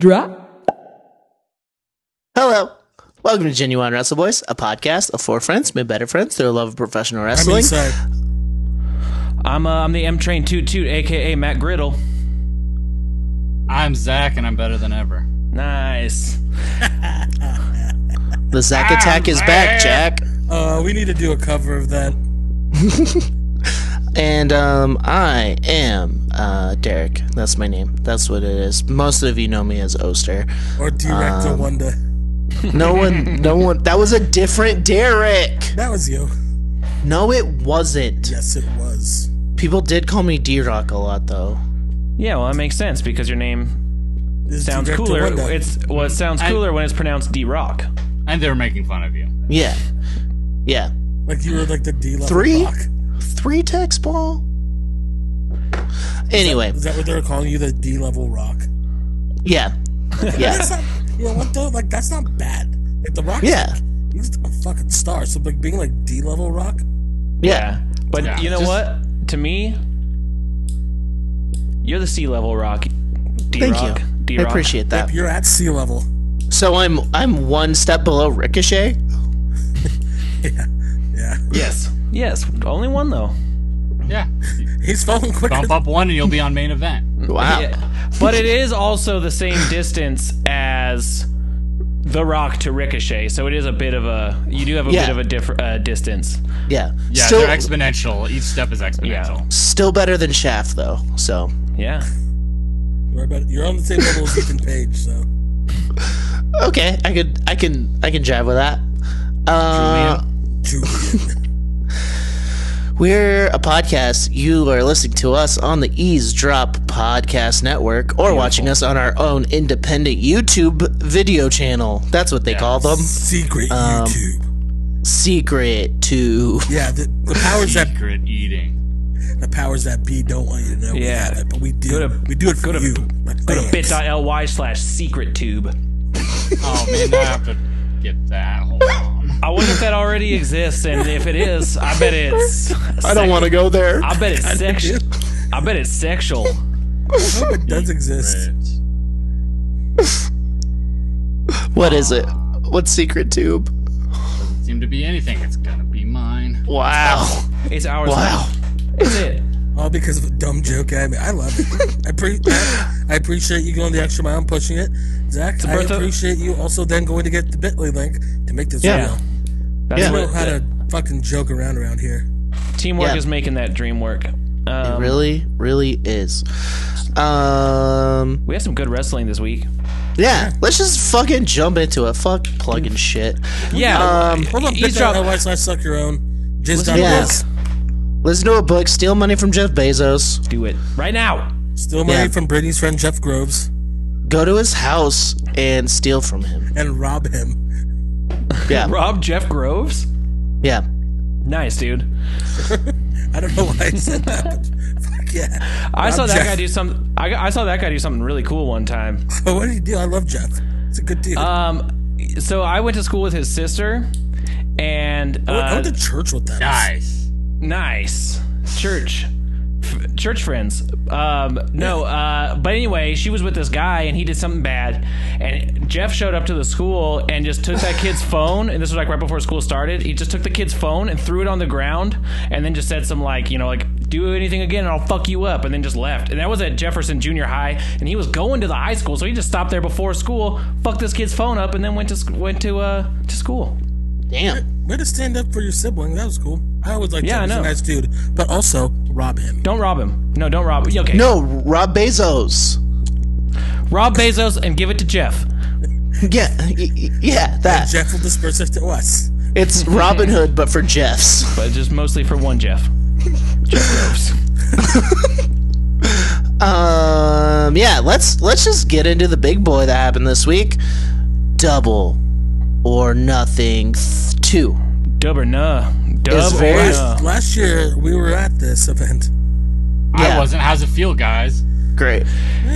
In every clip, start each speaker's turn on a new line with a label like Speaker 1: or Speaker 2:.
Speaker 1: Drop.
Speaker 2: Hello. Welcome to Genuine Wrestle Boys, a podcast of four friends made better friends through their love of professional
Speaker 3: I mean,
Speaker 2: wrestling.
Speaker 3: sorry.
Speaker 4: I'm uh, I'm the M Train Toot Toot, aka Matt Griddle.
Speaker 5: I'm Zach, and I'm better than ever.
Speaker 4: Nice.
Speaker 2: the Zack Attack
Speaker 3: Ah,
Speaker 2: is back, Jack.
Speaker 3: Uh, we need to do a cover of that.
Speaker 2: And um, I am uh, Derek. That's my name. That's what it is. Most of you know me as Oster.
Speaker 3: Or direct
Speaker 2: Um,
Speaker 3: a wonder.
Speaker 2: No one, no one. That was a different Derek.
Speaker 3: That was you.
Speaker 2: No, it wasn't.
Speaker 3: Yes, it was.
Speaker 2: People did call me D Rock a lot, though.
Speaker 4: Yeah, well, that makes sense because your name
Speaker 3: It's
Speaker 4: sounds
Speaker 3: direct a
Speaker 4: cooler.
Speaker 3: wonder.
Speaker 4: It's well, it sounds
Speaker 5: I-
Speaker 4: cooler when it's pronounced D Rock.
Speaker 5: And they were making fun of you.
Speaker 2: Yeah. Yeah.
Speaker 3: like you were like the D level.
Speaker 2: Three?
Speaker 3: Rock.
Speaker 2: Three text ball? Anyway,
Speaker 3: Is that what they were calling you, the D level rock?
Speaker 2: yeah. Yeah.
Speaker 3: That's not. You know what though? Like that's not bad. Like the rock.
Speaker 2: Yeah.
Speaker 3: He's a fucking star. So like being like D level rock.
Speaker 2: Yeah.
Speaker 4: But
Speaker 5: Yeah,
Speaker 4: you know
Speaker 5: just-
Speaker 4: what? To me, you're the sea level rock. D
Speaker 2: Thank
Speaker 4: Rock.
Speaker 2: you.
Speaker 4: D
Speaker 2: I
Speaker 4: Rock.
Speaker 2: appreciate that.
Speaker 3: You're at sea level.
Speaker 2: So I'm I'm one step below Ricochet.
Speaker 3: Yeah. Yeah.
Speaker 4: Yes. Yes. Only one though.
Speaker 5: Yeah.
Speaker 3: He's falling quicker.
Speaker 5: Bump up one, and you'll be on main event.
Speaker 2: Wow.
Speaker 4: Yeah. But it is also the same distance as the Rock to Ricochet, so it is a bit of a you do have a
Speaker 2: Yeah.
Speaker 4: bit of a different uh, distance.
Speaker 2: Yeah.
Speaker 5: Yeah,
Speaker 2: Still,
Speaker 5: they're exponential. Each step is exponential.
Speaker 2: still better than Shaft though. So
Speaker 4: Yeah.
Speaker 3: You're, about- you're on the same level as Ethan Page. So
Speaker 2: okay, I could I can I can jive with that. Uh,
Speaker 3: Julian.
Speaker 2: we're a podcast. You are listening to us on the Eavesdrop Podcast Network, or watching us on our own independent YouTube video channel. That's what they call them.
Speaker 3: Secret
Speaker 2: Um,
Speaker 3: YouTube.
Speaker 2: Secret to
Speaker 3: Yeah. The, the powers that
Speaker 5: Secret eating.
Speaker 3: the powers that be don't want you to know. we
Speaker 4: Yeah.
Speaker 3: have it, but we do.
Speaker 4: to-
Speaker 3: we do it for
Speaker 4: go to-
Speaker 3: you. my
Speaker 4: Go to
Speaker 3: fans.
Speaker 4: bit.ly slash secret tube.
Speaker 5: Oh man, now I have to get that. Hold on.
Speaker 4: I wonder if that already exists, and if it is, I bet it's. I
Speaker 2: to go there.
Speaker 4: I bet it's sexual. I bet it's sexual.
Speaker 3: It does exist.
Speaker 5: Secret.
Speaker 2: What is it? What's Secret Tube?
Speaker 5: Doesn't seem to be anything. It's gonna be mine.
Speaker 2: Wow.
Speaker 4: It's ours.
Speaker 2: Wow.
Speaker 4: It's it.
Speaker 3: All because of a dumb joke I made. I love it. I, pre- I, I appreciate you going the extra mile and pushing it. Zach, I
Speaker 4: birth of-
Speaker 3: appreciate you also then going to get the bit.ly link to make this
Speaker 2: Yeah.
Speaker 3: real.
Speaker 4: That's
Speaker 2: Yeah.
Speaker 3: I know
Speaker 4: what,
Speaker 3: how to fucking joke around around here.
Speaker 4: teamwork
Speaker 2: Yeah.
Speaker 4: is making that dream work. Um,
Speaker 2: really, really is. Um.
Speaker 4: We had some good wrestling this week.
Speaker 2: Yeah, let's just fucking jump into it. Fuck plugging shit.
Speaker 4: Yeah. Um,
Speaker 3: Hold on, bit.ly slash suck your own. Just on
Speaker 2: Yeah.
Speaker 3: this.
Speaker 2: Listen to a book, steal money from Jeff Bezos,
Speaker 4: Do it right now.
Speaker 3: Steal money
Speaker 2: Yeah.
Speaker 3: from Brady's friend Jeff Groves
Speaker 2: go to his house and steal from him.
Speaker 3: and rob him.
Speaker 2: Yeah,
Speaker 4: Rob Jeff Groves.
Speaker 2: yeah.
Speaker 4: Nice dude.
Speaker 3: I don't know why I said that, but fuck yeah.
Speaker 4: I
Speaker 3: Rob
Speaker 4: saw that
Speaker 3: Jeff.
Speaker 4: guy do some. I, I saw that guy do something really cool one time.
Speaker 3: But what did he do? I love Jeff. It's a good dude.
Speaker 4: Um, so I went to school with his sister, and uh,
Speaker 3: I went to church with them.
Speaker 5: Nice.
Speaker 4: Nice church, F- church friends. Um, no, uh, but anyway, she was with this guy, and he did something bad, and Jeff showed up to the school and just took that kid's phone. And this was like right before school started. He just took the kid's phone and threw it on the ground, and then just said some like, you know, like do anything again, and I'll fuck you up, and then just left. And that was at Jefferson Junior High, and he was going to the high school, so he just stopped there before school, fucked this kid's phone up, and then went to sc- went to uh to school.
Speaker 2: Damn.
Speaker 3: Way to stand up for your sibling. That was cool. I always liked
Speaker 4: Yeah,
Speaker 3: yeah,
Speaker 4: I
Speaker 3: He's a
Speaker 4: know.
Speaker 3: nice dude, but also rob him.
Speaker 4: Don't rob him. No, don't rob. Okay,
Speaker 2: No, Rob Bezos.
Speaker 4: rob Bezos and give it to Jeff.
Speaker 2: Yeah, y- y- yeah. That
Speaker 3: Jeff will disperse it to us.
Speaker 2: it's Robin Hood, but for Jeffs.
Speaker 4: but just mostly for one Jeff. Jeff Groves.
Speaker 2: Um, yeah. Let's let's just get into the big boy that happened this week. Double or nothing th- two.
Speaker 4: Dub or nah. Dub
Speaker 2: It's
Speaker 4: or
Speaker 2: very-
Speaker 4: nah.
Speaker 3: Last, last year we were at this event.
Speaker 2: Yeah.
Speaker 5: I wasn't. How's it feel, guys?
Speaker 2: Great,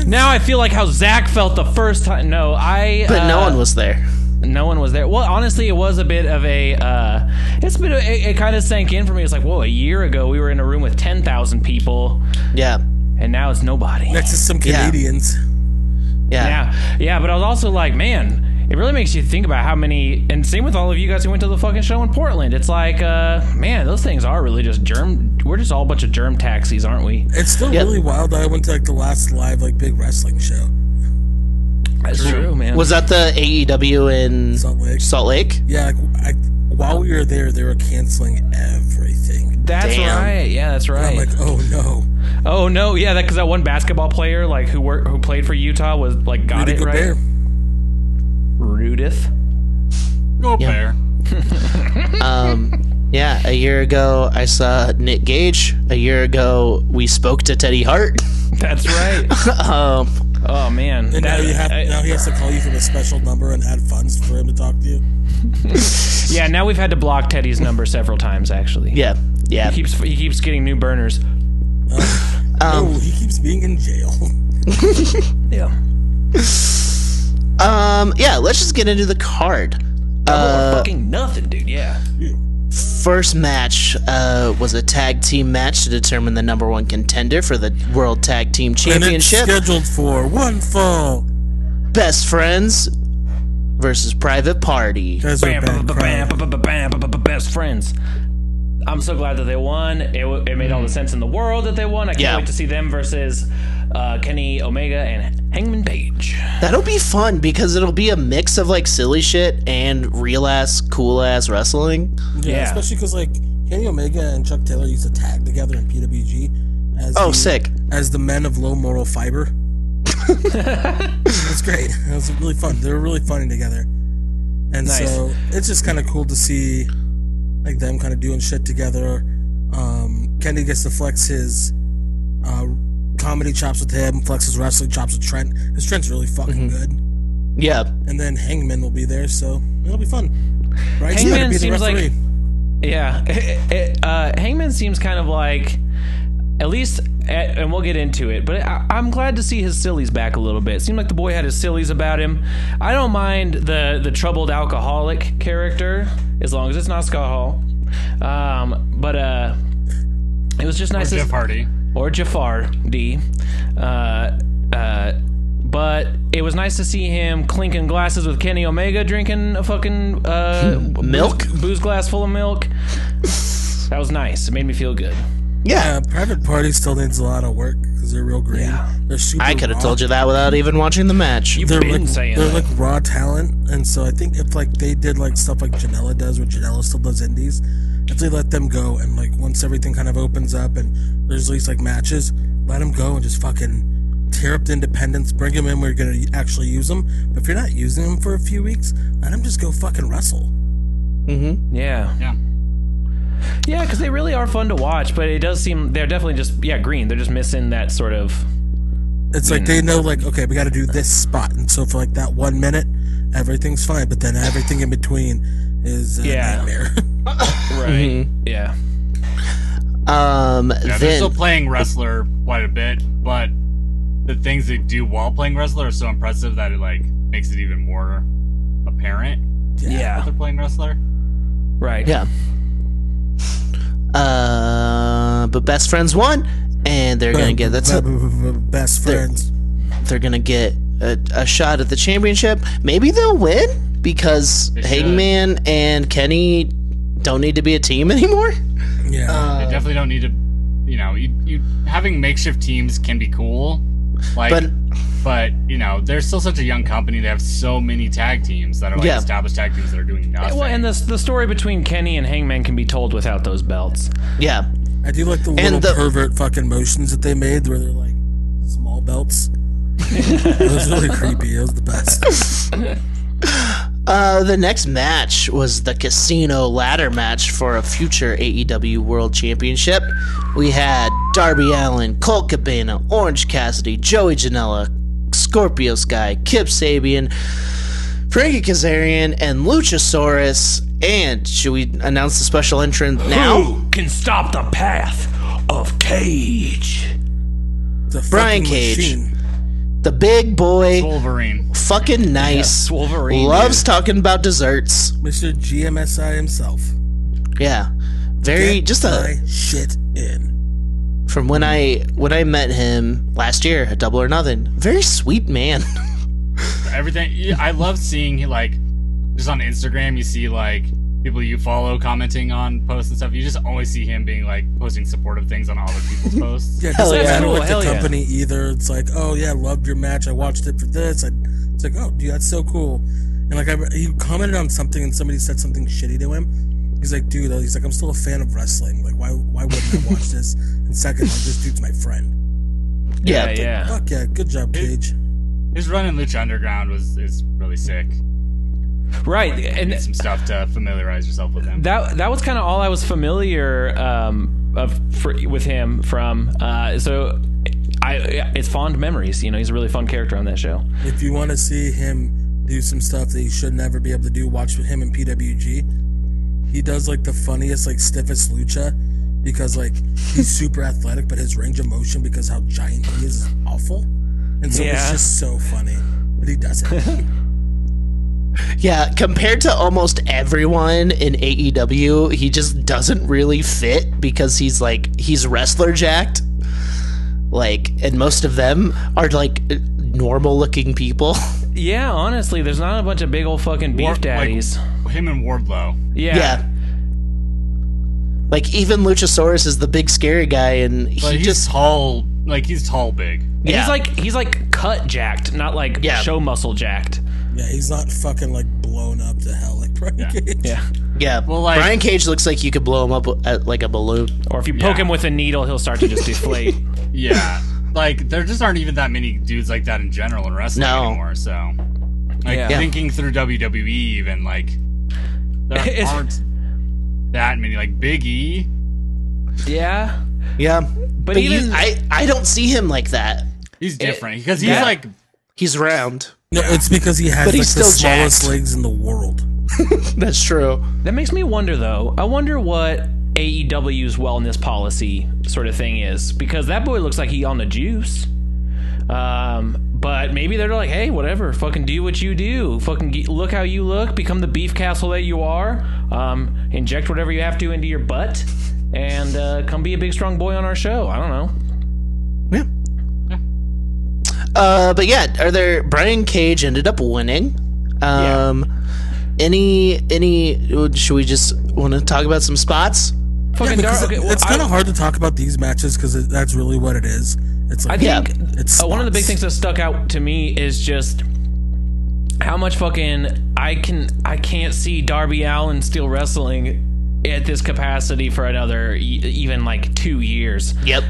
Speaker 4: Now I feel like how Zach felt the first time. No, I.
Speaker 2: but no
Speaker 4: uh,
Speaker 2: one was there.
Speaker 4: No one was there. Well, honestly, it was a bit of a. Uh, it's been. A, it, it kind of sank in for me. It's like, whoa, a year ago we were in a room with ten thousand people,
Speaker 2: Yeah.
Speaker 4: and now it's nobody.
Speaker 3: Next to some
Speaker 2: Yeah.
Speaker 3: Canadians.
Speaker 2: Yeah.
Speaker 4: Yeah, yeah, but I was also like, man, it really makes you think about how many. And same with all of you guys who went to the fucking show in Portland. It's like, uh, man, those things are really just germ. We're just all a bunch of germ taxis, aren't we?
Speaker 3: It's still
Speaker 2: Yep.
Speaker 3: really wild that I went to like the last live like big wrestling show.
Speaker 4: That's true, man.
Speaker 2: Was that the AEW in
Speaker 3: Salt Lake.
Speaker 2: Salt Lake?
Speaker 3: Yeah, like, I, while we were there, they were canceling everything.
Speaker 4: that's
Speaker 2: Damn.
Speaker 4: right. Yeah, that's
Speaker 3: I'm
Speaker 4: right.
Speaker 3: like, oh no,
Speaker 4: oh no, yeah, that because that one basketball player like who worked who played for Utah was like got
Speaker 3: Rudy
Speaker 4: it right.
Speaker 3: Gobert.
Speaker 4: Rudith.
Speaker 5: Go bear.
Speaker 2: Yeah, a year ago I saw Nick Gage. A year ago we spoke to Teddy Hart.
Speaker 4: That's right.
Speaker 2: um,
Speaker 4: oh man.
Speaker 3: And
Speaker 4: That- uh,
Speaker 3: now you have
Speaker 4: I-
Speaker 3: now he has to call you from a special number and add funds for him to talk to you.
Speaker 4: yeah, now we've had to block Teddy's number several times actually.
Speaker 2: yeah, yeah.
Speaker 4: He keeps he keeps getting new burners. Um,
Speaker 3: oh, he keeps being in jail.
Speaker 4: Yeah.
Speaker 2: Um, yeah. Let's just get into the card.
Speaker 3: Uh,
Speaker 4: fucking nothing, dude. Yeah.
Speaker 2: First match uh, was a tag team match to determine the number one contender for the World Tag Team
Speaker 3: and it's
Speaker 2: Championship.
Speaker 3: scheduled for one fall.
Speaker 2: Best Friends versus Private Party.
Speaker 3: Guys are a
Speaker 4: Bam, ba-
Speaker 3: bad
Speaker 4: ba-
Speaker 3: crowd.
Speaker 4: bam, ba- ba- bam, ba- ba- ba- best friends. I'm so glad that they won. It, w- it made all
Speaker 3: Mm.
Speaker 4: the sense in the world that they won. I can't
Speaker 2: Yeah.
Speaker 4: wait to see them versus uh, Kenny Omega and Hangman Page.
Speaker 2: That'll be fun because it'll be a mix of like silly shit and real ass, cool ass wrestling.
Speaker 4: Yeah.
Speaker 3: especially because like Kenny Omega and Chuck Taylor used to tag together in PWG. As
Speaker 2: Oh,
Speaker 3: the-
Speaker 2: sick.
Speaker 3: As the men of low moral fiber. That's great. That was really fun. They were really funny together, and
Speaker 4: Nice.
Speaker 3: so it's just kind of cool to see like them kind of doing shit together. Um, Kenny gets to flex his uh, comedy chops with him, flex his wrestling chops with Trent. Because Trent's really fucking
Speaker 4: Mm-hmm.
Speaker 3: good.
Speaker 2: Yeah.
Speaker 3: And then Hangman will be there, so it'll be fun. Right?
Speaker 4: Hangman seems like- Yeah, uh, Hangman seems kind of like, at least, and we'll get into it. But I, I'm glad to see his sillies back a little bit. seemed like the boy had his sillies about him. I don't mind the the troubled alcoholic character as long as it's not Scott Hall. Um, but uh, it was just nice to
Speaker 5: Jeff Hardy.
Speaker 4: or Jafar D. Uh, uh, but it was nice to see him clinking glasses with Kenny Omega, drinking a fucking uh,
Speaker 2: Milk?
Speaker 4: booze, booze glass full of milk. that was nice. It made me feel good.
Speaker 2: Yeah.
Speaker 3: Uh, private party still needs a lot of work because they're real green. They're super.
Speaker 2: I could have
Speaker 3: raw.
Speaker 2: told you that without even watching the match.
Speaker 4: You've
Speaker 3: They're
Speaker 4: been
Speaker 3: like,
Speaker 4: saying
Speaker 3: they're
Speaker 4: that.
Speaker 3: like raw talent, and so I think if like they did like stuff like Janela does, where Janela still does indies, if they let them go and like once everything kind of opens up and there's at least like matches, let them go and just fucking tear up the independents, bring them in where you're gonna actually use them. But if you're not using them for a few weeks, let them just go fucking wrestle.
Speaker 4: yeah,
Speaker 5: Yeah.
Speaker 4: yeah, because they really are fun to watch. But it does seem they're definitely just yeah green. They're just missing that sort of
Speaker 3: It's like they know, like, okay, we got to do this spot, and so for like that one minute, everything's fine, but then everything in between is a
Speaker 4: Yeah.
Speaker 3: nightmare.
Speaker 4: right. Yeah,
Speaker 2: Mm-hmm. Um,
Speaker 5: Yeah, they're still
Speaker 2: then
Speaker 5: playing wrestler quite a bit, but the things they do while playing wrestler are so impressive that it like makes it even more apparent that
Speaker 4: yeah,
Speaker 5: they're playing wrestler.
Speaker 4: right.
Speaker 2: yeah. Uh, but best friends won, and they're gonna get that's a,
Speaker 3: best friends.
Speaker 2: they're gonna get a, a shot at the championship. Maybe they'll win because
Speaker 5: They should.
Speaker 2: Hangman and Kenny don't need to be a team anymore.
Speaker 3: Yeah,
Speaker 2: Uh,
Speaker 5: They definitely don't need to, you know, you, you having makeshift teams can be cool, like,
Speaker 2: But-
Speaker 5: but, you know, they're still such a young company. They have so many tag teams that are like
Speaker 2: Yeah.
Speaker 5: established tag teams that are doing nothing.
Speaker 4: Well, and the the story between Kenny and Hangman can be told without those belts.
Speaker 2: Yeah,
Speaker 3: I do like the little
Speaker 2: the-
Speaker 3: pervert fucking motions that they made, where they're like small belts. it was really creepy. It was the best.
Speaker 2: Uh, the next match was the casino ladder match for a future AEW World Championship. We had Darby Allen, Colt Cabana, Orange Cassidy, Joey Janela, Scorpio Sky, Kip Sabian, Frankie Kazarian, and Luchasaurus. And should we announce the special entrant now?
Speaker 4: Who can stop the path of Cage?
Speaker 3: The
Speaker 2: Brian
Speaker 3: fucking
Speaker 2: Cage.
Speaker 3: machine.
Speaker 2: The big boy,
Speaker 5: Wolverine.
Speaker 2: fucking nice,
Speaker 4: Yes, Wolverine,
Speaker 2: loves talking about desserts.
Speaker 3: Mr. GMSI himself.
Speaker 2: Yeah, very
Speaker 3: Get
Speaker 2: just a
Speaker 3: my shit in.
Speaker 2: from when I when I met him last year at Double or Nothing. Very sweet man.
Speaker 5: everything. yeah, I love seeing like just on Instagram, you see like people you follow commenting on posts and stuff. You just always see him being like posting supportive things on all other people's posts.
Speaker 3: Yeah,
Speaker 2: Hell
Speaker 3: because
Speaker 2: yeah.
Speaker 3: I don't
Speaker 4: Cool,
Speaker 3: like
Speaker 4: hell
Speaker 3: the
Speaker 4: yeah.
Speaker 3: company either. It's like, oh yeah, loved your match. I watched it for this. I, it's like, oh dude, that's so cool. And like, I, he commented on something, and somebody said something shitty to him. He's like, dude, he's like, I'm still a fan of wrestling. Like, why, why wouldn't I watch this? And second, like, this dude's my friend.
Speaker 4: Yeah,
Speaker 2: yeah.
Speaker 4: yeah.
Speaker 3: Fuck yeah, good job, Cage.
Speaker 5: His run in Lucha Underground was is really sick.
Speaker 4: Right,
Speaker 5: Like, you need
Speaker 4: and
Speaker 5: some stuff to familiarize yourself with him.
Speaker 4: that that was kind of all I was familiar um, of for, with him from. Uh, so, I it's fond memories. You know, he's a really fun character on that show.
Speaker 3: If you want to see him do some stuff that he should never be able to do, watch him in PWG. He does like the funniest, like stiffest lucha because like he's super athletic, but his range of motion because how giant he is is awful, and so
Speaker 4: Yeah.
Speaker 3: it's just so funny. But he does it.
Speaker 2: Yeah, compared to almost everyone in AEW, he just doesn't really fit because he's like he's wrestler jacked. Like and most of them are like normal looking people.
Speaker 4: Yeah, honestly, there's not a bunch of big old fucking beef
Speaker 5: War- like,
Speaker 4: daddies.
Speaker 5: him and Wardlow.
Speaker 4: yeah.
Speaker 2: Yeah. Like even Luchasaurus is the big scary guy and
Speaker 5: But
Speaker 2: he
Speaker 5: he's
Speaker 2: just
Speaker 5: tall. Like he's tall, big.
Speaker 4: And
Speaker 2: yeah.
Speaker 4: He's like he's like cut jacked, not like
Speaker 2: Yeah.
Speaker 4: show muscle jacked.
Speaker 3: yeah, he's not fucking like blown up to hell like Brian Cage.
Speaker 4: Yeah.
Speaker 2: yeah.
Speaker 5: well, like-
Speaker 2: Brian Cage looks like you could blow him up at, like a balloon.
Speaker 4: Or if you poke
Speaker 5: Yeah.
Speaker 4: him with a needle, he'll start to just deflate.
Speaker 5: Yeah, like there just aren't even that many dudes like that in general in wrestling
Speaker 2: No.
Speaker 5: anymore. So, like
Speaker 4: Yeah.
Speaker 5: thinking through WWE, even like there
Speaker 4: It's-
Speaker 5: aren't that many. Like Big E,
Speaker 4: Yeah.
Speaker 2: Yeah. But,
Speaker 4: even-
Speaker 2: you, I I don't see him like that.
Speaker 5: he's different because he's
Speaker 4: yeah.
Speaker 5: like
Speaker 2: He's round.
Speaker 3: No, it's because he
Speaker 2: But
Speaker 3: has like
Speaker 2: he's
Speaker 3: the
Speaker 2: still
Speaker 3: smallest
Speaker 2: jacked.
Speaker 3: legs in the world.
Speaker 2: That's true.
Speaker 4: That makes me wonder though. I wonder what AEW's wellness policy sort of thing is because that boy looks like he on the juice. Um, but maybe they're like, hey, whatever, fucking do what you do, fucking ge- look how you look, become the beef castle that you are, um, inject whatever you have to into your butt, and uh, come be a big strong boy on our show. I don't know.
Speaker 2: Yeah. Uh, but yeah, are there? Brian Cage ended up winning. Um, any any? Should we just want to talk about some spots?
Speaker 4: Fucking
Speaker 3: Because
Speaker 4: Dar- okay, well,
Speaker 3: it's
Speaker 4: I-
Speaker 3: kind of hard to talk about these matches because that's really what it is. It's like
Speaker 4: I think
Speaker 3: It's
Speaker 4: uh, one of the big
Speaker 3: spots.
Speaker 4: things that stuck out to me is just how much fucking I can I can't see Darby Allen still wrestling at this capacity for another e- even like two years.
Speaker 2: Yep.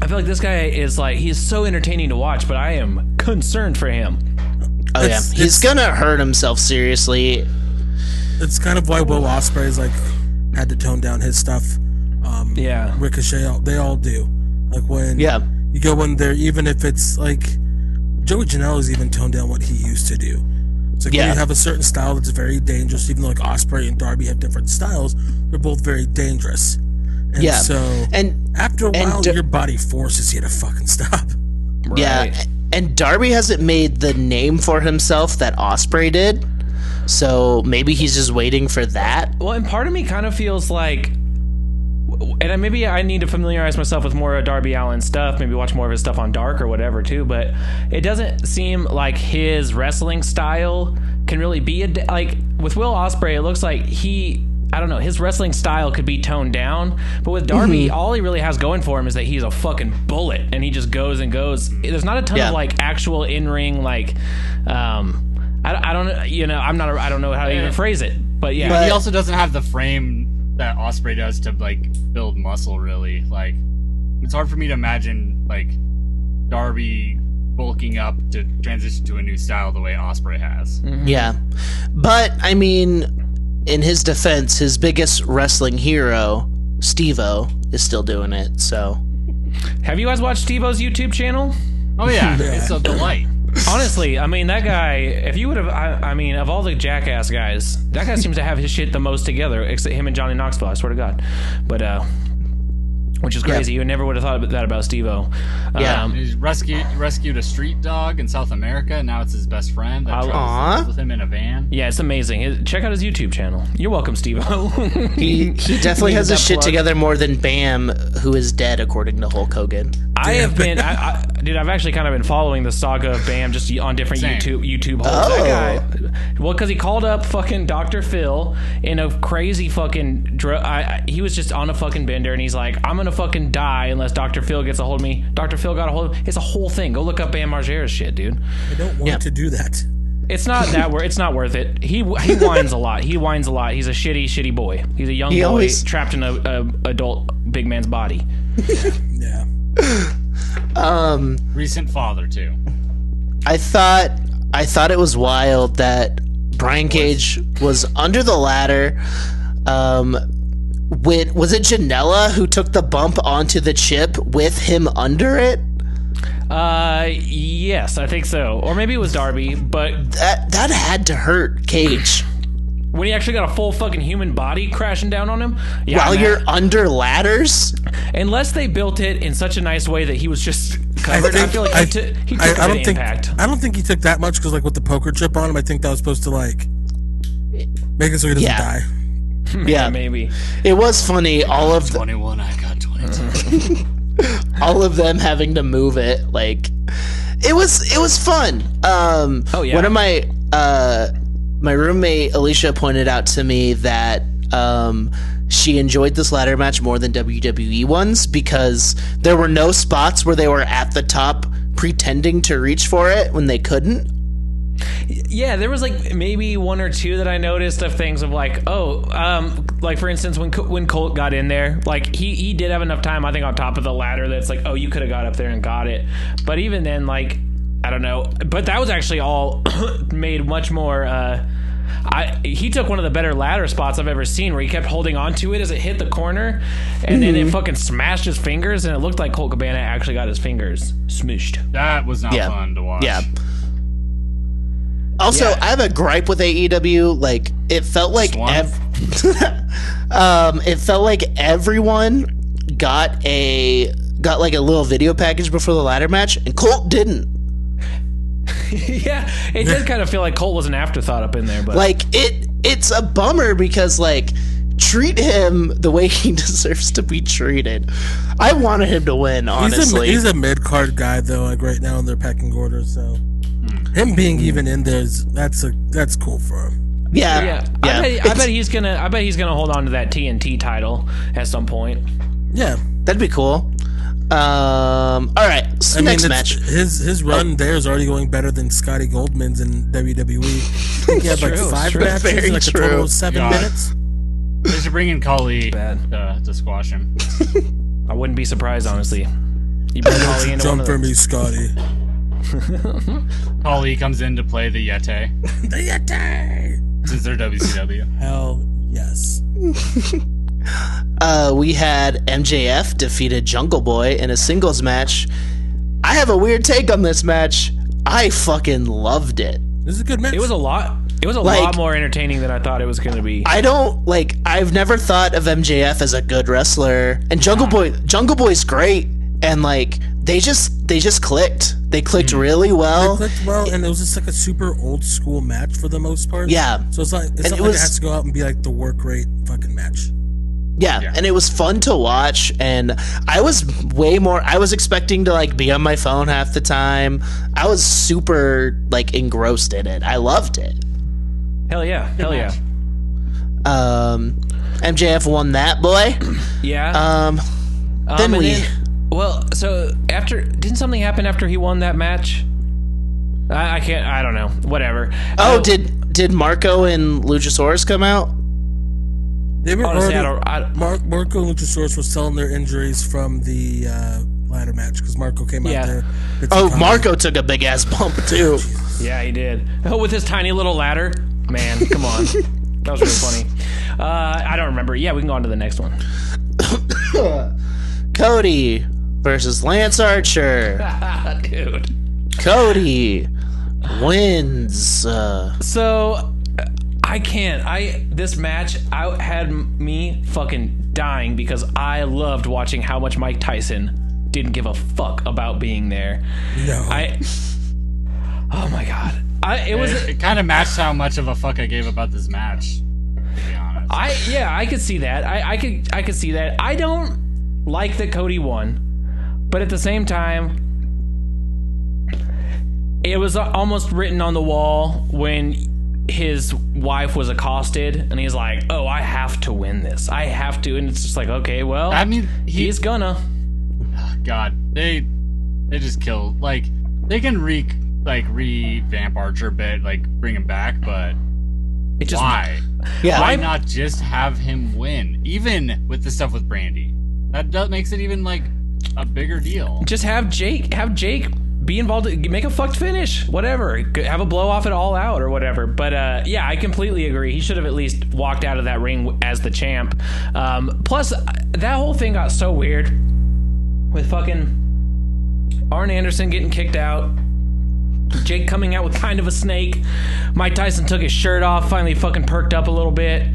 Speaker 4: I feel like this guy is like he is so entertaining to watch, but I am concerned for him.
Speaker 2: Oh yeah,
Speaker 3: It's-
Speaker 2: he's
Speaker 3: it's-
Speaker 2: gonna hurt himself seriously.
Speaker 3: It's kind of why Will Ospreay's like had to tone down his stuff. Um,
Speaker 4: Yeah.
Speaker 3: Ricochet, all- they all do. Like when
Speaker 2: Yeah.
Speaker 3: you go in there, even if it's like Joey Janela's even toned down what he used to do. It's like
Speaker 2: Yeah.
Speaker 3: when you have a certain style that's very dangerous. Even though like Osprey and Darby have different styles, they're both very dangerous. And
Speaker 2: Yeah.
Speaker 3: So
Speaker 2: And
Speaker 3: after a
Speaker 2: and
Speaker 3: while,
Speaker 2: Dar-
Speaker 3: your body forces you to fucking stop.
Speaker 2: yeah,
Speaker 4: Right.
Speaker 2: and Darby hasn't made the name for himself that Osprey did. So maybe he's just waiting for that.
Speaker 4: Well, and part of me kind of feels like, and I- maybe I need to familiarize myself with more of Darby Allen stuff, maybe watch more of his stuff on Dark or whatever too. But it doesn't seem like his wrestling style can really be a like with Will Osprey. It looks like he. I don't know. His wrestling style could be toned down, but with Darby, all he really has going for him is that he's a fucking bullet, and he just goes and goes. There's not a ton
Speaker 2: Yeah.
Speaker 4: of like actual in ring like, um, I, I don't you know I'm not a, I don't know how to even phrase it, but yeah,
Speaker 5: he
Speaker 2: But-
Speaker 5: also doesn't have the frame that Osprey does to like build muscle. Really, like it's hard for me to imagine like Darby bulking up to transition to a new style the way Osprey has.
Speaker 2: Yeah. But I mean, in his defense, his biggest wrestling hero, Stevo, is still doing it. So
Speaker 4: Have you guys watched Stevo's YouTube channel?
Speaker 5: Oh yeah, it's a delight.
Speaker 4: Honestly, I mean that guy. If you would have, I, I mean, of all the jackass guys, that guy seems to have his shit the most together, except him and Johnny Knoxville. I swear to God. But uh, which is crazy. You never would have thought about that about Stevo.
Speaker 2: Yeah.
Speaker 4: Um,
Speaker 5: He rescued rescued a street dog in South America. and Now it's his best friend that
Speaker 4: I'll-
Speaker 5: travels with him in a van.
Speaker 4: yeah, it's amazing. It- Check out his YouTube channel. You're welcome, Stevo.
Speaker 2: He, he definitely has his
Speaker 4: Needed that
Speaker 2: shit
Speaker 4: plug.
Speaker 2: together more than Bam, who is dead according to Hulk Hogan.
Speaker 4: I have been, I, I, dude. I've actually kind of been following the saga of Bam just on different
Speaker 5: Same.
Speaker 4: YouTube YouTube holes.
Speaker 2: Oh.
Speaker 4: That guy, well, because he called up fucking Dr. Phil in a crazy fucking. Dr- I, I, he was just on a fucking bender, and he's like, "I'm gonna fucking die unless Dr. Phil gets a hold of me." Dr. Phil got a hold. of It's a whole thing. Go look up Bam Margera's shit, dude.
Speaker 3: I don't want to do that.
Speaker 4: It's not that worth. It's not worth it. He he whines a lot. He whines a lot. He's a shitty, shitty boy. He's a young
Speaker 2: He
Speaker 4: boy
Speaker 2: always-
Speaker 4: trapped in a, a adult big man's body.
Speaker 3: Yeah.
Speaker 2: Um,
Speaker 5: Recent father too.
Speaker 2: I thought I thought it was wild that Brian Cage was under the ladder. Um, when, was it Janela who took the bump onto the chip with him under it?
Speaker 4: Uh, yes, I think so. Or maybe it was Darby, but
Speaker 2: That that had to hurt Cage.
Speaker 4: when he actually got a full fucking human body crashing down on him, yeah,
Speaker 2: While
Speaker 4: man.
Speaker 2: you're under ladders,
Speaker 4: unless they built it in such a nice way that he was just covered, I, feel like he, t- he took
Speaker 3: I
Speaker 4: an
Speaker 3: don't think
Speaker 4: impact.
Speaker 3: I don't think he took that much because like with the poker chip on him, I think that was supposed to like make it so he doesn't
Speaker 2: Yeah.
Speaker 3: die.
Speaker 2: yeah,
Speaker 4: maybe.
Speaker 2: it was funny. All of the,
Speaker 5: Twenty one. I got twenty two.
Speaker 2: all of them having to move it, like it was it was fun. Um,
Speaker 4: Oh, yeah.
Speaker 2: One of my uh, my roommate Alicia pointed out to me that um, she enjoyed this ladder match more than WWE ones because there were no spots where they were at the top pretending to reach for it when they couldn't.
Speaker 4: Yeah, there was like maybe one or two that I noticed of things of like, oh, um, like for instance, when Co- when Colt got in there, like he he did have enough time, I think, on top of the ladder that's like, oh, you could have got up there and got it, but even then, like, I don't know, but that was actually all made much more. Uh, I, he took one of the better ladder spots I've ever seen, where he kept holding on to it as it hit the corner, and then it fucking smashed his fingers, and it looked like Colt Cabana actually got his fingers smooshed.
Speaker 5: That was not
Speaker 2: Yeah.
Speaker 5: fun to watch.
Speaker 2: Yeah. Also,
Speaker 4: Yeah.
Speaker 2: I have a gripe with AEW. Like, it felt like
Speaker 5: one?
Speaker 2: ev- um, it felt like everyone got a got like a little video package before the ladder match, and Colt didn't.
Speaker 4: yeah, it did kind of feel like Colt was an afterthought up in there, but
Speaker 2: Like, it it's a bummer because like treat him the way he deserves to be treated. I wanted him to win,
Speaker 3: He's a,
Speaker 2: honestly.
Speaker 3: he's a mid card guy though, like right now in their pecking order. So him being
Speaker 4: Hmm.
Speaker 3: even in there is that's a that's cool for him.
Speaker 2: yeah,
Speaker 4: Yeah,
Speaker 2: yeah.
Speaker 4: I, bet, I
Speaker 2: It's-
Speaker 4: bet he's gonna. I bet he's gonna hold on to that TNT title at some point.
Speaker 3: Yeah,
Speaker 2: that'd be cool. Um, all right, so next
Speaker 3: it's-
Speaker 2: match.
Speaker 3: his
Speaker 4: Oh.
Speaker 3: his run there is already going better than Scotty Goldman's in WWE. He had like
Speaker 4: true,
Speaker 3: five
Speaker 4: true.
Speaker 3: matches,
Speaker 2: Very
Speaker 3: in, like a total
Speaker 2: true.
Speaker 3: of seven
Speaker 5: God.
Speaker 3: minutes.
Speaker 5: They should bring in Kali
Speaker 4: Bad.
Speaker 5: to, to squash him.
Speaker 4: I wouldn't be surprised, honestly. You bring Holly into one
Speaker 3: Jump
Speaker 4: of
Speaker 3: for
Speaker 4: those.
Speaker 3: me, Scotty.
Speaker 5: Kali comes in to play the Yeti
Speaker 3: the Yeti.
Speaker 5: since they're WCW.
Speaker 3: Hell yes.
Speaker 2: Uh, we had MJF defeated Jungle Boy in a singles match. I have a weird take on this match. I fucking loved it.
Speaker 3: This is a good match.
Speaker 4: It was a lot. It was a
Speaker 2: Like-
Speaker 4: lot more entertaining than I thought it was gonna be.
Speaker 2: I don't like. I've never thought of MJF as a good wrestler, and Jungle Boy. Jungle Boy's great, and like they just they just clicked. Mm-hmm. They clicked really well.
Speaker 3: clicked well, and it was just like a super old school match for the most part.
Speaker 2: Yeah.
Speaker 3: So it's not it's
Speaker 2: it
Speaker 3: not like
Speaker 2: was-
Speaker 3: it has to go out and be like the work rate fucking match.
Speaker 2: Yeah, and it was fun to watch. And I was way more. I was expecting to like be on my phone half the time. I was super like engrossed in it. I loved it.
Speaker 4: hell yeah, hell yeah,
Speaker 2: Um, MJF won that boy.
Speaker 4: yeah.
Speaker 2: Um,
Speaker 4: Um,
Speaker 2: then
Speaker 4: and
Speaker 2: we-
Speaker 4: well, so after didn't something happen after he won that match? I, I can't. I don't know. Whatever.
Speaker 2: oh, did did Marco and Luchasaurus come out?
Speaker 3: They were
Speaker 4: honestly, I
Speaker 3: already-
Speaker 4: don't. I,
Speaker 3: Mark, Marco and Luchasaurus were selling their injuries from the uh, ladder match because Marco came
Speaker 4: Yeah.
Speaker 3: out there. with
Speaker 2: Oh,
Speaker 3: Takagi.
Speaker 2: Marco took a big ass bump too.
Speaker 4: Yeah, he did. Oh, with his tiny little ladder. Man, come on. That was really funny. Uh, I don't remember. Yeah, we can go on to the next one.
Speaker 2: Cody versus Lance Archer.
Speaker 4: Dude.
Speaker 2: Cody wins. Uh,
Speaker 4: uh, So I can't. I this match I had me fucking dying because I loved watching how much Mike Tyson didn't give a fuck about being there.
Speaker 3: No.
Speaker 4: I. Oh my god. I, it was
Speaker 5: It, it kind of matched how much of a fuck I gave about this match. To be honest,
Speaker 4: I yeah, I could see that. I, I could I could see that. I don't like that Cody won, but at the same time, it was a- almost written on the wall when his wife was accosted, and he's like, "Oh, I have to win this. I have to." And it's just like, okay, well,
Speaker 5: I mean, he,
Speaker 4: he's gonna.
Speaker 5: God, they they just kill. Like they can re like revamp Archer a bit, like bring him back, but
Speaker 4: It just
Speaker 5: why?
Speaker 2: Yeah.
Speaker 5: Why
Speaker 4: I-
Speaker 5: not just have him win? Even with the stuff with Brandy, that does, makes it even like a bigger deal.
Speaker 4: just have Jake have Jake be involved make a fucked finish whatever have a blow off it all out or whatever but uh yeah i completely agree he should have at least walked out of that ring as the champ um plus that whole thing got so weird with fucking arn anderson getting kicked out jake coming out with kind of a snake mike tyson took his shirt off finally fucking perked up a little bit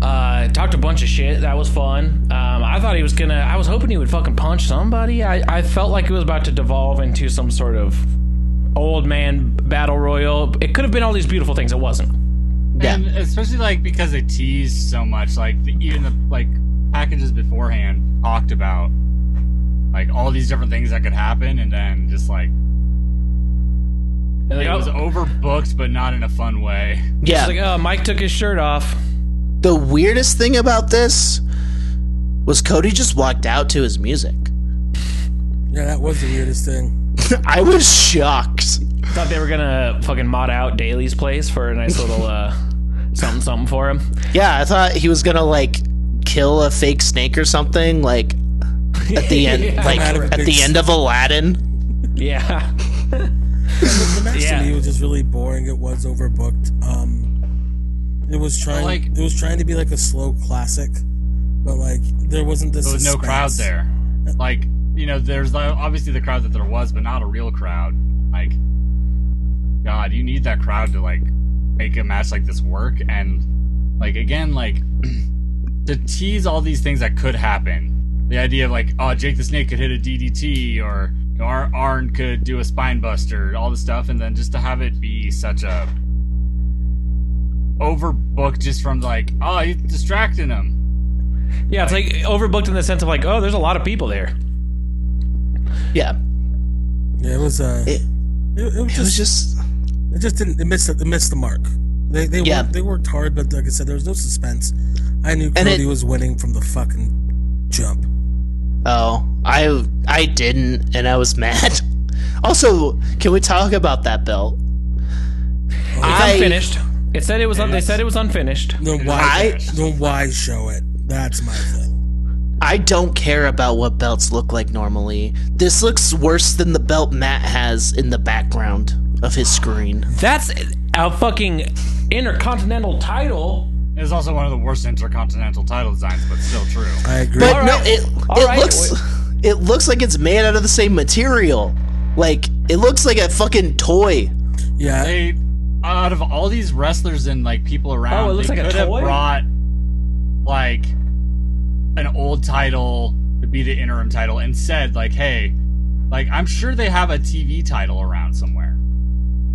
Speaker 4: uh, talked a bunch of shit. That was fun. Um, I thought he was gonna. I was hoping he would fucking punch somebody. I, I felt like it was about to devolve into some sort of old man battle royal. It could have been all these beautiful things. It wasn't.
Speaker 2: Yeah.
Speaker 5: And especially like because they teased so much, like the, even the like packages beforehand talked about like all these different things that could happen, and then just like
Speaker 4: And like,
Speaker 5: it was
Speaker 4: oh,
Speaker 5: overbooked, but not in a fun way.
Speaker 4: it's
Speaker 2: Yeah.
Speaker 4: like, oh, Mike took his shirt off.
Speaker 2: the weirdest thing about this was Cody just walked out to his music.
Speaker 3: yeah, that was the weirdest thing.
Speaker 2: I was shocked.
Speaker 4: Thought they were gonna fucking mod out Daly's place for a nice little uh, something something for him.
Speaker 2: Yeah, I thought he was gonna like kill a fake snake or something, like at the end, like
Speaker 3: Come out of a
Speaker 2: at
Speaker 3: big
Speaker 2: the
Speaker 3: s-
Speaker 2: end of Aladdin.
Speaker 4: Yeah.
Speaker 3: The match
Speaker 4: Yeah.
Speaker 3: to me was just really boring. It was overbooked. Um, it was trying.
Speaker 5: like-
Speaker 3: it was trying to be like a slow classic, but like there wasn't this.
Speaker 5: There was no
Speaker 3: suspense.
Speaker 5: crowd there. Like you know, there's uh, obviously the crowd that there was, but not a real crowd. Like, God, you need that crowd to like make a match like this work. And like again, like to tease all these things that could happen. The idea of like, oh, Jake the Snake could hit a DDT, or you know, Ar- Arn could do a spine buster, all this stuff, and then just to have it be such a overbooked just from like, oh, he's distracting him.
Speaker 4: Yeah, it's like overbooked in the sense of like, oh, there's a lot of people there.
Speaker 2: Yeah,
Speaker 3: Yeah, it was. Uh,
Speaker 2: It-
Speaker 3: it, it, was
Speaker 2: it
Speaker 3: just,
Speaker 2: was just
Speaker 3: It just didn't. It missed. It missed the mark. They they
Speaker 2: Yeah.
Speaker 3: worked, they worked hard, but like I said, there was no suspense. I knew
Speaker 2: And it-
Speaker 3: Cody was winning from the fucking jump.
Speaker 2: oh, I I didn't, and I was mad. Also, can we talk about that belt? I
Speaker 4: Unfinished. It said it was. Un- they said it was unfinished.
Speaker 3: Then why?
Speaker 2: I-
Speaker 3: then why show it? That's my thing.
Speaker 2: I don't care about what belts look like normally. This looks worse than the belt Matt has in the background of his screen.
Speaker 4: That's a fucking intercontinental title.
Speaker 5: It was also one of the worst intercontinental title designs, but still true.
Speaker 3: I agree.
Speaker 2: But
Speaker 4: All
Speaker 2: no,
Speaker 4: right.
Speaker 2: it
Speaker 4: All
Speaker 2: it
Speaker 4: right.
Speaker 2: looks it looks like it's made out of the same material. Like it looks like a fucking toy.
Speaker 3: yeah,
Speaker 5: They, out of all these wrestlers and like people around,
Speaker 4: Oh, it looks
Speaker 5: they
Speaker 4: like a
Speaker 5: could have
Speaker 4: toy?
Speaker 5: brought like an old title to be the interim title and said like, hey, like I'm sure they have a TV title around somewhere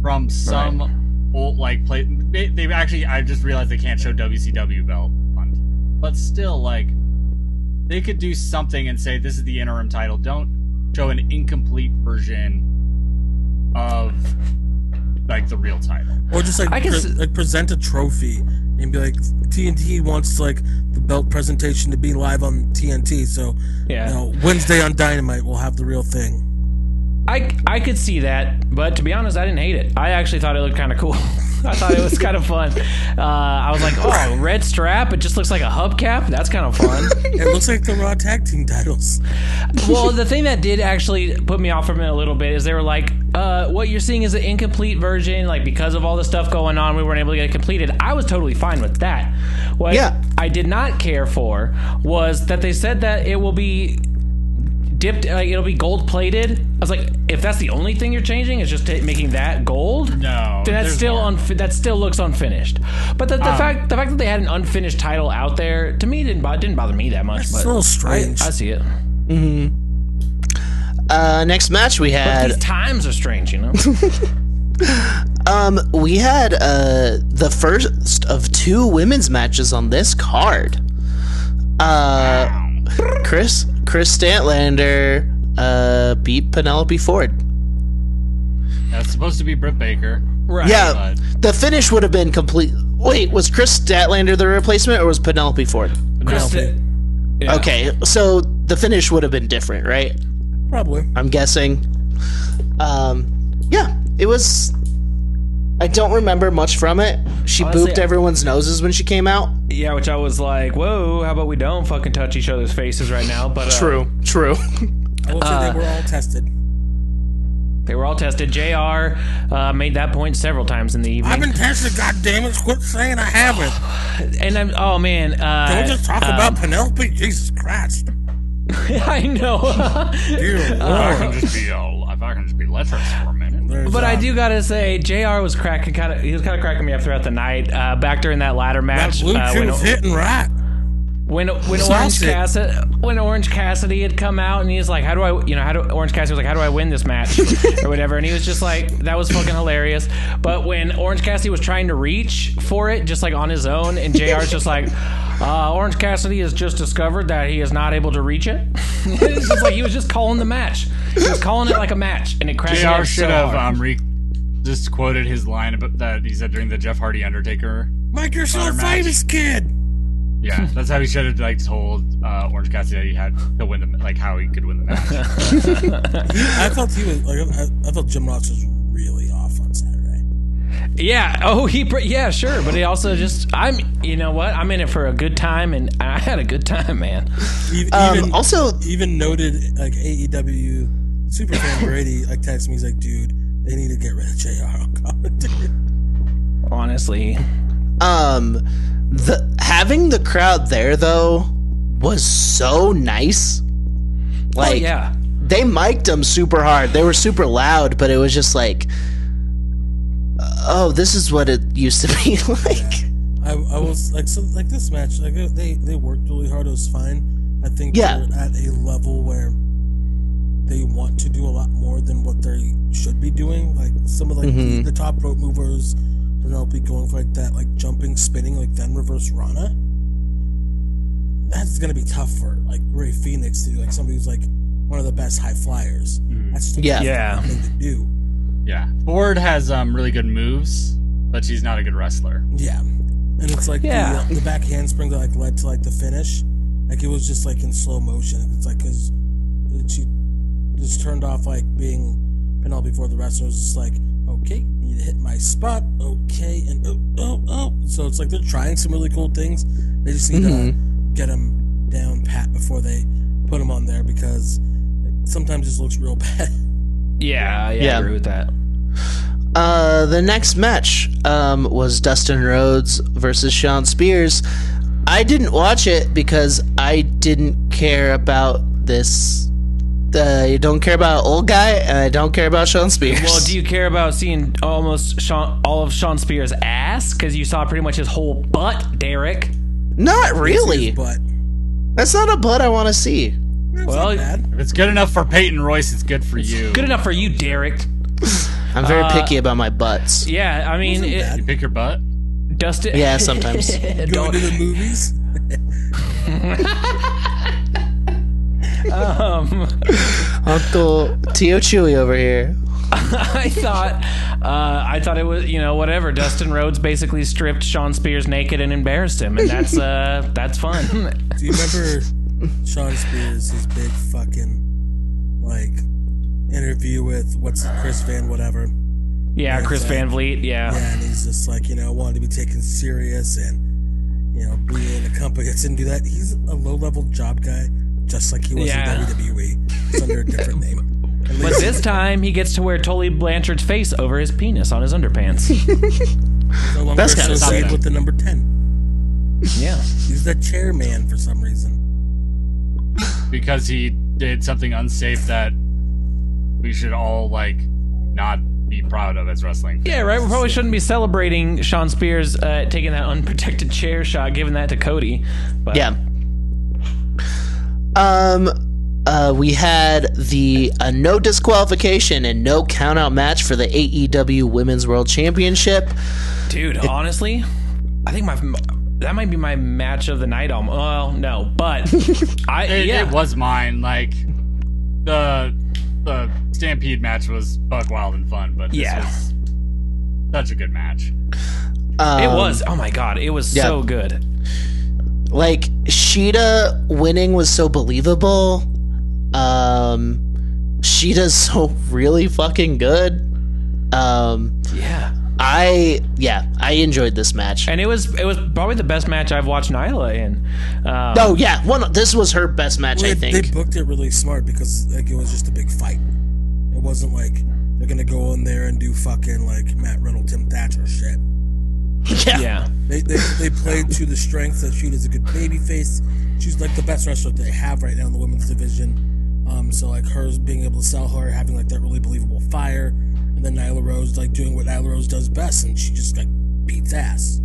Speaker 5: from some old like play. They, they actually, I just realized they can't show WCW belt on, but still like they could do something and say this is the interim title. Don't show an incomplete version of like the real title.
Speaker 3: Or just like
Speaker 4: I can
Speaker 3: pre-
Speaker 4: s-
Speaker 3: like present a trophy and be like TNT wants like the belt presentation to be live on TNT. So
Speaker 4: Yeah.
Speaker 3: you know, Wednesday on Dynamite we'll have the real thing.
Speaker 4: I I could see that, but to be honest, I didn't hate it. I actually thought it looked kind of cool. I thought it was kind of fun. Uh, I was like, oh, red strap. It just looks like a hubcap. That's kind of fun.
Speaker 3: It looks like the Raw tag team titles.
Speaker 4: well, the thing that did actually put me off from it a little bit is they were like, uh, what you're seeing is an incomplete version. Like, because of all the stuff going on, we weren't able to get it completed. I was totally fine with that. What
Speaker 2: Yeah.
Speaker 4: I did not care for was that they said that it will be dipped, like, it'll be gold plated. I was like, if that's the only thing you're changing, is just ta making that gold.
Speaker 5: No,
Speaker 4: then that's
Speaker 5: there's
Speaker 4: still
Speaker 5: more. Oh.
Speaker 4: unfi- that still looks unfinished. But the, the fact the fact that they had an unfinished title out there to me didn't bo- didn't bother me that much.
Speaker 3: It's
Speaker 4: but
Speaker 3: a little strange.
Speaker 4: I see it.
Speaker 2: Uh, next match we had
Speaker 4: These times are strange, you know.
Speaker 2: Um, we had uh the first of two women's matches on this card. Uh, Chris Chris Stantlander uh beat Penelope Ford.
Speaker 5: That's supposed to be Britt Baker.
Speaker 4: right.
Speaker 2: Yeah,
Speaker 5: God.
Speaker 2: the finish would have been complete. Wait, was Chris Statlander the replacement, or was Penelope Ford?
Speaker 4: Chris-
Speaker 3: Penelope.
Speaker 4: yeah.
Speaker 2: Okay, so the finish would have been different, right?
Speaker 3: Probably.
Speaker 2: I'm guessing. Um, yeah, it was. I don't remember much from it. She
Speaker 4: Honestly,
Speaker 2: booped
Speaker 4: I-
Speaker 2: everyone's noses when she came out.
Speaker 4: Yeah, which I was like, whoa, how about we don't fucking touch each other's faces right now? But uh,
Speaker 2: true.
Speaker 3: I will say
Speaker 2: Uh,
Speaker 3: they were all tested.
Speaker 4: They were all tested. JR uh, made that point several times in the
Speaker 3: I've
Speaker 4: evening.
Speaker 3: been tested, goddammit. Quit saying I haven't.
Speaker 4: and I'm, oh man. Uh,
Speaker 3: Don't just talk about Penelope. Jesus Christ.
Speaker 4: I know.
Speaker 3: Dear
Speaker 5: If I
Speaker 3: Lord.
Speaker 5: can just be, uh, if I can just be lecherous for a minute.
Speaker 3: There's,
Speaker 4: But I
Speaker 3: uh,
Speaker 4: do gotta say, Jr. was cracking kind of. He was kind of cracking me up throughout the night. Uh, back during that ladder
Speaker 3: That
Speaker 4: match,
Speaker 3: blue
Speaker 4: uh,
Speaker 3: chew was hitting right.
Speaker 4: when when Orange
Speaker 3: Sauce it.
Speaker 4: Cassidy when Orange Cassidy had come out and he's like, how do I you know how do Orange Cassidy was like, how do I win this match or whatever, and he was just like, that was fucking hilarious. But when Orange Cassidy was trying to reach for it, just like on his own, and Jr's just like. Uh, Orange Cassidy has just discovered that he is not able to reach it. it's just like he was just calling the match. He was calling it like a match, and it crashed.
Speaker 5: JR should have um, re- just quoted his line about that he said during the Jeff Hardy Undertaker.
Speaker 3: Mike, you're so
Speaker 5: Our match.
Speaker 3: famous, kid.
Speaker 5: Yeah, that's how he should have like told uh, Orange Cassidy that he had to win the like how he could win the match.
Speaker 3: I thought he was like I, I thought Jim Ross was really off on Saturday.
Speaker 4: Yeah. Oh, he. Pr- yeah, sure. But he also just. I'm. You know what? I'm in it for a good time, and I had a good time, man.
Speaker 3: E-, Even,
Speaker 2: Um,
Speaker 3: even,
Speaker 2: also,
Speaker 3: even noted like AEW superfan Brady like texted me. He's like, dude, they need to get rid of Jr. on commentary.
Speaker 4: Honestly,
Speaker 2: um, the having the crowd there though was so nice. Like,
Speaker 4: oh, yeah.
Speaker 2: they mic'd them super hard. They were super loud, but it was just like, oh, this is what it used to be like.
Speaker 3: I, I was like so like this match like uh, they they worked really hard. It was fine. I think
Speaker 2: Yeah.
Speaker 3: they're at a level where they want to do a lot more than what they should be doing. Like some of like
Speaker 2: Mm-hmm.
Speaker 3: the, the top rope movers, Penelope going for like that like jumping, spinning, like then reverse Rana. That's gonna be tough for like Ray Phoenix to do. Like somebody who's like one of the best high flyers. That's just a
Speaker 2: Yeah.
Speaker 4: Yeah.
Speaker 3: thing to do.
Speaker 5: yeah, Ford has um really good moves, but she's not a good wrestler.
Speaker 3: Yeah, and it's like
Speaker 4: Yeah.
Speaker 3: the, uh, the back handspring that like led to like the finish, like it was just like in slow motion. It's like because she just turned off like being Penelope before the wrestler was just like, okay, need to hit my spot, okay, and oh oh oh. So it's like they're trying some really cool things. They just need
Speaker 4: Mm-hmm.
Speaker 3: to get them down pat before they put them on there because it sometimes just looks real bad.
Speaker 4: Yeah. Yeah.
Speaker 2: Yeah.
Speaker 4: I agree with that.
Speaker 2: Uh, the next match um, was Dustin Rhodes versus Sean Spears. I didn't watch it because I didn't care about this. I don't care about old guy, and I don't care about Sean Spears.
Speaker 4: Well, do you care about seeing almost Sean, all of Sean Spears' ass? Because you saw pretty much his whole butt, Derek.
Speaker 2: Not really.
Speaker 3: but
Speaker 2: That's not a butt I want to see.
Speaker 4: Well,
Speaker 3: bad.
Speaker 5: If it's good enough for Peyton Royce, it's good for you.
Speaker 4: good enough for you, Derek.
Speaker 2: I'm very
Speaker 4: Uh,
Speaker 2: picky about my butts.
Speaker 4: Yeah. I mean, it,
Speaker 5: You pick your butt.
Speaker 4: Dustin.
Speaker 2: Yeah, sometimes.
Speaker 3: Going to the movies.
Speaker 4: um,
Speaker 2: Uncle Tio Chewy over here.
Speaker 4: I thought, uh, I thought it was you know whatever. Dustin Rhodes basically stripped Sean Spears naked and embarrassed him, and that's uh that's fun.
Speaker 3: Do you remember Sean Spears, his big fucking like interview with what's Chris Van whatever?
Speaker 4: Yeah,
Speaker 3: That's
Speaker 4: Chris
Speaker 3: right.
Speaker 4: Van Vliet. Yeah.
Speaker 3: Yeah, and he's just like, you know, wanted to be taken serious and you know, be in a company that didn't do that. He's a low level job guy, just like he was
Speaker 4: Yeah.
Speaker 3: in WWE. It's under a different name. At
Speaker 4: But
Speaker 3: least
Speaker 4: this time he gets to wear Tully Blanchard's face over his penis on his underpants.
Speaker 3: he's no longer
Speaker 2: that's kinda
Speaker 3: associated
Speaker 5: something.
Speaker 3: with the number ten.
Speaker 4: Yeah.
Speaker 3: He's the chairman for some reason.
Speaker 5: because he did something unsafe that we should all like not be proud of as wrestling.
Speaker 4: Yeah, right. We probably shouldn't be celebrating Sean Spears uh, taking that unprotected chair shot, giving that to Cody. But
Speaker 2: Yeah. Um, uh, we had the a no disqualification and no count out match for the AEW Women's World Championship.
Speaker 4: dude, honestly, I think my that might be my match of the night. Almost. Well, no, but I
Speaker 5: It,
Speaker 4: yeah.
Speaker 5: it was mine. Like the the Stampede match was buck wild and fun, but this
Speaker 4: Yeah.
Speaker 5: was such a good match.
Speaker 2: Um,
Speaker 4: It was. Oh my god, it was
Speaker 2: Yeah.
Speaker 4: so good.
Speaker 2: like Sheeta winning was so believable. Um, Sheeta's so really fucking good. Um,
Speaker 4: Yeah.
Speaker 2: I yeah, I enjoyed this match.
Speaker 4: And it was it was probably the best match I've watched Nyla in. Um,
Speaker 2: Oh yeah, one. This was her best match, I
Speaker 3: they,
Speaker 2: think.
Speaker 3: they booked it really smart because like it was just a big fight. It wasn't like they're gonna go in there and do fucking like Matt Riddle, Tim Thatcher shit.
Speaker 2: yeah.
Speaker 4: Yeah.
Speaker 3: They, they, they played to the strengths that Sheeta's a good baby face. She's like the best wrestler they have right now in the women's division. Um, so like her being able to sell her, having like that really believable fire, and then Nyla Rose like doing what Nyla Rose does best, and she just like beats ass.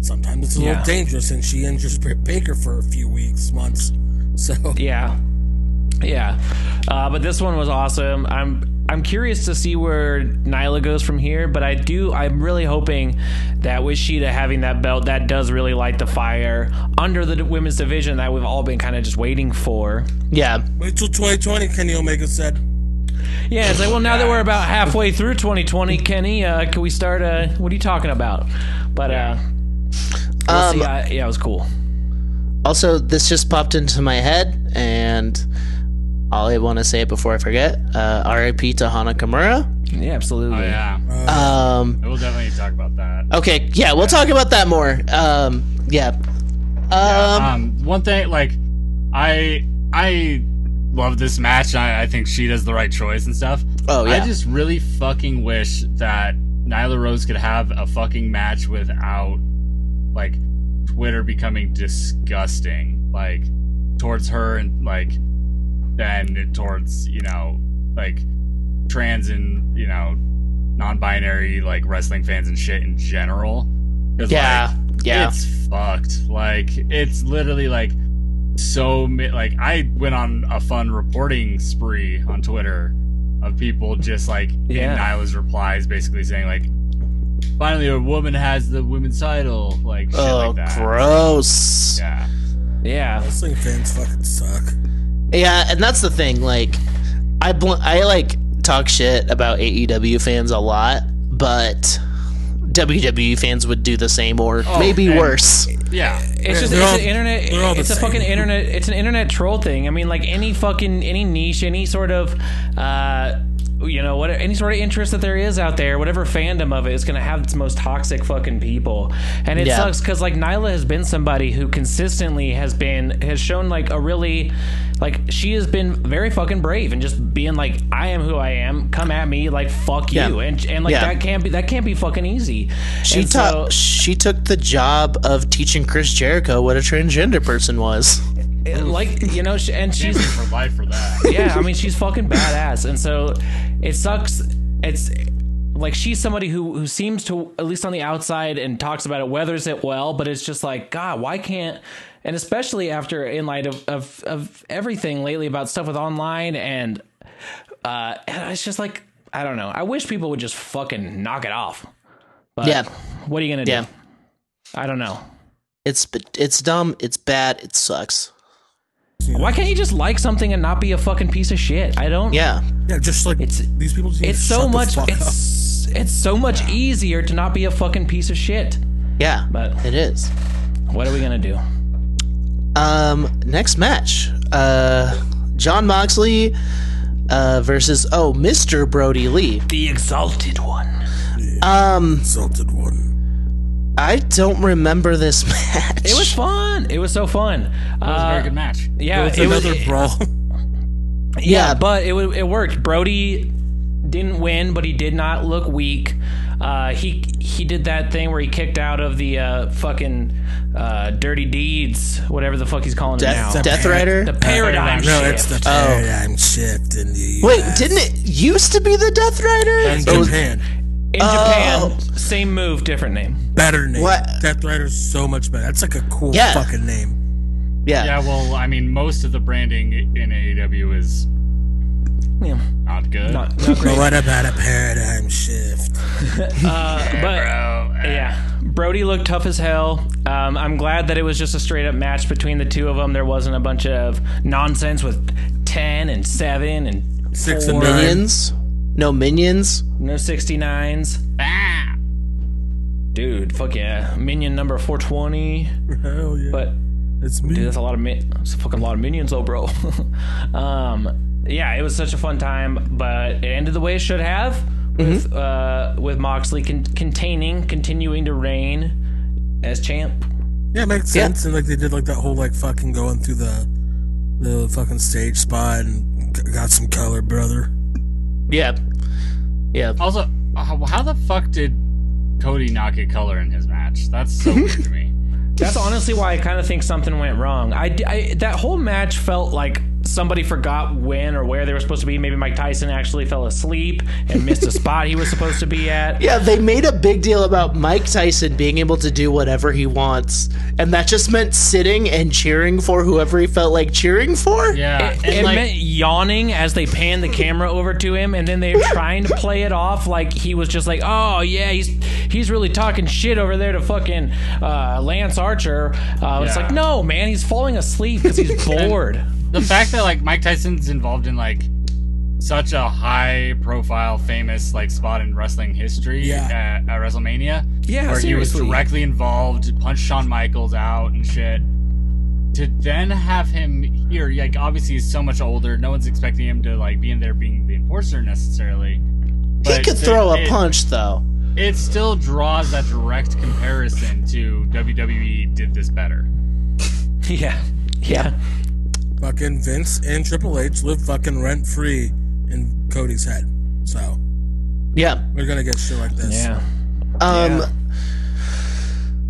Speaker 3: Sometimes it's a
Speaker 4: Yeah.
Speaker 3: little dangerous, and she injures Britt Baker for a few weeks, months. So
Speaker 4: Yeah, yeah. Uh, but this one was awesome. I'm I'm curious to see where Nyla goes from here. But I do I'm really hoping that with Sheeta having that belt, that does really light the fire under the women's division that we've all been kind of just waiting for.
Speaker 2: yeah.
Speaker 3: wait till 2020, Kenny Omega said.
Speaker 4: Yeah, it's like well now that we're about halfway through 2020, Kenny, uh, can we start? Uh, what are you talking about? But uh, we'll
Speaker 2: Um,
Speaker 4: see. I, yeah, it was cool.
Speaker 2: Also, this just popped into my head, and all I want to say before I forget: uh, R.I.P. to Hana Kimura.
Speaker 4: Yeah, absolutely.
Speaker 5: Oh yeah,
Speaker 2: Um,
Speaker 5: we'll definitely talk about that.
Speaker 2: okay, yeah, we'll talk about that more. Um, yeah. Um,
Speaker 5: um, one thing like I I love this match. I, I think she does the right choice and stuff.
Speaker 2: oh
Speaker 5: I
Speaker 2: yeah,
Speaker 5: just really fucking wish that Nyla Rose could have a fucking match without like Twitter becoming disgusting, like towards her and like then towards you know like trans and you know non-binary like wrestling fans and shit in general. 'Cause, like,
Speaker 2: yeah, yeah.
Speaker 5: it's fucked. Like it's literally like so mi- like I went on a fun reporting spree on Twitter of people just like
Speaker 4: Yeah.
Speaker 5: in Nyla's replies basically saying like finally a woman has the women's title like shit
Speaker 2: Oh,
Speaker 5: like that.
Speaker 2: gross. Yeah.
Speaker 5: Yeah.
Speaker 4: Yeah,
Speaker 3: Wrestling fans fucking suck.
Speaker 2: and that's the thing. Like, I bl- I like talk shit about AEW fans a lot, but WWE fans would do the same or maybe
Speaker 5: Oh, and-
Speaker 2: worse.
Speaker 5: Yeah.
Speaker 4: It's just
Speaker 3: They're
Speaker 4: it's
Speaker 3: all-
Speaker 4: an internet.
Speaker 3: they're all the
Speaker 4: It's a
Speaker 3: same.
Speaker 4: fucking internet. It's an internet troll thing. I mean, like any fucking any niche, any sort of, uh, you know, what any sort of interest that there is out there, whatever fandom of it is going to have its most toxic fucking people, and it
Speaker 2: Yeah.
Speaker 4: sucks because like Nyla has been somebody who consistently has been has shown like a really, like she has been very fucking brave and just being like I am who I am. Come at me, like fuck
Speaker 2: Yeah.
Speaker 4: you, and and like
Speaker 2: Yeah.
Speaker 4: that can't be that can't be fucking easy.
Speaker 2: She
Speaker 4: And
Speaker 2: taught.
Speaker 4: so-
Speaker 2: she took the job of teaching Chris Jericho what a transgender person was.
Speaker 4: like you know, she, and she's.
Speaker 5: Champion for life for that.
Speaker 4: yeah, I mean she's fucking badass, and so it sucks. It's like she's somebody who who seems to at least on the outside and talks about it, weathers it well, but it's just like God, why can't? And especially after in light of of, of everything lately about stuff with online and uh, and it's just like I don't know. I wish people would just fucking knock it off. But
Speaker 2: Yeah.
Speaker 4: what are you gonna do?
Speaker 2: Yeah.
Speaker 4: I don't know.
Speaker 2: It's it's dumb. It's bad. It sucks.
Speaker 4: Why can't you just like something and not be a fucking piece of shit? I don't.
Speaker 2: Yeah.
Speaker 3: Yeah, just like
Speaker 4: It's-
Speaker 3: these people. Just need
Speaker 4: it's
Speaker 3: to
Speaker 4: so
Speaker 3: shut the
Speaker 4: much
Speaker 3: fuck up.
Speaker 4: it's, it's so much easier to not be a fucking piece of shit
Speaker 2: Yeah.
Speaker 4: But-
Speaker 2: it is.
Speaker 4: what are we gonna do
Speaker 2: Um. Next match. Uh. John Moxley. Uh, versus oh, Mr. Brody Lee.
Speaker 4: the exalted one
Speaker 3: insulted one.
Speaker 2: I don't remember this match.
Speaker 4: it was fun it was so fun
Speaker 5: It was a very
Speaker 4: uh,
Speaker 5: good match.
Speaker 4: yeah
Speaker 3: It's
Speaker 4: it was
Speaker 3: another brawl.
Speaker 4: yeah,
Speaker 2: Yeah.
Speaker 4: but it wa- it worked. Brody didn't win, but he did not look weak. Uh, he he did that thing where he kicked out of the uh, fucking uh, Dirty Deeds, whatever the fuck he's calling
Speaker 2: Death,
Speaker 4: it now.
Speaker 3: Death
Speaker 2: Death
Speaker 3: Par-
Speaker 2: Rider.
Speaker 4: the paradigm
Speaker 3: No,
Speaker 4: shift.
Speaker 3: it's the paradigm shift in the
Speaker 2: Wait,
Speaker 3: US.
Speaker 2: didn't it used to be the Death
Speaker 3: and
Speaker 2: Rider? Or was-
Speaker 3: Japan
Speaker 4: In
Speaker 2: Oh.
Speaker 4: Japan, same move, different name.
Speaker 3: better name.
Speaker 2: What?
Speaker 3: Death Rider's so much better. That's like a cool
Speaker 2: Yeah.
Speaker 3: fucking name.
Speaker 2: yeah.
Speaker 5: Yeah, well, I mean, most of the branding in AEW is
Speaker 4: Yeah,
Speaker 5: not good.
Speaker 4: not, not
Speaker 3: But
Speaker 4: great.
Speaker 3: what about a paradigm shift?
Speaker 4: Uh, but
Speaker 5: Bro, eh.
Speaker 4: yeah, Brody looked tough as hell. Um, I'm glad that it was just a straight up match between the two of them. There wasn't a bunch of nonsense with ten and seven and
Speaker 3: Six
Speaker 4: four,
Speaker 3: and nine.
Speaker 2: Minions? No minions?
Speaker 4: no sixty nines.
Speaker 5: Ah.
Speaker 4: Dude, fuck yeah, minion number four twenty.
Speaker 3: Hell yeah.
Speaker 4: But
Speaker 3: it's me.
Speaker 4: Dude, that's a lot of min- that's a fucking lot of minions, though, bro. um, yeah, it was such a fun time, but it ended the way it should have, with uh, with Moxley con- containing, continuing to reign as champ.
Speaker 3: Yeah, it makes
Speaker 2: Yeah.
Speaker 3: sense. And like they did like that whole like fucking going through the the fucking stage spot and g- got some color, brother.
Speaker 2: Yeah. Yeah.
Speaker 5: Also, uh, how the fuck did Cody not get color in his match? That's so weird to me.
Speaker 4: That's honestly why I kind of think something went wrong. I, d- I- that whole match felt like somebody forgot when or where they were supposed to be. Maybe Mike Tyson actually fell asleep and missed a spot he was supposed to be at.
Speaker 2: Yeah, they made a big deal about Mike Tyson being able to do whatever he wants, and that just meant sitting and cheering for whoever he felt like cheering for.
Speaker 5: Yeah,
Speaker 4: It,
Speaker 5: and
Speaker 4: it
Speaker 5: like,
Speaker 4: meant yawning as they panned the camera over to him, and then they were trying to play it off like he was just like, "Oh yeah, he's he's really talking shit over there to fucking uh, Lance Archer." Uh, It's
Speaker 5: Yeah.
Speaker 4: like, no man, he's falling asleep because he's bored.
Speaker 5: the fact that like Mike Tyson's involved in like such a high-profile, famous like spot in wrestling history
Speaker 3: Yeah.
Speaker 5: at, at WrestleMania,
Speaker 4: Yeah,
Speaker 5: where he was
Speaker 4: seriously.
Speaker 5: directly involved, punched Shawn Michaels out and shit. To then have him here, like obviously he's so much older, no one's expecting him to like be in there being the enforcer necessarily.
Speaker 2: he
Speaker 5: but
Speaker 2: could
Speaker 5: to-
Speaker 2: throw a
Speaker 5: it-
Speaker 2: punch, though.
Speaker 5: it still draws that direct comparison to WWE did this better.
Speaker 4: yeah, yeah,
Speaker 3: Fucking Vince and Triple H live fucking rent free in Cody's head. So
Speaker 2: Yeah.
Speaker 3: we're gonna get shit like this.
Speaker 4: yeah.
Speaker 2: Um.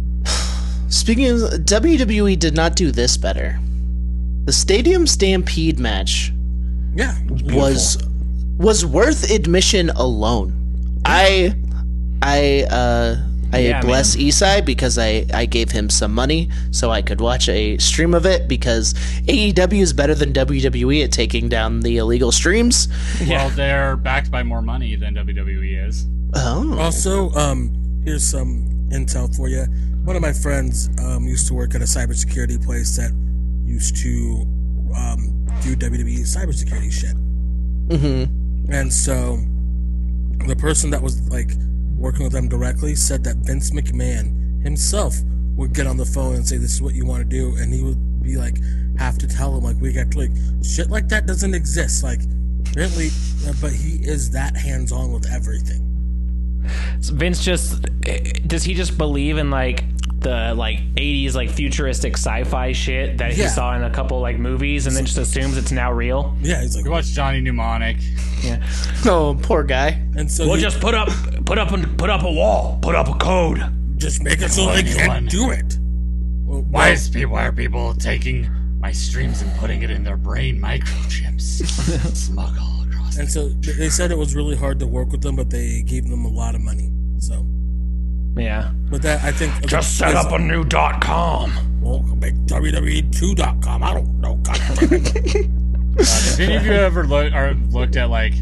Speaker 2: Speaking of WWE, did not do this better. The Stadium Stampede match
Speaker 3: Yeah.
Speaker 2: was was worth admission alone. I I uh I
Speaker 4: Yeah,
Speaker 2: bless Isai because I I gave him some money so I could watch a stream of it because AEW is better than WWE at taking down the illegal streams.
Speaker 5: Well, they're backed by more money than WWE is.
Speaker 2: Oh.
Speaker 3: Also, um, here's some intel for you. One of my friends um, used to work at a cybersecurity place that used to um, do WWE cybersecurity shit.
Speaker 2: Mhm.
Speaker 3: And so the person that was like working with them directly said that Vince McMahon himself would get on the phone and say, This is what you want to do. And he would be like, Have to tell him, like, we got to, like, shit like that doesn't exist. Like, apparently, uh, but he is that hands on with everything.
Speaker 4: Vince just does he just believe in like the like 80s like futuristic sci-fi shit that
Speaker 3: Yeah.
Speaker 4: he saw in a couple like movies and then just assumes it's now real.
Speaker 3: Yeah, he's like,
Speaker 5: We watched Johnny Mnemonic.
Speaker 4: Yeah.
Speaker 2: Oh, poor guy.
Speaker 3: And so
Speaker 4: We'll
Speaker 3: he-
Speaker 4: just put up, put up, and put up a wall, put up a code.
Speaker 3: just make it so they can't do it. Well,
Speaker 5: Why is people are people taking my streams and putting it in their brain microchips? Smuggle across.
Speaker 3: And so th- they said it was really hard to work with them, but they gave them a lot of money. So,
Speaker 4: Yeah.
Speaker 3: but that I think
Speaker 4: Just set up a new dot com.
Speaker 3: Well, make E WWE2.com. I don't know. God damn it.
Speaker 5: Have any of you ever look, or looked at like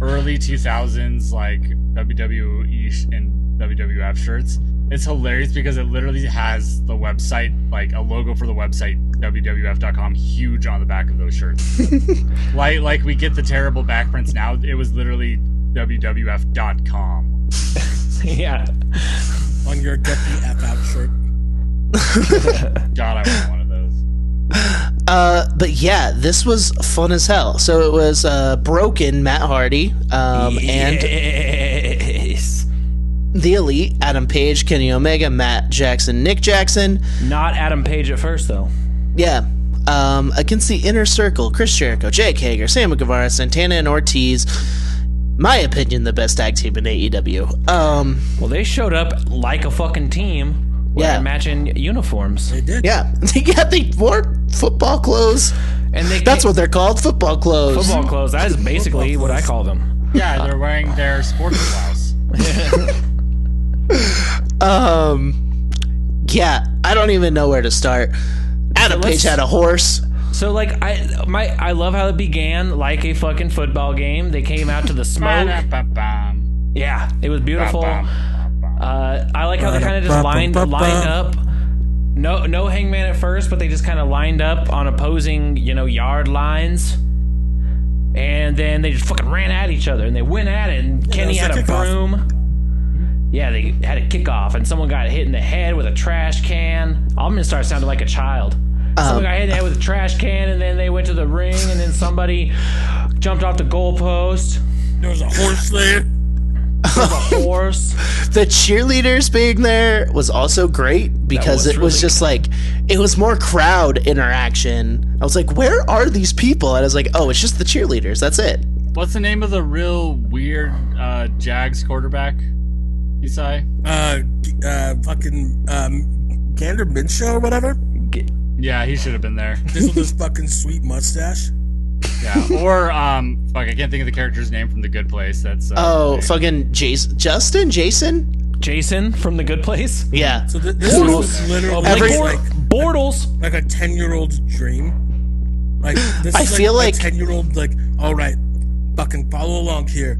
Speaker 5: early 2000s like WWE sh- and WWF shirts? It's hilarious because it literally has the website, like a logo for the website WWF.com, huge on the back of those shirts. like, like we get the terrible back prints now. It was literally WWF.com.
Speaker 4: yeah.
Speaker 3: On your get the F out shirt.
Speaker 5: God, I want one of those.
Speaker 2: Uh, but yeah, this was fun as hell. So it was uh, broken Matt Hardy um, and
Speaker 4: yes.
Speaker 2: the Elite, Adam Page, Kenny Omega, Matt Jackson, Nick Jackson.
Speaker 4: not Adam Page at first though.
Speaker 2: Yeah. Um, against the inner circle, Chris Jericho, Jake Hager, Sam Guevara, Santana, and Ortiz. My opinion, the best tag team in AEW. E Um,
Speaker 4: Well, they showed up like a fucking team. wearing
Speaker 2: Yeah.
Speaker 4: matching uniforms.
Speaker 3: They did.
Speaker 2: Yeah, yeah, they wore football clothes.
Speaker 4: And they
Speaker 2: That's what they're called, football clothes.
Speaker 4: football clothes. That is basically what I call them.
Speaker 5: Yeah, they're wearing their sports blouse.
Speaker 2: Um, yeah, I don't even know where to start. Adam
Speaker 4: let's-
Speaker 2: Page had a horse.
Speaker 4: So like I my I love how it began like a fucking football game. They came out to the smoke.
Speaker 5: Ba-da-ba-bam.
Speaker 4: Yeah, it was beautiful. Uh,
Speaker 5: Ba-bam.
Speaker 4: I like how they kind of just lined lined up. No, no hangman at first, but they just kind of lined up on opposing, you know, yard lines, and then they just fucking ran at each other and they went at it. And Kenny
Speaker 3: was
Speaker 4: had
Speaker 3: the
Speaker 4: a
Speaker 3: kickoff.
Speaker 4: broom. Yeah, they had a kickoff, and someone got hit in the head with a trash can. I'm gonna start sounding like a child. Someone got hit in the head with a trash can, and then they went to the ring, and then somebody jumped off the goalpost.
Speaker 3: There was a horse there.
Speaker 4: There's a horse.
Speaker 2: The cheerleaders being there was also great because
Speaker 4: was
Speaker 2: it was
Speaker 4: really
Speaker 2: just like it was more crowd interaction. I was like, "Where are these people?" And I was like, "Oh, it's just the cheerleaders. That's it."
Speaker 5: What's the name of the real weird uh, Jags quarterback? Isai?
Speaker 3: Uh, uh, fucking um, Gander Minshew or whatever.
Speaker 5: Yeah, he should have been there.
Speaker 3: This with his fucking sweet mustache.
Speaker 5: Yeah. Or um, fuck, I can't think of the character's name from The Good Place. That's uh,
Speaker 2: Oh,
Speaker 5: like-
Speaker 2: fucking Jason, Justin, Jason.
Speaker 4: Jason from the Good Place.
Speaker 2: Yeah,
Speaker 3: So th- this
Speaker 2: Bortles.
Speaker 3: was literally
Speaker 2: Every-
Speaker 3: like,
Speaker 4: Bort- Bortles.
Speaker 3: like a ten-year-old's dream. Like this
Speaker 2: I
Speaker 3: is
Speaker 2: feel
Speaker 3: like
Speaker 2: like-
Speaker 3: a ten-year-old. Like, all right, fucking follow along here.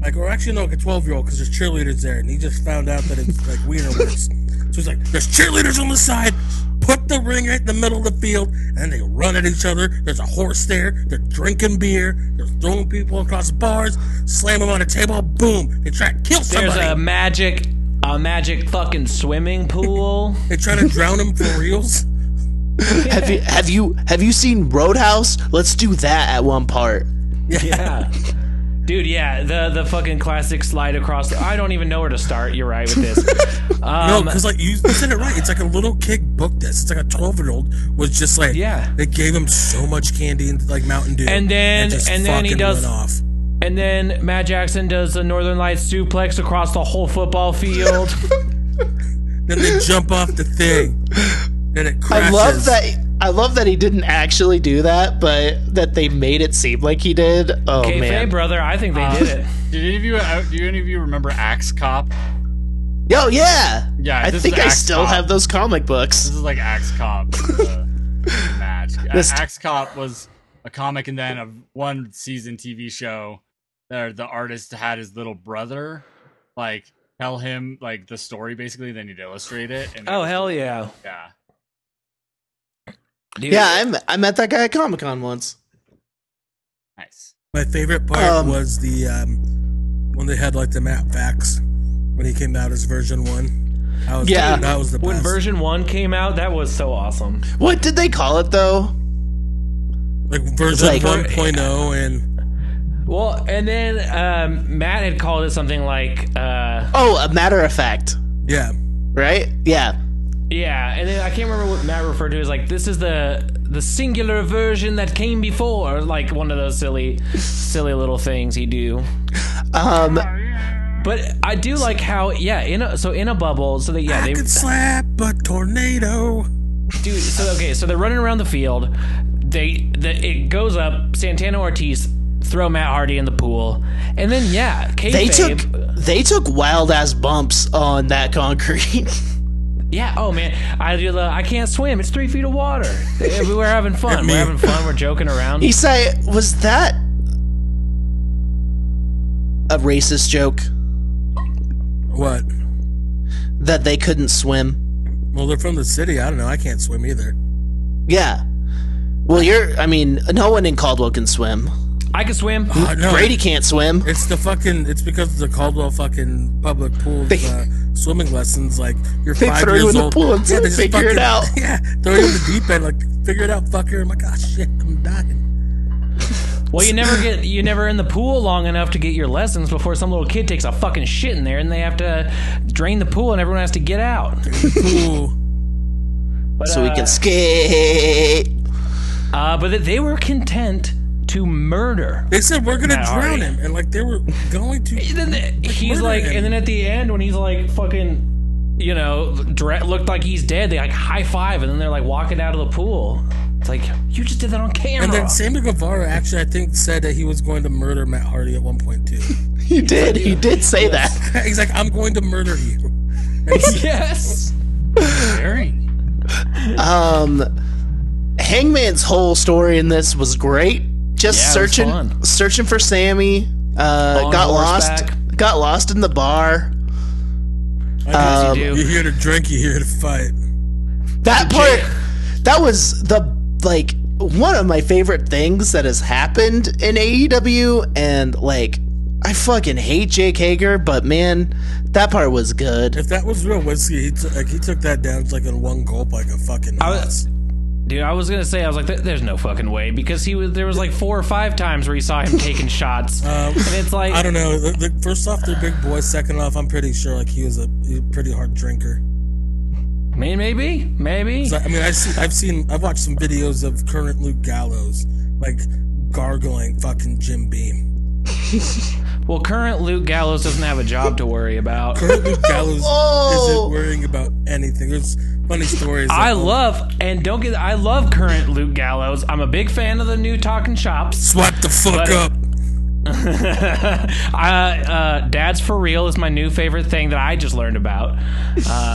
Speaker 3: Like, or actually, no, like a twelve-year-old because there's cheerleaders there, and he just found out that it's like wiener works. So he's like, "There's cheerleaders on the side. Put the ring right in the middle of the field, and they run at each other. There's a horse there. They're drinking beer. They're throwing people across bars. Slam them on a table. Boom. They try to kill
Speaker 4: There's um,
Speaker 3: somebody.
Speaker 4: a magic, a magic fucking swimming pool.
Speaker 3: They try to drown them for reals.
Speaker 2: have you have you have you seen Roadhouse? Let's do that at one part.
Speaker 4: yeah. Dude, yeah, the the fucking classic slide across. The, I don't even know where to start. You're right with this.
Speaker 3: No,
Speaker 4: Um,
Speaker 3: because like you, you said it right. It's like a little kid booked this. It's like a twelve year old was just like
Speaker 4: Yeah.
Speaker 3: They gave him so much candy and like Mountain Dew,
Speaker 4: And then-
Speaker 3: just
Speaker 4: and then he
Speaker 3: fucking
Speaker 4: does-
Speaker 3: went off.
Speaker 4: and then Matt Jackson does the Northern Lights suplex across the whole football field.
Speaker 3: Then they jump off the thing, and it crashes.
Speaker 2: I love that. I love that he didn't actually do that, but that they made it seem like he did. Oh
Speaker 4: Hey,
Speaker 2: man,
Speaker 4: brother, I think they did it.
Speaker 5: Did any of you uh, do any of you remember Axe Cop?
Speaker 2: yo, yeah,
Speaker 5: Yeah,
Speaker 2: I
Speaker 5: this is
Speaker 2: think I
Speaker 5: Axe
Speaker 2: still
Speaker 5: Cop.
Speaker 2: have those comic books.
Speaker 5: This is like Axe Cop uh, match. A-
Speaker 2: This-
Speaker 5: Axe Cop was a comic and then a one season TV show that the artist had his little brother like tell him like the story basically, then he'd illustrate it. And it
Speaker 4: Oh
Speaker 5: was-
Speaker 4: hell yeah!
Speaker 5: yeah.
Speaker 4: Dude,
Speaker 2: Yeah, I'm, I met that guy at Comic Con once.
Speaker 5: Nice.
Speaker 3: My favorite part
Speaker 2: Um,
Speaker 3: was the um, when they had like the Matt Fax when he came out as version one. I was,
Speaker 2: Yeah.
Speaker 3: that was the
Speaker 4: when
Speaker 3: best.
Speaker 4: version one came out, that was so awesome.
Speaker 2: What did they call it though?
Speaker 3: like version
Speaker 2: like-
Speaker 3: 1.0 and
Speaker 4: Well, and then um, Matt had called it something like. Uh,
Speaker 2: Oh, a matter of fact,
Speaker 3: yeah,
Speaker 2: right? Yeah,
Speaker 4: Yeah, and then I can't remember what Matt referred to as like this is the the singular version that came before, or like one of those silly, silly little things he do.
Speaker 2: um,
Speaker 4: But I do like how yeah, in a, so in a bubble, so they yeah
Speaker 3: I
Speaker 4: they
Speaker 3: could slap a tornado.
Speaker 4: dude so okay so they're running around the field they the, it goes up Santana Ortiz throw Matt Hardy in the pool and then yeah
Speaker 2: they
Speaker 4: kayfabe-
Speaker 2: took they took wild ass bumps on that concrete.
Speaker 4: Yeah. Oh man, I do. The, I can't swim. It's three feet of water. We were having fun.
Speaker 3: me.
Speaker 4: We're having fun. We're joking around.
Speaker 2: Isai, was that a racist joke
Speaker 3: What?
Speaker 2: that they couldn't swim?
Speaker 3: Well, they're from the city. I don't know. I can't swim either.
Speaker 2: Yeah. Well, you're. I mean, no one in Caldwell can swim.
Speaker 4: I can swim.
Speaker 3: Uh, no,
Speaker 2: Brady can't swim.
Speaker 3: It's the fucking. It's because of the Caldwell fucking public pool
Speaker 2: They-
Speaker 3: uh, swimming lessons. Like you're
Speaker 2: They
Speaker 3: five
Speaker 2: throw you
Speaker 3: years
Speaker 2: in the
Speaker 3: old.
Speaker 2: pool and say,
Speaker 3: they just
Speaker 2: "Figure it
Speaker 3: fucking-
Speaker 2: out."
Speaker 3: Yeah, throw you in the deep end. Like figure it out, fucker. I'm like, oh shit, I'm dying.
Speaker 4: Well, you never get you never in the pool long enough to get your lessons before some little kid takes a fucking shit in there and they have to drain the pool and everyone has to get out.
Speaker 3: Pool.
Speaker 4: But,
Speaker 2: So we
Speaker 4: uh,
Speaker 2: can skate.
Speaker 4: Uh, but that they were content to murder.
Speaker 3: They said we're gonna
Speaker 4: Matt
Speaker 3: drown
Speaker 4: Hardy.
Speaker 3: him, and like they were going to.
Speaker 4: Then the- he's
Speaker 3: murder
Speaker 4: like,
Speaker 3: him.
Speaker 4: and then at the end when he's like fucking. you know, dre- looked like he's dead. They like high five, and then they're like walking out of the pool. It's like you just did that on camera.
Speaker 3: And then Sammy Guevara actually, I think, said that he was going to murder Matt Hardy at one point too.
Speaker 2: He did. He did say that.
Speaker 3: He's like, "I'm going to murder you."
Speaker 4: yes.
Speaker 5: Daring.
Speaker 2: Um, Hangman's whole story in this was great. Just
Speaker 4: Yeah, it was
Speaker 2: searching,
Speaker 4: fun.
Speaker 2: searching for Sammy. Uh,
Speaker 4: On
Speaker 2: got lost.
Speaker 4: horseback.
Speaker 2: Got lost in the bar. Um,
Speaker 4: Yes, you
Speaker 3: You're
Speaker 4: do.
Speaker 3: here to drink. You're here to fight.
Speaker 2: That part. That was the like one of my favorite things that has happened in AEW, and like I fucking hate Jake Hager, but man, that part was good.
Speaker 3: If that was real whiskey, he took like he took that down like in one gulp, like a fucking.
Speaker 4: was-
Speaker 3: hoss.
Speaker 4: Dude, I was gonna say, I was like, "There- "There's no fucking way," because he was. There was like four or five times where he saw him taking shots, and it's like,
Speaker 3: I don't know. The, the, first off, they're big boys. Second off, I'm pretty sure like he was a, he was a pretty hard drinker.
Speaker 4: may- maybe, maybe.
Speaker 3: So, I mean, I've seen, I've seen, I've watched some videos of current Luke Gallows like gargling fucking Jim Beam.
Speaker 4: Well, current Luke Gallows doesn't have a job to worry about.
Speaker 3: Current Luke Gallows
Speaker 2: Oh.
Speaker 3: isn't worrying about anything. There's funny stories.
Speaker 4: I
Speaker 3: like,
Speaker 4: love and don't get. I love current Luke Gallows. I'm a big fan of the new Talking Shops.
Speaker 3: Swat the fuck
Speaker 4: But-
Speaker 3: up.
Speaker 4: I, uh, Dad's for real is my new favorite thing that I just learned about.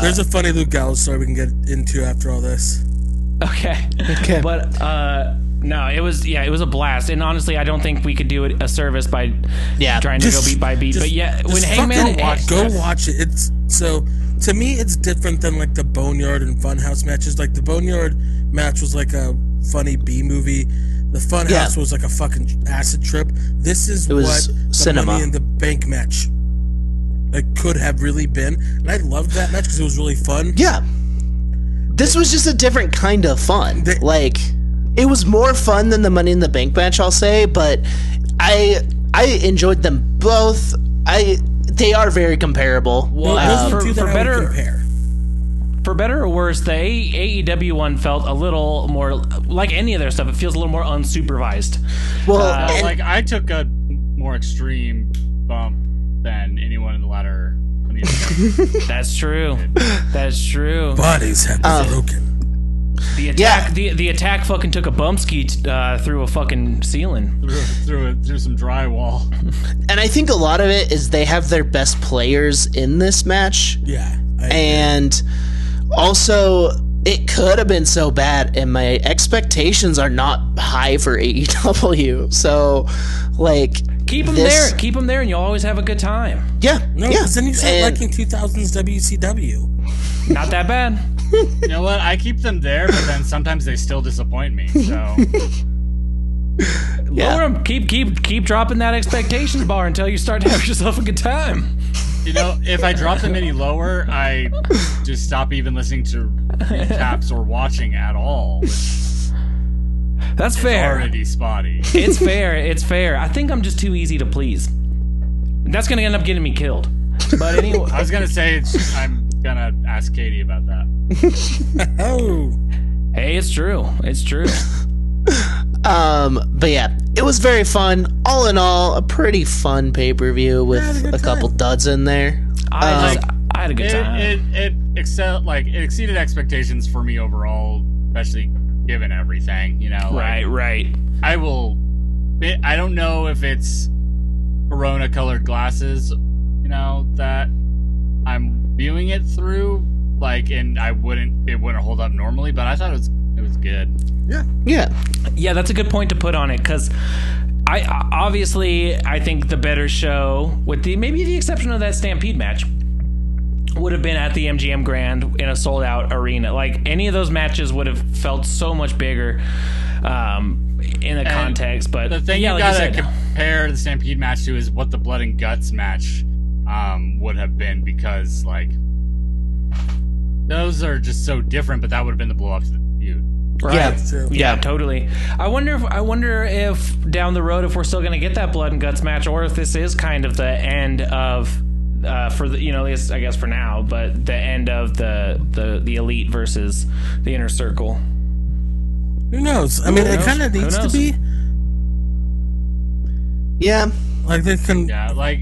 Speaker 3: There's a funny Luke Gallows story we can get into after all this.
Speaker 4: Okay.
Speaker 2: Okay.
Speaker 4: But uh, no, it was yeah, it was a blast. And honestly, I don't think we could do it a service by
Speaker 2: Yeah.
Speaker 4: trying to go beat by beat. but yeah, when
Speaker 3: just
Speaker 4: Hangman
Speaker 3: fucking watch, go watch it. It's so to me, it's different than like the Boneyard and Funhouse matches. Like the Boneyard match was like a funny B movie. The Funhouse
Speaker 2: Yeah.
Speaker 3: was like a fucking acid trip. This is
Speaker 2: was
Speaker 3: what the
Speaker 2: cinema.
Speaker 3: Money in the Bank match like could have really been, and I loved that match because it was really fun.
Speaker 2: Yeah. This was just a different kind of fun.
Speaker 3: They-
Speaker 2: like it was more fun than the Money in the Bank match, I'll say, but I I enjoyed them both. I they are very comparable.
Speaker 4: Well,
Speaker 3: Those
Speaker 4: um,
Speaker 3: are two that
Speaker 4: for- for
Speaker 3: I would
Speaker 4: better-
Speaker 3: compare.
Speaker 4: for better or worse, the A- AEW one felt a little more like any of their stuff. It feels a little more unsupervised.
Speaker 2: Well,
Speaker 4: uh,
Speaker 2: and-
Speaker 5: Like I took a more extreme bump than anyone in the latter. on the other side.
Speaker 4: That's true. That's true.
Speaker 3: Bodies have been
Speaker 2: Um,
Speaker 3: broken.
Speaker 4: The attack,
Speaker 2: Yeah.
Speaker 4: the, the attack fucking took a bump ski t- uh, through a fucking ceiling.
Speaker 5: through, through through some drywall.
Speaker 2: and I think a lot of it is they have their best players in this match.
Speaker 3: Yeah, I-
Speaker 2: and also it could have been so bad and my expectations are not high for AEW so like
Speaker 4: Keep them
Speaker 2: This-
Speaker 4: there. Keep them there, and you'll always have a good time.
Speaker 2: yeah
Speaker 3: no,
Speaker 2: yeah
Speaker 3: because then you start
Speaker 2: and-
Speaker 3: liking 2000s WCW.
Speaker 4: Not that bad.
Speaker 5: You know what? I keep them there, but then sometimes they still disappoint me. So
Speaker 2: Yeah.
Speaker 4: Lower 'em. Keep keep keep dropping that expectations bar until you start to have yourself a good time.
Speaker 5: you know, if I drop them any lower, I just stop even listening to recaps or watching at all. It's
Speaker 4: That's fair.
Speaker 5: already spotty.
Speaker 4: It's fair. It's fair. I think I'm just too easy to please. That's gonna end up getting me killed. But anyway,
Speaker 5: I was gonna say it's, I'm gonna ask Katie about that.
Speaker 3: Oh,
Speaker 4: hey, it's true. It's true.
Speaker 2: um but yeah it was very fun all in all a pretty fun pay-per-view with a, couple duds in there
Speaker 4: I just I had a good
Speaker 5: It
Speaker 4: time.
Speaker 5: it it excel like it exceeded expectations for me overall, especially given everything. You know,
Speaker 4: right,
Speaker 5: like,
Speaker 4: right.
Speaker 5: I will. It, I don't know if it's Corona colored glasses, you know, that I'm viewing it through. Like, and I wouldn't, it wouldn't hold up normally, but I thought it was, it was good.
Speaker 2: yeah
Speaker 4: Yeah, that's a good point to put on it because I I- obviously I think the better show, with the maybe the exception of that Stampede match, would have been at the MGM Grand in a sold out arena. Like any of those matches would have felt so much bigger um, in the context. But
Speaker 5: The thing
Speaker 4: yeah,
Speaker 5: you
Speaker 4: like
Speaker 5: gotta
Speaker 4: said,
Speaker 5: compare the Stampede match to is what the Blood and Guts match um, would have been because, like, those are just so different, but that would have been the blow up to the feud.
Speaker 4: right?
Speaker 2: yeah
Speaker 3: true.
Speaker 4: Yeah, totally. I wonder if I wonder if down the road if we're still going to get that blood and guts match, or if this is kind of the end of uh, for the you know at least I guess for now, but the end of the the the elite versus the inner circle.
Speaker 3: Who knows? I mean, it
Speaker 4: knows?
Speaker 3: kind of
Speaker 4: Who
Speaker 3: needs to
Speaker 4: knows?
Speaker 3: be.
Speaker 2: yeah
Speaker 3: Like they can.
Speaker 5: Yeah, like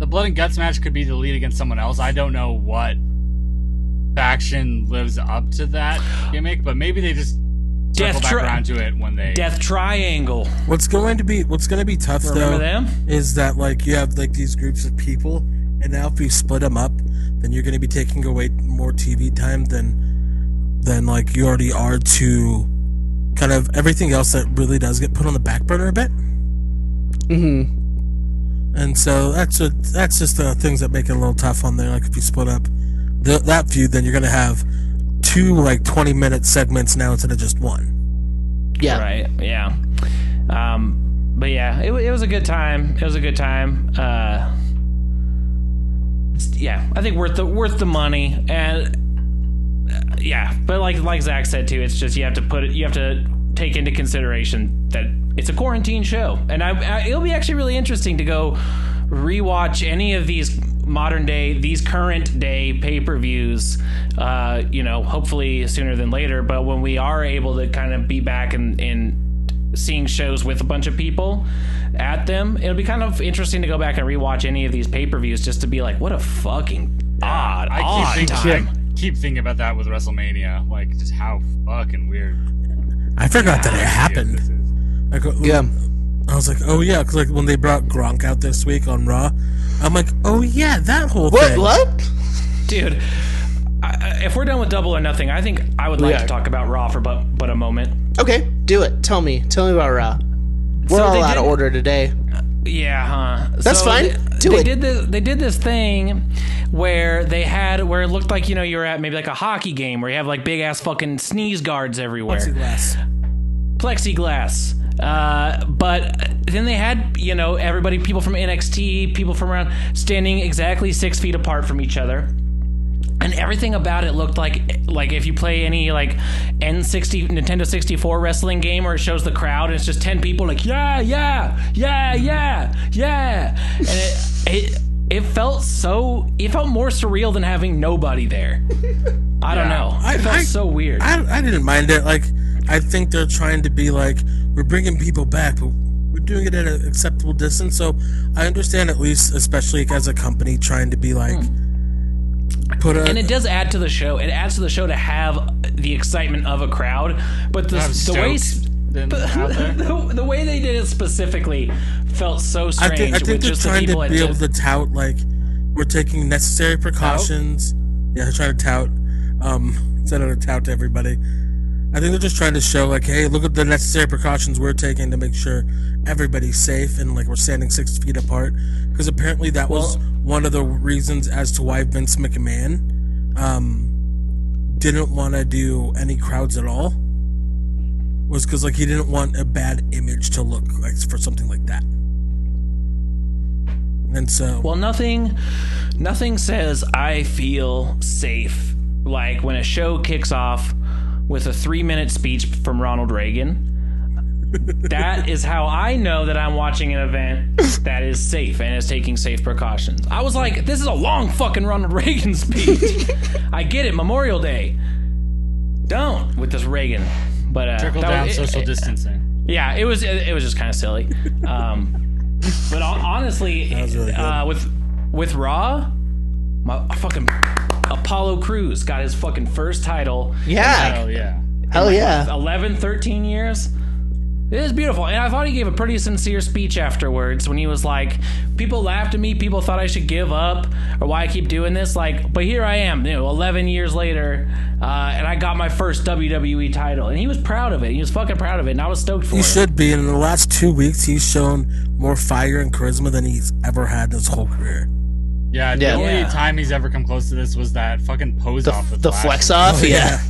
Speaker 5: the blood and guts match could be the lead against someone else. I don't know what faction lives up to that gimmick, but maybe they just circle
Speaker 4: Death
Speaker 5: back
Speaker 4: Tri-
Speaker 5: around to it when they.
Speaker 4: Death Triangle.
Speaker 3: What's going to be what's going to be tough
Speaker 4: Remember
Speaker 3: though
Speaker 4: them?
Speaker 3: is that like you have like these groups of people, and now if you split them up, then you're going to be taking away more TV time than than like you already are to kind of everything else that really does get put on the back burner a bit.
Speaker 2: Mm-hmm.
Speaker 3: And so that's a, that's just the things that make it a little tough on there. Like if you split up th that feud, then you're gonna have two like 20 minute segments now instead of just one.
Speaker 2: Yeah.
Speaker 4: Right. Yeah. Um, but yeah, it, wa- it was a good time. It was a good time. Uh, it's- yeah, I think worth the worth the money. And uh, yeah, but like like Zach said too, it's just you have to put it. You have to take into consideration that it's a quarantine show, and I, I it'll be actually really interesting to go rewatch any of these modern day these current day pay-per-views uh you know hopefully sooner than later but when we are able to kind of be back in in seeing shows with a bunch of people at them it'll be kind of interesting to go back and rewatch any of these pay-per-views just to be like what a fucking odd
Speaker 5: I
Speaker 4: odd
Speaker 5: keep
Speaker 4: time
Speaker 5: thinking, I keep thinking about that with WrestleMania, like just how fucking weird.
Speaker 3: I forgot that it happened.
Speaker 5: This is.
Speaker 3: I go,
Speaker 2: Yeah.
Speaker 3: I was like, oh yeah, 'cause, like when they brought Gronk out this week on Raw, I'm like, oh yeah, that whole
Speaker 2: What?
Speaker 3: thing.
Speaker 2: What?
Speaker 4: dude I, I- if we're done with double or nothing i think i would like
Speaker 2: Yeah.
Speaker 4: to talk about raw for but but a moment
Speaker 2: Okay. Do it. Tell me. Tell me about Raw. We're
Speaker 4: So
Speaker 2: all
Speaker 4: they
Speaker 2: out of
Speaker 4: did-
Speaker 2: order today.
Speaker 4: Yeah, huh?
Speaker 2: That's fine.
Speaker 4: They,
Speaker 2: Do
Speaker 4: they
Speaker 2: it.
Speaker 4: did this. They did this thing where they had where it looked like you know you were at maybe like a hockey game where you have like big ass fucking sneeze guards everywhere,
Speaker 3: Glass.
Speaker 4: plexiglass. Uh, but then they had you know everybody, people from NXT, people from around, standing exactly six feet apart from each other and everything about it looked like like if you play any like N60 Nintendo 64 wrestling game where it shows the crowd and it's just 10 people like yeah yeah yeah yeah yeah and it it it felt so it felt more surreal than having nobody there. I don't know.
Speaker 3: I-
Speaker 4: it felt
Speaker 3: I-
Speaker 4: so weird.
Speaker 3: I, I didn't mind it. Like, I think they're trying to be like, we're bringing people back, but we're doing it at an acceptable distance. So I understand, at least, especially as a company, trying to be like, put a.
Speaker 4: and it does add to the show. It adds to the show to have the excitement of a crowd, but the,
Speaker 5: Have
Speaker 4: the way
Speaker 5: Stokes
Speaker 4: s-
Speaker 5: been out there?
Speaker 4: the, the way they did it specifically felt so
Speaker 3: I
Speaker 4: strange
Speaker 3: think, I
Speaker 4: with
Speaker 3: think they're
Speaker 4: just the
Speaker 3: trying
Speaker 4: people
Speaker 3: to
Speaker 4: at
Speaker 3: be
Speaker 4: just-
Speaker 3: able to tout, like, we're taking necessary precautions. Yeah, trying to tout. Um, send out a tout to everybody. I think they're just trying to show, like, hey, look at the necessary precautions we're taking to make sure everybody's safe and, like, we're standing six feet apart. Because apparently that was one of the reasons as to why Vince McMahon um, didn't want to do any crowds at all. Was because, like, he didn't want a bad image to look like for something like that. And so,
Speaker 4: Well, nothing, nothing says I feel safe like when a show kicks off with a three-minute speech from Ronald Reagan. that is how I know that I'm watching an event that is safe and is taking safe precautions. I was like, this is a long fucking Ronald Reagan speech. I get it, Memorial Day. Don't with this Reagan. But uh,
Speaker 5: Trickle
Speaker 4: that
Speaker 5: down
Speaker 4: was- it-
Speaker 5: social distancing.
Speaker 4: yeah, it was it was just kind of silly. Um, but hon- honestly,
Speaker 3: was really good.
Speaker 4: uh, with with Raw, my fucking Apollo Cruz got his fucking first title.
Speaker 2: Yeah.
Speaker 5: Hell yeah.
Speaker 2: Hell yeah.
Speaker 4: 11, 13 years. It is beautiful. And I thought he gave a pretty sincere speech afterwards when he was like, people laughed at me. People thought I should give up or why I keep doing this. Like, but here I am, you know, 11 years later, uh, and I got my first WWE title. And he was proud of it. He was fucking proud of it. And I was stoked for
Speaker 3: He
Speaker 4: it.
Speaker 3: should be. And in the last two weeks, he's shown more fire and charisma than he's ever had his whole career.
Speaker 5: Yeah, the
Speaker 2: Yeah.
Speaker 5: only
Speaker 4: Yeah.
Speaker 5: time he's ever come close to this was that fucking pose off.
Speaker 2: The,
Speaker 5: with
Speaker 2: the
Speaker 5: Flash.
Speaker 2: flex off. Oh, Yeah.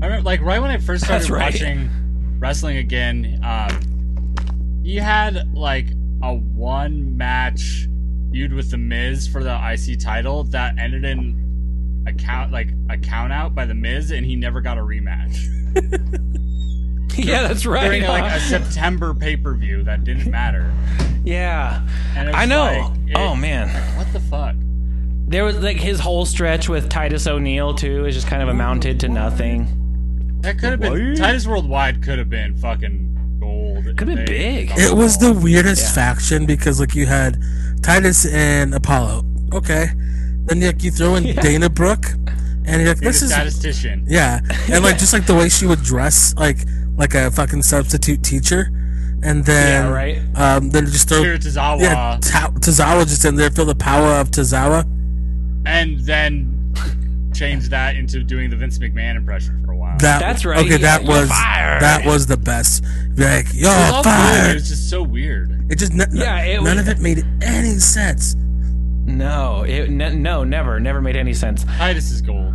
Speaker 5: I remember, like, right when I first started
Speaker 4: That's right.
Speaker 5: watching wrestling again, um, he had like a one match feud with the Miz for the IC title that ended in a count like a count out by the Miz, and he never got a rematch
Speaker 4: yeah, that's right. Uh-huh.
Speaker 5: during like
Speaker 4: huh?
Speaker 5: a September pay per view that didn't matter.
Speaker 4: yeah,
Speaker 5: And it was
Speaker 4: I know.
Speaker 5: like, it-
Speaker 4: oh man,
Speaker 5: what the fuck?
Speaker 4: there was like his whole stretch with Titus O'Neil too is just kind of amounted to nothing.
Speaker 5: That could have been Titus Worldwide. Could have been fucking gold.
Speaker 4: Could have been
Speaker 5: They-
Speaker 4: big.
Speaker 3: It was the weirdest faction because, like, you had Titus and Apollo. Okay. Then, like, you throw in Dana Brooke, and you're like,
Speaker 5: He's
Speaker 3: this
Speaker 5: a
Speaker 3: is
Speaker 5: statistician.
Speaker 3: yeah, and like just like the way she would dress, like like a fucking substitute teacher, and then
Speaker 4: Yeah, right.
Speaker 3: um, then just throw
Speaker 5: Sure, Tozawa.
Speaker 3: yeah Ta- Tozawa just in there, feel the power of Tozawa.
Speaker 5: And then change that into doing the Vince McMahon impression for a while.
Speaker 3: That
Speaker 4: That's right,
Speaker 3: Okay,
Speaker 4: yeah,
Speaker 3: that
Speaker 4: you're
Speaker 3: was
Speaker 4: fired.
Speaker 3: that was the best. Be Like yo,
Speaker 5: It was all cool, but it
Speaker 3: fired.
Speaker 5: was just so weird.
Speaker 3: It just n-
Speaker 4: Yeah, it
Speaker 3: none
Speaker 4: was-
Speaker 3: of it made any sense.
Speaker 4: No, it, ne- no, never, never made any sense.
Speaker 5: Titus is gold.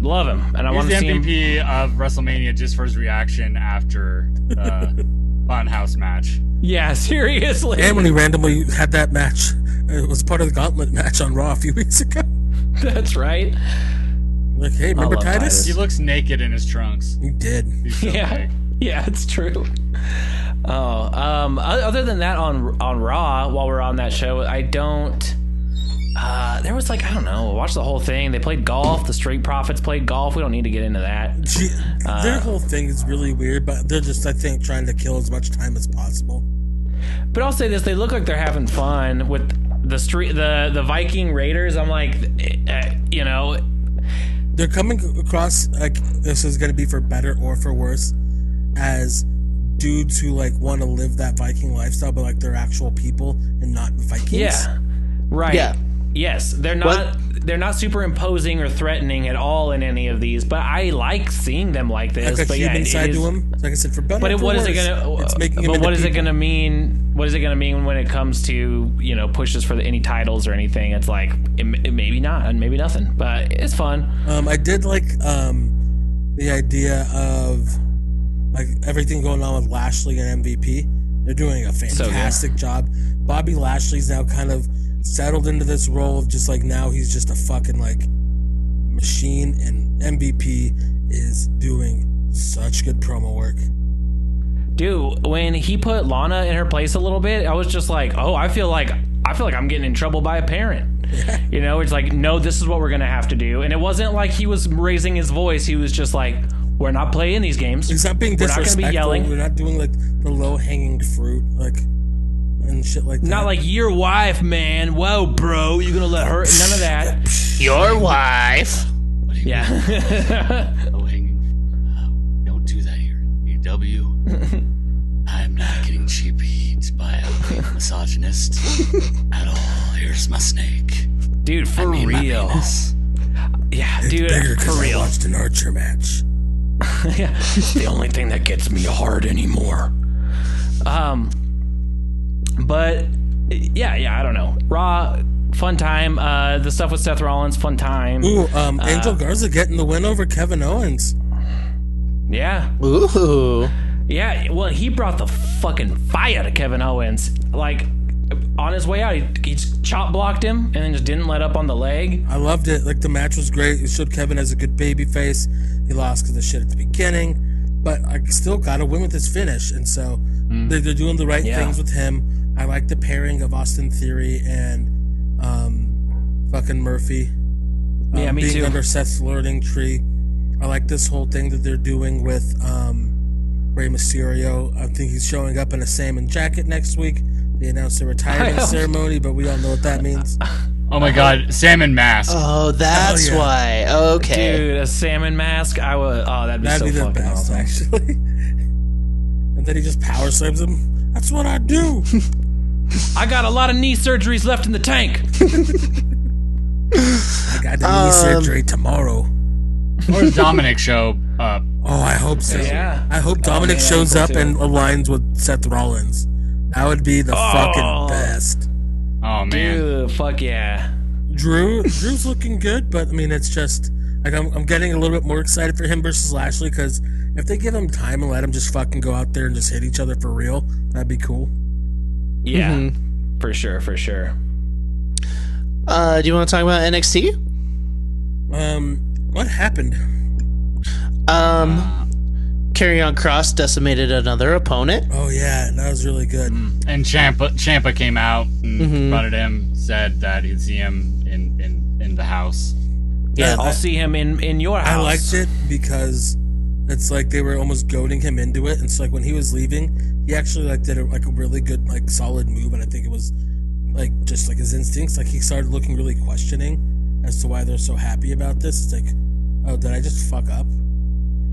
Speaker 4: Love him, and I
Speaker 5: He's
Speaker 4: want
Speaker 5: the
Speaker 4: to see him.
Speaker 5: MVP of WrestleMania just for his reaction after the Funhouse match.
Speaker 4: Yeah, seriously.
Speaker 3: And when he randomly had that match, it was part of the gauntlet match on Raw a few weeks ago.
Speaker 4: That's right.
Speaker 3: Like, hey, remember
Speaker 4: love
Speaker 3: Titus?
Speaker 4: Titus.
Speaker 5: He looks naked in his trunks.
Speaker 3: You did.
Speaker 5: He's so
Speaker 4: Yeah,
Speaker 5: big.
Speaker 4: yeah, it's true. Oh, um, o- other than that, on on Raw, while we're on that show, I don't. Uh, there was like I don't know. Watch the whole thing. They played golf. The Street Profits played golf. We don't need to get into that.
Speaker 3: She, their
Speaker 4: Uh.
Speaker 3: whole thing is really weird, but they're just, I think, trying to kill as much time as possible.
Speaker 4: But I'll say this: they look like they're having fun with the street, the the Viking Raiders. I'm like, eh, you know,
Speaker 3: They're coming across like this is going to be for better or for worse, as dudes who like want to live that Viking lifestyle, but like they're actual people and not Vikings.
Speaker 4: yeah, right,
Speaker 2: Yeah.
Speaker 4: yes, they're not they're not superimposing or threatening at all in any of these. But I like seeing them like this.
Speaker 3: like a
Speaker 4: but yeah,
Speaker 3: human
Speaker 4: it- it
Speaker 3: side
Speaker 4: is-
Speaker 3: to them. Like I said, for better.
Speaker 4: But
Speaker 3: or
Speaker 4: it,
Speaker 3: for
Speaker 4: what is
Speaker 3: worse,
Speaker 4: it gonna? uh,
Speaker 3: It's making
Speaker 4: but
Speaker 3: them
Speaker 4: what
Speaker 3: into
Speaker 4: is it
Speaker 3: people.
Speaker 4: gonna mean? What is it gonna mean when it comes to you know pushes for the, any titles or anything? It's like it, it, maybe not and maybe nothing. But it's fun.
Speaker 3: Um, I did like um, the idea of like everything going on with Lashley and MVP. They're doing a fantastic job. Bobby Lashley's now kind of settled into this role of just like now he's just a fucking like machine, and MVP is doing such good promo work.
Speaker 4: Dude, when he put Lana in her place a little bit, I was just like, oh, I feel like I feel like I'm getting in trouble by a parent. you know, it's like, no, this is what we're gonna have to do. And it wasn't like he was raising his voice. He was just like, we're not playing these games.
Speaker 3: He's not being
Speaker 4: We're not gonna be
Speaker 3: disrespectful.
Speaker 4: yelling.
Speaker 3: We're not doing like the low hanging fruit, like and shit like that.
Speaker 4: Not like your wife, man. Whoa, bro, you gonna let her? None of that.
Speaker 2: Your wife.
Speaker 4: Yeah.
Speaker 1: low hanging. uh, Don't do that here in AW. I'm not getting cheap heat by a misogynist at all. Here's my snake.
Speaker 4: Dude, for
Speaker 1: I mean, my
Speaker 4: real.
Speaker 1: penis.
Speaker 4: Yeah, dude,
Speaker 3: bigger because
Speaker 4: for
Speaker 3: I
Speaker 4: real.
Speaker 3: watched an Archer match.
Speaker 4: yeah. It's the only thing that gets me hard anymore. Um but yeah, yeah, I don't know. Raw fun time. Uh the stuff with Seth Rollins fun time.
Speaker 3: Ooh, um, Angel Garza getting the win over Kevin Owens.
Speaker 4: Yeah.
Speaker 2: Ooh.
Speaker 4: Yeah, well, he brought the fucking fire to Kevin Owens. Like on his way out, he, he just chop blocked him and then just didn't let up on the leg.
Speaker 3: I loved it. Like the match was great. It showed Kevin as a good baby face. He lost because of shit at the beginning, but I still got to win with his finish. And so they're, they're doing the right
Speaker 4: Mm. Yeah.
Speaker 3: things with him. I like the pairing of Austin Theory and um, fucking Murphy. Um,
Speaker 4: Yeah, me
Speaker 3: being
Speaker 4: too.
Speaker 3: under Seth's learning tree. I like this whole thing that they're doing with um, Rey Mysterio. I think he's showing up in a salmon jacket next week. They announced a retirement
Speaker 4: hope-
Speaker 3: ceremony, but we all know what that means.
Speaker 5: Oh
Speaker 3: Uh-huh.
Speaker 5: my god, salmon mask.
Speaker 2: Oh, that's
Speaker 3: Hell yeah.
Speaker 2: why. Okay.
Speaker 4: Dude, a salmon mask. I would. Oh, that'd be
Speaker 3: That'd
Speaker 4: so
Speaker 3: be the
Speaker 4: fucking
Speaker 3: best,
Speaker 4: awesome.
Speaker 3: actually. and then he just power slams him. That's what I do.
Speaker 4: I got a lot of knee surgeries left in the tank.
Speaker 3: I got the
Speaker 4: Um,
Speaker 3: knee surgery tomorrow. Uh-huh.
Speaker 5: Or the Dominic show up.
Speaker 3: Oh, I hope so.
Speaker 4: Yeah. Oh,
Speaker 3: I hope Dominic
Speaker 4: man,
Speaker 3: shows
Speaker 4: I
Speaker 3: up
Speaker 4: hope so
Speaker 3: and aligns with Seth Rollins. That would be the
Speaker 4: Oh.
Speaker 3: fucking best.
Speaker 5: Oh man.
Speaker 4: Dude, fuck yeah.
Speaker 3: Drew, Drew's looking good, but I mean, it's just like I'm, I'm getting a little bit more excited for him versus Lashley because if they give him time and let him just fucking go out there and just hit each other for real, that'd be cool.
Speaker 4: Yeah. For sure, for sure.
Speaker 2: Uh, do you want to talk about NXT?
Speaker 3: Um, what happened?
Speaker 2: Um, Carry on Cross decimated another opponent.
Speaker 3: Oh yeah, that was really good.
Speaker 4: Hmm.
Speaker 5: And Champa Champa came out and confronted him, said that he'd see him in, in, in the house.
Speaker 2: Yeah.
Speaker 4: I'll see him in in your
Speaker 3: I
Speaker 4: house.
Speaker 3: liked it because it's like they were almost goading him into it. And so like when he was leaving, he actually like did a, like a really good like solid move, and I think it was like just like his instincts. Like he started looking really questioning as to why they're so happy about this. It's like, oh, did I just fuck up?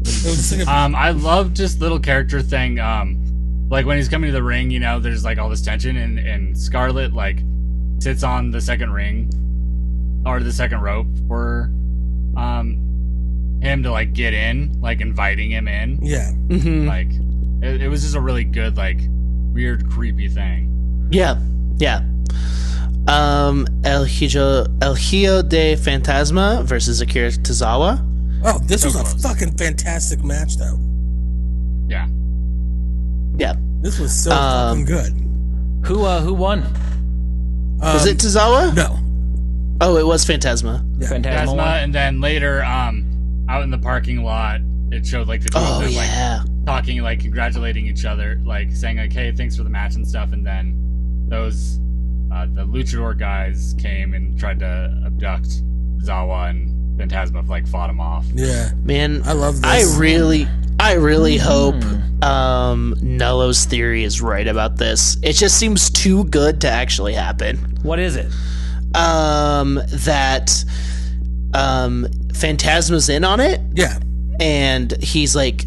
Speaker 3: It was just like a
Speaker 2: Uh,
Speaker 5: Um, I love just little character thing. Um, like when he's coming to the ring, you know, there's like all this tension, and and Scarlet like sits on the second ring or the second rope for um him to like get in, like inviting him in.
Speaker 3: yeah.
Speaker 2: hmm
Speaker 5: Like it, it was just a really good like weird creepy thing.
Speaker 2: Yeah, yeah. Um, El Hijo, El Hijo de Fantasma versus Akira Tozawa.
Speaker 3: Oh, this was a
Speaker 5: close.
Speaker 3: fucking fantastic match, though.
Speaker 5: Yeah.
Speaker 2: Yeah,
Speaker 3: This was so
Speaker 2: Um,
Speaker 3: fucking good.
Speaker 4: Who uh, who won?
Speaker 2: was
Speaker 3: Um,
Speaker 2: it Tozawa?
Speaker 3: No.
Speaker 2: Oh, it was Phantasma.
Speaker 5: Phasma,
Speaker 4: Phantasma.
Speaker 5: and then later, um, out in the parking lot, it showed like the two of
Speaker 2: Oh
Speaker 5: them like
Speaker 2: yeah,
Speaker 5: talking, like congratulating each other, like saying like, "Hey, thanks for the match and stuff." And then those uh, the luchador guys came and tried to abduct Zawa and Phantasma, like fought him off.
Speaker 3: Yeah.
Speaker 2: man.
Speaker 3: I love
Speaker 2: I
Speaker 3: this. Hmm.
Speaker 2: really, I really hope um Nello's theory is right about this. It just seems too good to actually happen.
Speaker 4: What is it?
Speaker 2: Um, that um Phantasma's in on it,
Speaker 3: yeah.
Speaker 2: and he's like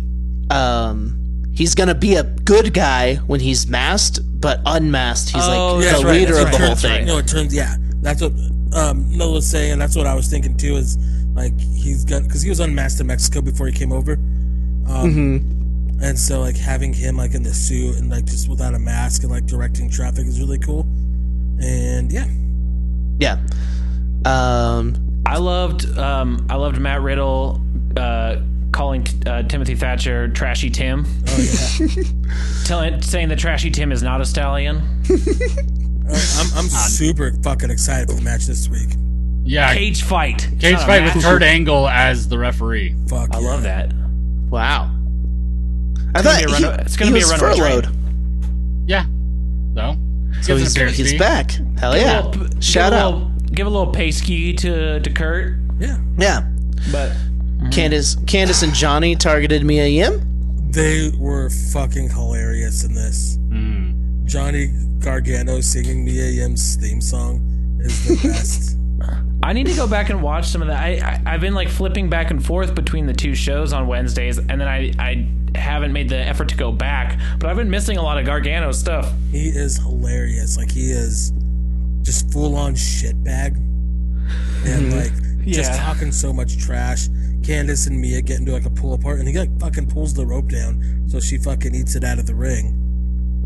Speaker 2: um he's gonna be a good guy when he's masked but unmasked he's
Speaker 4: Oh,
Speaker 2: like
Speaker 4: yeah,
Speaker 2: the
Speaker 3: that's right,
Speaker 2: leader
Speaker 3: that's
Speaker 2: of the
Speaker 3: right.
Speaker 2: whole
Speaker 3: That's
Speaker 2: thing
Speaker 3: right. No, it turns. Yeah, that's what um, Noah was saying. That's what I was thinking too. Is like he's got because he was unmasked in Mexico before he came over, um,
Speaker 2: Mm-hmm.
Speaker 3: and so like having him like in the suit and like just without a mask and like directing traffic is really cool. And yeah,
Speaker 2: yeah um
Speaker 4: I loved um, I loved Matt Riddle uh, calling uh, Timothy Thatcher trashy Tim,
Speaker 3: oh yeah,
Speaker 4: telling saying that trashy Tim is not a stallion.
Speaker 3: I- Uh, I'm, I'm super fucking excited for the match this week.
Speaker 5: Yeah, cage,
Speaker 4: Cage fight. It's not a
Speaker 5: fight with
Speaker 4: match.
Speaker 5: Kurt Angle as the referee.
Speaker 3: Fuck,
Speaker 4: I love that.
Speaker 2: wow I
Speaker 4: gonna
Speaker 2: thought
Speaker 4: be a
Speaker 2: he,
Speaker 4: run- it's gonna
Speaker 2: he
Speaker 4: be a
Speaker 2: was
Speaker 4: runaway train.
Speaker 2: furloughed
Speaker 5: Yeah, so
Speaker 2: so
Speaker 5: Gives an
Speaker 2: he's,
Speaker 5: appearance
Speaker 2: he's
Speaker 5: fee.
Speaker 2: back hell yeah
Speaker 4: Give a little-
Speaker 2: shout
Speaker 4: give a
Speaker 2: out
Speaker 4: little- give a little pay ski to to Kurt.
Speaker 3: Yeah,
Speaker 2: yeah
Speaker 4: But
Speaker 3: mm-hmm.
Speaker 2: Candace Candace and Johnny targeted Mia
Speaker 3: Oh,
Speaker 2: Yim
Speaker 3: they were fucking hilarious in this.
Speaker 5: Mm.
Speaker 3: Johnny Gargano singing Mia Yim's theme song is the best.
Speaker 4: I need to go back and watch some of that. I, I I've been like flipping back and forth between the two shows on Wednesdays, and then I I haven't made the effort to go back. But I've been missing a lot of Gargano stuff.
Speaker 3: He is hilarious. Like he is just full on shitbag. And like just
Speaker 4: Yeah.
Speaker 3: talking so much trash. Candace and Mia get into like a pull apart and he like fucking pulls the rope down so she fucking eats it out of the ring.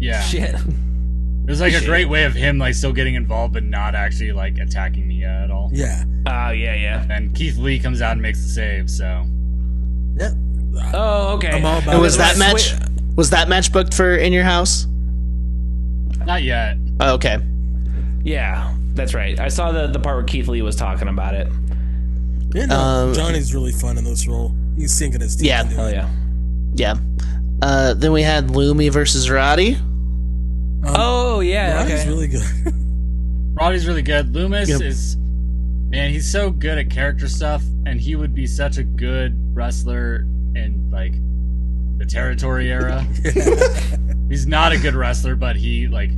Speaker 5: Yeah,
Speaker 4: Shit.
Speaker 5: it was like a great way of him like still getting involved, but not actually like attacking Mia at all.
Speaker 3: Yeah.
Speaker 4: Oh yeah yeah.
Speaker 5: And Keith Lee comes out and makes the save. So
Speaker 3: Yeah.
Speaker 4: Oh okay.
Speaker 3: I'm all about
Speaker 2: and was
Speaker 3: it.
Speaker 2: that
Speaker 4: Wait,
Speaker 2: match was that match booked for in your house
Speaker 5: not yet.
Speaker 2: oh, okay
Speaker 4: Yeah, that's right. I saw the the part where Keith Lee was talking about it.
Speaker 3: You know,
Speaker 2: Um,
Speaker 3: Johnny's really fun in this role. He's sinking his teeth
Speaker 2: Yeah.
Speaker 3: into
Speaker 4: Oh
Speaker 3: it.
Speaker 4: yeah.
Speaker 2: yeah uh then we had Lumi versus Roddy
Speaker 4: Oh yeah.
Speaker 3: Um, Johnny's
Speaker 4: Okay.
Speaker 3: really good.
Speaker 5: Roddy's really good. Loomis
Speaker 2: Yep.
Speaker 5: is man, he's so good at character stuff, and he would be such a good wrestler in like the territory era. he's not a good wrestler, but he like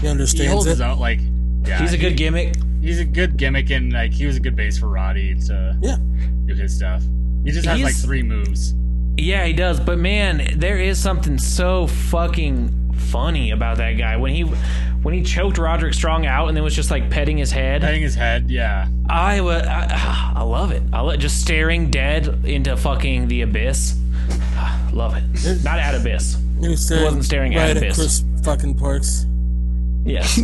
Speaker 3: he
Speaker 5: he
Speaker 3: understands
Speaker 5: holds
Speaker 3: it.
Speaker 5: his own. Like yeah,
Speaker 4: He's a good gimmick.
Speaker 5: he's a good gimmick, and like he was a good base for Roddy to
Speaker 3: Yeah.
Speaker 5: do his stuff. He just has like
Speaker 4: He's-
Speaker 5: three moves.
Speaker 4: Yeah, he does. But man, there is something so fucking funny about that guy when he when he choked Roderick Strong out and then was just like petting his head.
Speaker 5: Hitting his head, yeah.
Speaker 4: I was I, I love it. I lo- just staring dead into fucking the abyss. Ah, Love it. Not at abyss.
Speaker 3: He was staring,
Speaker 4: wasn't staring at
Speaker 3: right at
Speaker 4: Abyss.
Speaker 3: Chris fucking Parks.
Speaker 4: Yes.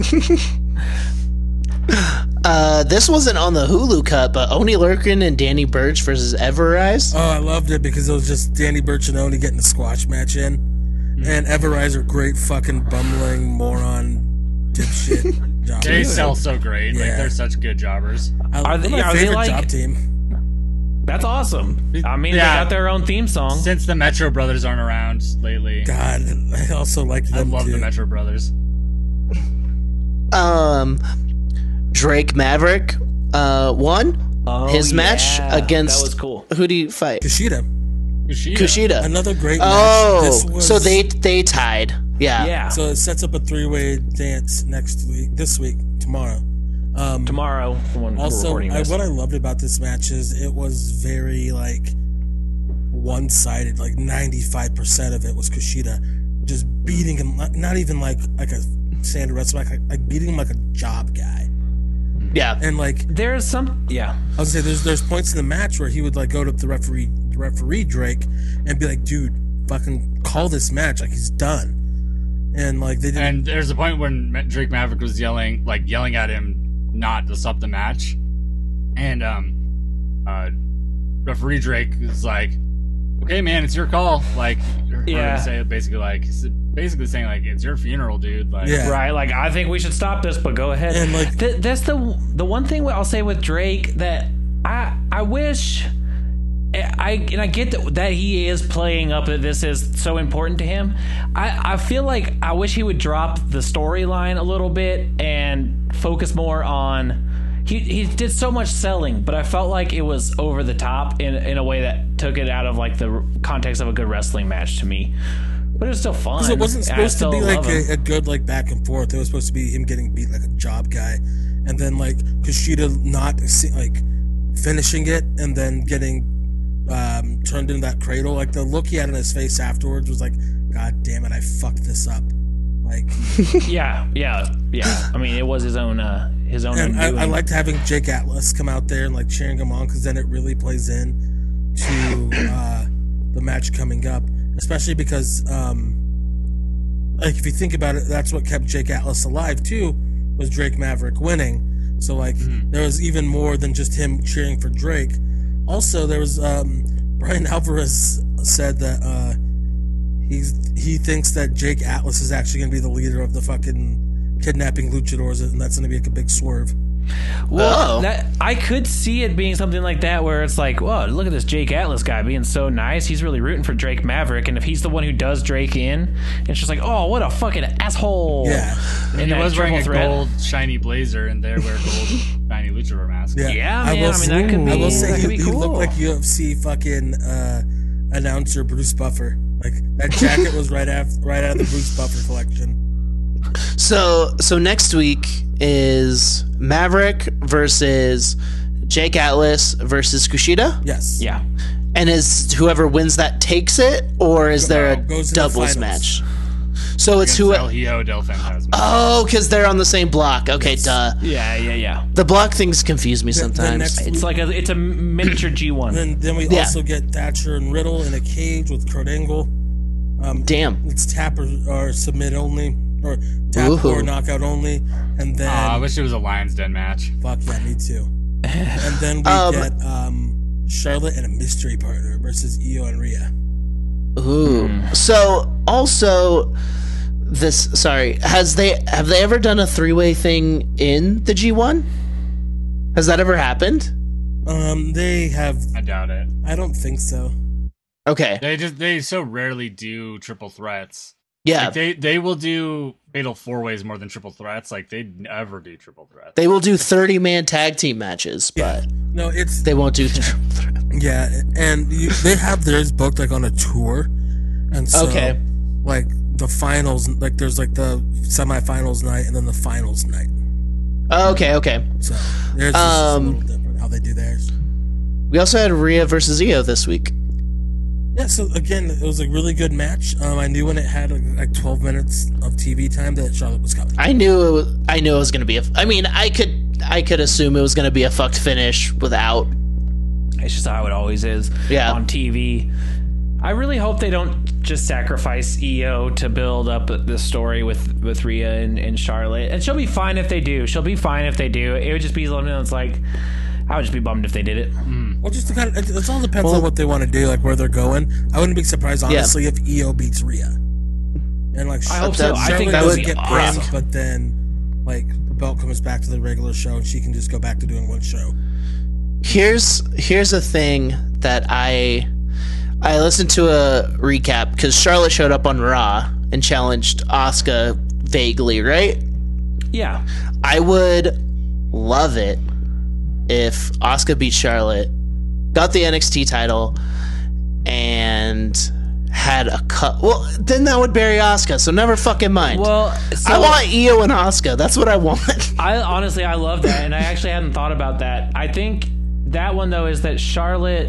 Speaker 2: Uh, this wasn't on the Hulu cut, but Oni Lurkin and Danny Burch versus Everrise.
Speaker 3: Oh, I loved it because it was just Danny Burch and Oni getting a squash match in.
Speaker 4: Mm-hmm.
Speaker 3: And Everrise are great fucking bumbling moron dipshit job.
Speaker 5: They sell so great. Like
Speaker 3: Yeah.
Speaker 5: they're such good jobbers.
Speaker 3: I,
Speaker 4: Are
Speaker 3: they're
Speaker 4: they-
Speaker 3: my
Speaker 4: are they
Speaker 3: favorite
Speaker 4: like-
Speaker 3: job team.
Speaker 4: That's awesome. I mean,
Speaker 5: Yeah.
Speaker 4: they got their own theme song.
Speaker 5: Since the Metro Brothers aren't around lately,
Speaker 3: God, I also like
Speaker 5: I
Speaker 3: them
Speaker 5: love
Speaker 3: too.
Speaker 5: the Metro Brothers.
Speaker 2: Um, Drake Maverick uh, won.
Speaker 4: Oh,
Speaker 2: His match
Speaker 4: yeah.
Speaker 2: against-
Speaker 4: That was cool.
Speaker 2: Who do you fight?
Speaker 3: Kushida,
Speaker 5: Kushida.
Speaker 2: Kushida.
Speaker 3: another great match.
Speaker 2: oh,
Speaker 3: This was-
Speaker 2: so they they tied. Yeah.
Speaker 4: Yeah.
Speaker 3: so it sets up a three way dance next week, this week, tomorrow. Um, Um,
Speaker 4: tomorrow when we're
Speaker 3: also,
Speaker 4: recording
Speaker 3: I,
Speaker 4: this.
Speaker 3: what I loved about this match is it was very like one-sided. Like ninety-five percent of it was Kushida just beating him. like- Not even like like a standard wrestler, like, like beating him like a job guy.
Speaker 2: Yeah.
Speaker 3: And like
Speaker 4: There's some yeah.
Speaker 3: I was gonna say there's there's points in the match where he would like go to the referee the referee Drake and be like, dude, fucking call this match like he's done. And like they didn't
Speaker 5: And there's a point when Ma- Drake Maverick was yelling, like yelling at him not to stop the match, and um, uh, referee Drake is like, "Okay, man, it's your call." Like, heard him
Speaker 4: Yeah.
Speaker 5: say it basically like, s- basically saying like, "It's your funeral, dude." Like,
Speaker 3: Yeah.
Speaker 4: Right, like I think we should stop this, but go ahead.
Speaker 3: And, like-
Speaker 4: Th- that's the the one thing I'll say with Drake that I I wish eh, I and I get that, that he is playing up that this is so important to him. I I feel like I wish he would drop the storyline a little bit and focus more on. He, he did so much selling, but I felt like it was over the top in in a way that took it out of like the context of a good wrestling match to me. But it was still fun.
Speaker 3: it wasn't
Speaker 4: and I
Speaker 3: supposed to
Speaker 4: still
Speaker 3: be
Speaker 4: love
Speaker 3: like
Speaker 4: him.
Speaker 3: a, a good like back and forth. It was supposed to be him getting beat like a job guy, and then like Kushida not se- like finishing it, and then getting um, turned into that cradle. Like the look he had on his face afterwards was like, God damn it, I fucked this up. Like,
Speaker 4: Yeah, yeah, yeah. I mean, it was his own, uh, his own.
Speaker 3: and I, I
Speaker 4: undoing.
Speaker 3: liked having Jake Atlas come out there and like cheering him on because then it really plays in to uh, the match coming up, especially because um, like if you think about it, that's what kept Jake Atlas alive too was Drake Maverick winning. So like there was even more than just him cheering for Drake. Also, there was um, Brian Alvarez said that uh, he's he thinks that Jake Atlas is actually going to be the leader of the fucking kidnapping luchadors, and that's going to be like a big swerve.
Speaker 2: Oh.
Speaker 4: Well, that, I could see it being something like that, where it's like, "Whoa, look at this Jake Atlas guy being so nice. He's really rooting for Drake Maverick, and if he's the one who does Drake in, it's just like, oh, what a fucking asshole."
Speaker 3: Yeah.
Speaker 4: and
Speaker 5: he
Speaker 4: that
Speaker 5: was wearing a
Speaker 4: triple threat.
Speaker 5: gold shiny blazer, and they wear gold shiny luchador mask.
Speaker 3: Yeah,
Speaker 4: Yeah, man, I
Speaker 3: will
Speaker 4: mean, that could
Speaker 3: I will
Speaker 4: be-
Speaker 3: say
Speaker 4: that
Speaker 3: he,
Speaker 4: could be
Speaker 3: he
Speaker 4: cool.
Speaker 3: looked like UFC fucking uh, announcer Bruce Buffer. Like that jacket was right after, right out of the Bruce Buffer collection.
Speaker 2: So so next week is Maverick versus Jake Atlas versus Kushida,
Speaker 3: Yes.
Speaker 4: yeah.
Speaker 2: and is whoever wins that takes it, or is there a
Speaker 3: No, goes to the
Speaker 2: doubles
Speaker 3: finals.
Speaker 2: match? So it's
Speaker 5: Who
Speaker 2: who?
Speaker 5: El Hijo del Fantasma.
Speaker 2: Oh, because they're on the same block. Okay, duh.
Speaker 4: yeah, yeah, yeah.
Speaker 2: The block things confuse me sometimes.
Speaker 3: next-
Speaker 4: It's like a, it's a miniature G one.
Speaker 3: Then then we
Speaker 2: Yeah.
Speaker 3: also get Thatcher and Riddle in a cage with Kurt Angle. Um,
Speaker 2: Damn.
Speaker 3: it's tap or, or submit only, or tap
Speaker 2: Ooh.
Speaker 3: or knockout only, and then
Speaker 5: Aw, I wish it was a Lions Den match.
Speaker 3: fuck yeah, me too. And then we
Speaker 2: Um,
Speaker 3: get um, Charlotte and a mystery partner versus Io and Rhea.
Speaker 2: Ooh. So also this sorry, has they have they ever done a three-way thing in the G1? Has that ever happened?
Speaker 3: Um, they have.
Speaker 5: I doubt it.
Speaker 3: I don't think so.
Speaker 2: Okay.
Speaker 5: They just they so rarely do triple threats.
Speaker 2: Yeah.
Speaker 5: Like they they will do fatal four ways more than triple threats. Like they never do triple threats.
Speaker 2: They will do 30-man tag team matches, but
Speaker 3: No, it's
Speaker 2: they won't do th-
Speaker 3: Yeah, and you, they have theirs booked like on a tour, and so
Speaker 2: Okay.
Speaker 3: like the finals, like there's like the semifinals night and then the finals night.
Speaker 2: Oh, Okay, okay.
Speaker 3: So there's
Speaker 2: Um,
Speaker 3: a little different how they do theirs.
Speaker 2: We also had Rhea versus Io this week.
Speaker 3: Yeah, so again, it was a really good match. Um, I knew when it had like, like 12 minutes of TV time that Charlotte was coming.
Speaker 2: I knew it was, I knew it was going to be a I mean, I could I could assume it was going to be a fucked finish without
Speaker 4: It's just how it always is
Speaker 2: Yeah.
Speaker 4: on TV. I really hope they don't just sacrifice EO to build up the story with with Rhea and, and Charlotte. And she'll be fine if they do. She'll be fine if they do. It would just be something that's like I would just be bummed if they did it.
Speaker 3: Well, just to kind of, it, it all depends on what they want to do, like where they're going. I wouldn't be surprised, honestly, if EO beats Rhea. And like,
Speaker 4: I
Speaker 2: that-
Speaker 4: hope so. I
Speaker 3: Charlotte
Speaker 4: think that
Speaker 3: does
Speaker 2: doesn't
Speaker 4: would be
Speaker 3: get
Speaker 4: awesome.
Speaker 3: pinned, but then like the belt comes back to the regular show, and she can just go back to doing one show.
Speaker 2: here's here's a thing that I I listened to a recap because Charlotte showed up on Raw and challenged Asuka vaguely, right?
Speaker 4: Yeah.
Speaker 2: I would love it if Asuka beat Charlotte, got the NXT title, and had a cut. Well, then that would bury Asuka, so never fucking mind.
Speaker 4: Well, so-
Speaker 2: I want Io and Asuka. That's what I want.
Speaker 4: I honestly I love that, and I actually hadn't thought about that. I think that one though is that Charlotte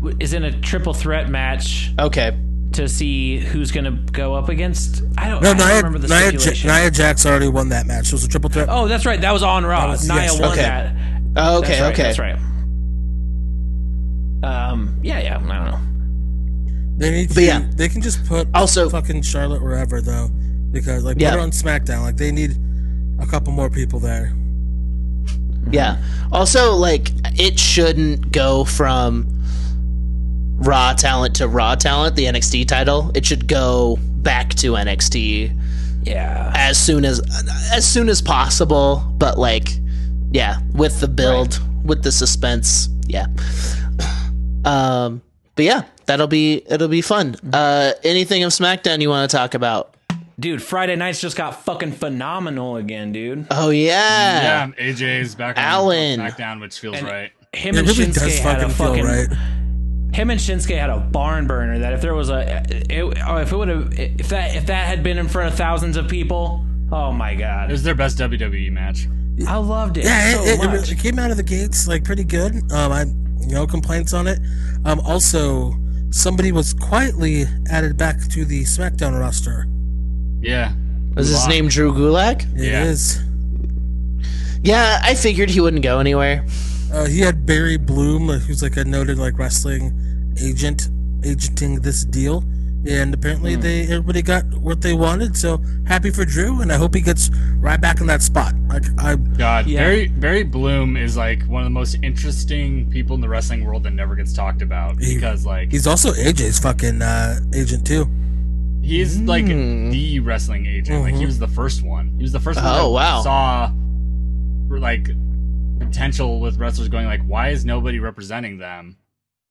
Speaker 4: w- is in a triple threat match
Speaker 2: okay.
Speaker 4: to see who's going to go up against. I don't,
Speaker 3: No,
Speaker 4: I don't
Speaker 3: Nia,
Speaker 4: remember the
Speaker 3: Nia, Ja-
Speaker 4: stipulation.
Speaker 3: Nia Jax already won that match. It was a triple threat.
Speaker 4: oh, that's right. That was on Raw.
Speaker 3: was-
Speaker 4: Nia
Speaker 3: yes.
Speaker 4: won
Speaker 2: Okay.
Speaker 4: that.
Speaker 2: Oh, okay,
Speaker 4: That's right,
Speaker 2: okay.
Speaker 4: That's right. Um. Yeah. Yeah. I don't know.
Speaker 3: They need
Speaker 2: But
Speaker 3: to.
Speaker 2: yeah.
Speaker 3: They can just put
Speaker 2: Also-
Speaker 3: fucking Charlotte wherever though, because like
Speaker 2: Yeah.
Speaker 3: put her on SmackDown. Like they need a couple more people there.
Speaker 2: Yeah. Also, like, it shouldn't go from raw talent to raw talent, the NXT title. It should go back to NXT
Speaker 4: Yeah.
Speaker 2: as soon as as soon as possible, but like yeah, with the build, with the suspense. Yeah. Um but yeah, that'll be it'll be fun. Uh anything of SmackDown you want to talk about?
Speaker 4: Dude, Friday nights just got fucking phenomenal again, dude.
Speaker 2: Oh yeah.
Speaker 5: Yeah, AJ's back on
Speaker 2: Alan.
Speaker 5: SmackDown, which feels right.
Speaker 4: Him
Speaker 3: It
Speaker 4: and
Speaker 3: really
Speaker 4: Shinsuke
Speaker 3: does
Speaker 4: had
Speaker 3: fucking
Speaker 4: a
Speaker 3: feel
Speaker 4: fucking
Speaker 3: right.
Speaker 4: him and Shinsuke had a barn burner that if there was a it, oh, if it would have if that if that had been in front of thousands of people oh my
Speaker 5: It
Speaker 4: god
Speaker 5: was their best WWE match.
Speaker 4: I loved it
Speaker 3: Yeah,
Speaker 4: so
Speaker 3: it, it,
Speaker 4: much
Speaker 3: it, it came out of the gates like pretty good. Um, I no complaints on it. Um, also somebody was quietly added back to the SmackDown roster.
Speaker 5: Yeah.
Speaker 2: Was his name Drew Gulak?
Speaker 3: It
Speaker 5: Yeah.
Speaker 3: is.
Speaker 2: Yeah, I figured he wouldn't go anywhere.
Speaker 3: Uh, he had Barry Bloom, uh, who's like a noted like wrestling agent, agenting this deal, and apparently they everybody got what they wanted. So happy for Drew, and I hope he gets right back in that spot. Like I,
Speaker 5: God,
Speaker 4: Yeah.
Speaker 5: Barry Barry Bloom is like one of the most interesting people in the wrestling world that never gets talked about
Speaker 3: He-
Speaker 5: because like
Speaker 3: he's also AJ's fucking uh, agent too.
Speaker 5: he's like the wrestling agent. Like he was the first one. He was the first one
Speaker 2: Oh,
Speaker 5: that
Speaker 2: wow.
Speaker 5: saw like potential with wrestlers going like, why is nobody representing them?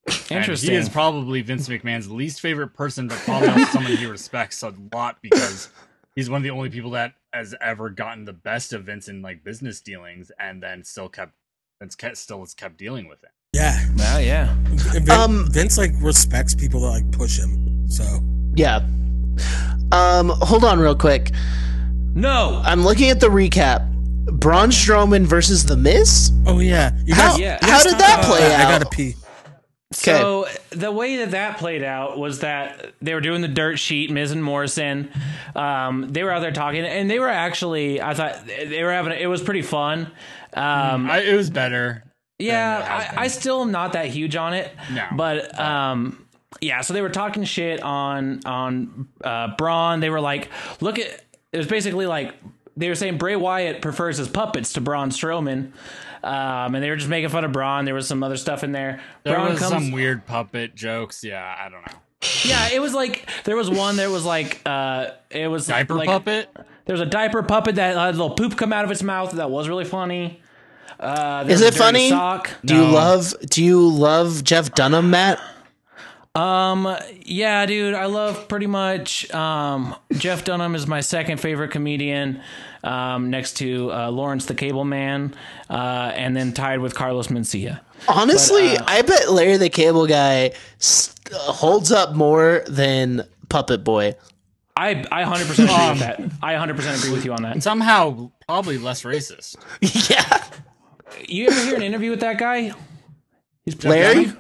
Speaker 5: And
Speaker 4: interesting
Speaker 5: he is probably Vince McMahon's least favorite person, but probably also someone he respects a lot because he's one of the only people that has ever gotten the best of Vince in like business dealings, and then still kept Vince kept, still has kept dealing with it.
Speaker 3: Yeah,
Speaker 4: oh yeah
Speaker 3: Vin,
Speaker 2: Um,
Speaker 3: Vince like respects people that like push him. So
Speaker 2: Yeah. Um, hold on real quick.
Speaker 4: no
Speaker 2: I'm looking at the recap. Braun Strowman versus The Miz?
Speaker 3: oh yeah, you
Speaker 2: How,
Speaker 4: Yeah.
Speaker 2: how did that play
Speaker 3: Uh, I,
Speaker 2: out?
Speaker 3: I gotta pee.
Speaker 4: So the way that that played out was that they were doing the dirt sheet, Miz and Morrison. Um, they were out there talking, and they were actually, I thought they were having, it was pretty fun. Um,
Speaker 5: I, it was better. it
Speaker 4: yeah,
Speaker 5: has
Speaker 4: I, I still am not that huge on it.
Speaker 5: No.
Speaker 4: but um, yeah. So they were talking shit on on uh, Braun. They were like, look at it was basically like they were saying Bray Wyatt prefers his puppets to Braun Strowman, um, and they were just making fun of Braun. There was some other stuff in there.
Speaker 5: There
Speaker 4: Braun
Speaker 5: was some weird puppet jokes. Yeah, I don't know.
Speaker 4: yeah, it was like there was one that was like uh, it was
Speaker 5: Diaper
Speaker 4: like,
Speaker 5: puppet.
Speaker 4: There was a diaper puppet that had a little poop come out of its mouth. That was really funny. Uh, there
Speaker 2: Is
Speaker 4: was a
Speaker 2: it
Speaker 4: dirty
Speaker 2: funny?
Speaker 4: Sock.
Speaker 2: Do you love do you love Jeff Dunham, Matt?
Speaker 4: Um, yeah, dude, I love pretty much. Um, Jeff Dunham is my second favorite comedian, um, next to uh, Lawrence the Cable Man, uh, and then tied with Carlos Mencia.
Speaker 2: Honestly,
Speaker 3: uh,
Speaker 2: I bet Larry the Cable Guy s- uh, holds up more than Puppet Boy.
Speaker 4: I I hundred percent agree
Speaker 2: Um.
Speaker 4: with that. I hundred percent agree with you on that.
Speaker 5: Somehow, probably less racist.
Speaker 2: yeah.
Speaker 4: You ever hear an interview with that guy? He's
Speaker 2: Larry?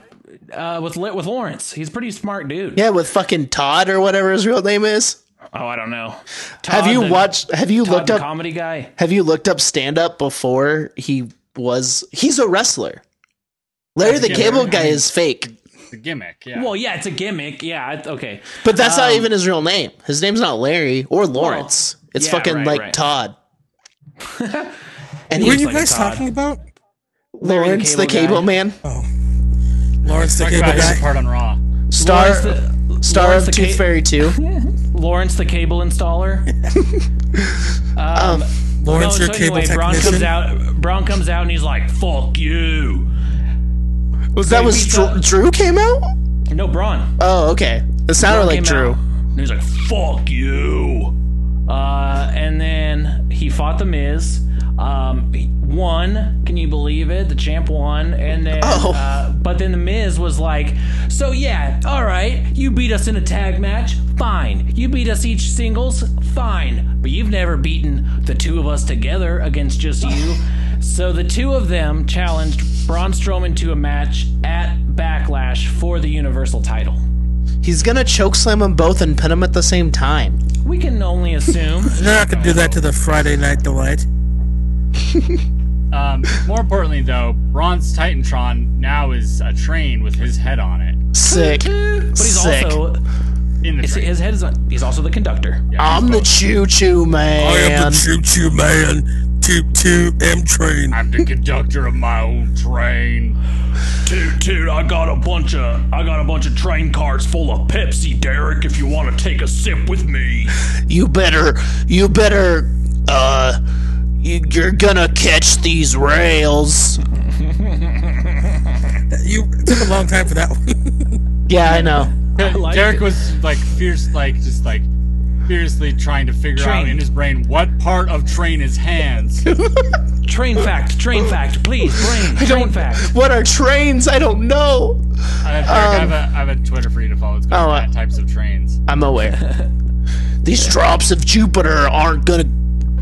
Speaker 4: uh, with Lit with Lawrence. He's a pretty smart dude.
Speaker 2: Yeah, with fucking Todd or whatever his real name is.
Speaker 4: Oh, I don't know.
Speaker 2: have
Speaker 4: Todd
Speaker 2: you
Speaker 4: the-
Speaker 2: watched have you
Speaker 4: Todd
Speaker 2: looked
Speaker 4: the
Speaker 2: up
Speaker 4: comedy guy?
Speaker 2: Have you looked up stand up before he was? He's a wrestler. Larry the
Speaker 5: Yeah,
Speaker 2: Cable
Speaker 5: I
Speaker 2: Guy
Speaker 5: mean-
Speaker 2: is fake,
Speaker 5: It's a gimmick. Yeah.
Speaker 4: Well, yeah, it's a gimmick. Yeah, I- okay.
Speaker 2: but that's
Speaker 4: Um,
Speaker 2: not even his real name. His name's not Larry or Lawrence. it's
Speaker 4: yeah,
Speaker 2: fucking
Speaker 4: right,
Speaker 2: like
Speaker 4: right.
Speaker 2: Todd. and
Speaker 3: What are
Speaker 2: he's
Speaker 3: you
Speaker 4: like
Speaker 3: guys
Speaker 4: Todd.
Speaker 3: talking about?
Speaker 2: Lawrence the
Speaker 4: Cable Guy.
Speaker 2: Cable Man,
Speaker 3: Lawrence the
Speaker 5: Talk
Speaker 3: Cable
Speaker 5: about his
Speaker 3: Guy.
Speaker 5: part on Raw.
Speaker 2: star
Speaker 4: Lawrence the-
Speaker 2: star
Speaker 4: Lawrence
Speaker 2: of
Speaker 4: the
Speaker 2: Tooth
Speaker 4: Ca-
Speaker 2: Fairy Two.
Speaker 4: Lawrence the cable installer. Oh,
Speaker 3: Lawrence, your
Speaker 4: so
Speaker 3: cable
Speaker 4: anyway, Braun
Speaker 3: technician.
Speaker 4: comes out. Braun comes out and he's like, "Fuck you."
Speaker 2: Was that
Speaker 4: he
Speaker 2: was
Speaker 4: beat
Speaker 2: Drew,
Speaker 4: up-
Speaker 2: Drew came out?
Speaker 4: No, Braun.
Speaker 2: Oh, okay. It sounded
Speaker 4: Braun
Speaker 2: like
Speaker 4: came
Speaker 2: Drew.
Speaker 4: out, and he's like, "Fuck you." Uh, and then he fought the Miz. Um, he won. Can you believe it? The champ won, and then,
Speaker 2: Oh.
Speaker 4: uh, but then the Miz was like, "So yeah, all right, you beat us in a tag match, fine. You beat us each singles, fine. But you've never beaten the two of us together against just you." So the two of them challenged Braun Strowman to a match at Backlash for the Universal Title.
Speaker 2: He's gonna choke slam them both and pin them at the same time.
Speaker 4: We can only assume.
Speaker 3: They're not gonna do that to the Friday Night Delight.
Speaker 5: Um, more importantly, though, Braun's Titantron now is a train with his head on it.
Speaker 2: Sick.
Speaker 4: But he's
Speaker 2: Sick.
Speaker 4: also
Speaker 5: In the
Speaker 4: his,
Speaker 5: train.
Speaker 4: his head is on. He's also the conductor.
Speaker 5: Yeah,
Speaker 2: I'm
Speaker 5: he's
Speaker 2: the
Speaker 5: both.
Speaker 2: choo choo
Speaker 4: Oh,
Speaker 2: man.
Speaker 3: I am the choo choo man, toot toot M train.
Speaker 5: I'm the conductor of my own train.
Speaker 6: Dude, dude, I got a bunch of I got a bunch of train cars full of Pepsi, Derek, if you want to take a sip with me.
Speaker 2: you better you better uh you, you're gonna catch these rails
Speaker 3: You it took a long time for that one.
Speaker 2: yeah i know
Speaker 4: liked
Speaker 5: Derek
Speaker 4: it.
Speaker 5: was like fierce, like just like fiercely trying to figure out
Speaker 4: Train.
Speaker 5: in his brain what part of train is hands.
Speaker 4: Train fact. Train fact. Please, brain. Train fact.
Speaker 2: what are trains i don't know
Speaker 5: I have, I have
Speaker 4: Um,
Speaker 5: a, I have a Twitter for you to follow. It's called
Speaker 2: Oh, uh,
Speaker 5: Fat Types of Trains.
Speaker 2: i'm aware these drops of jupiter aren't gonna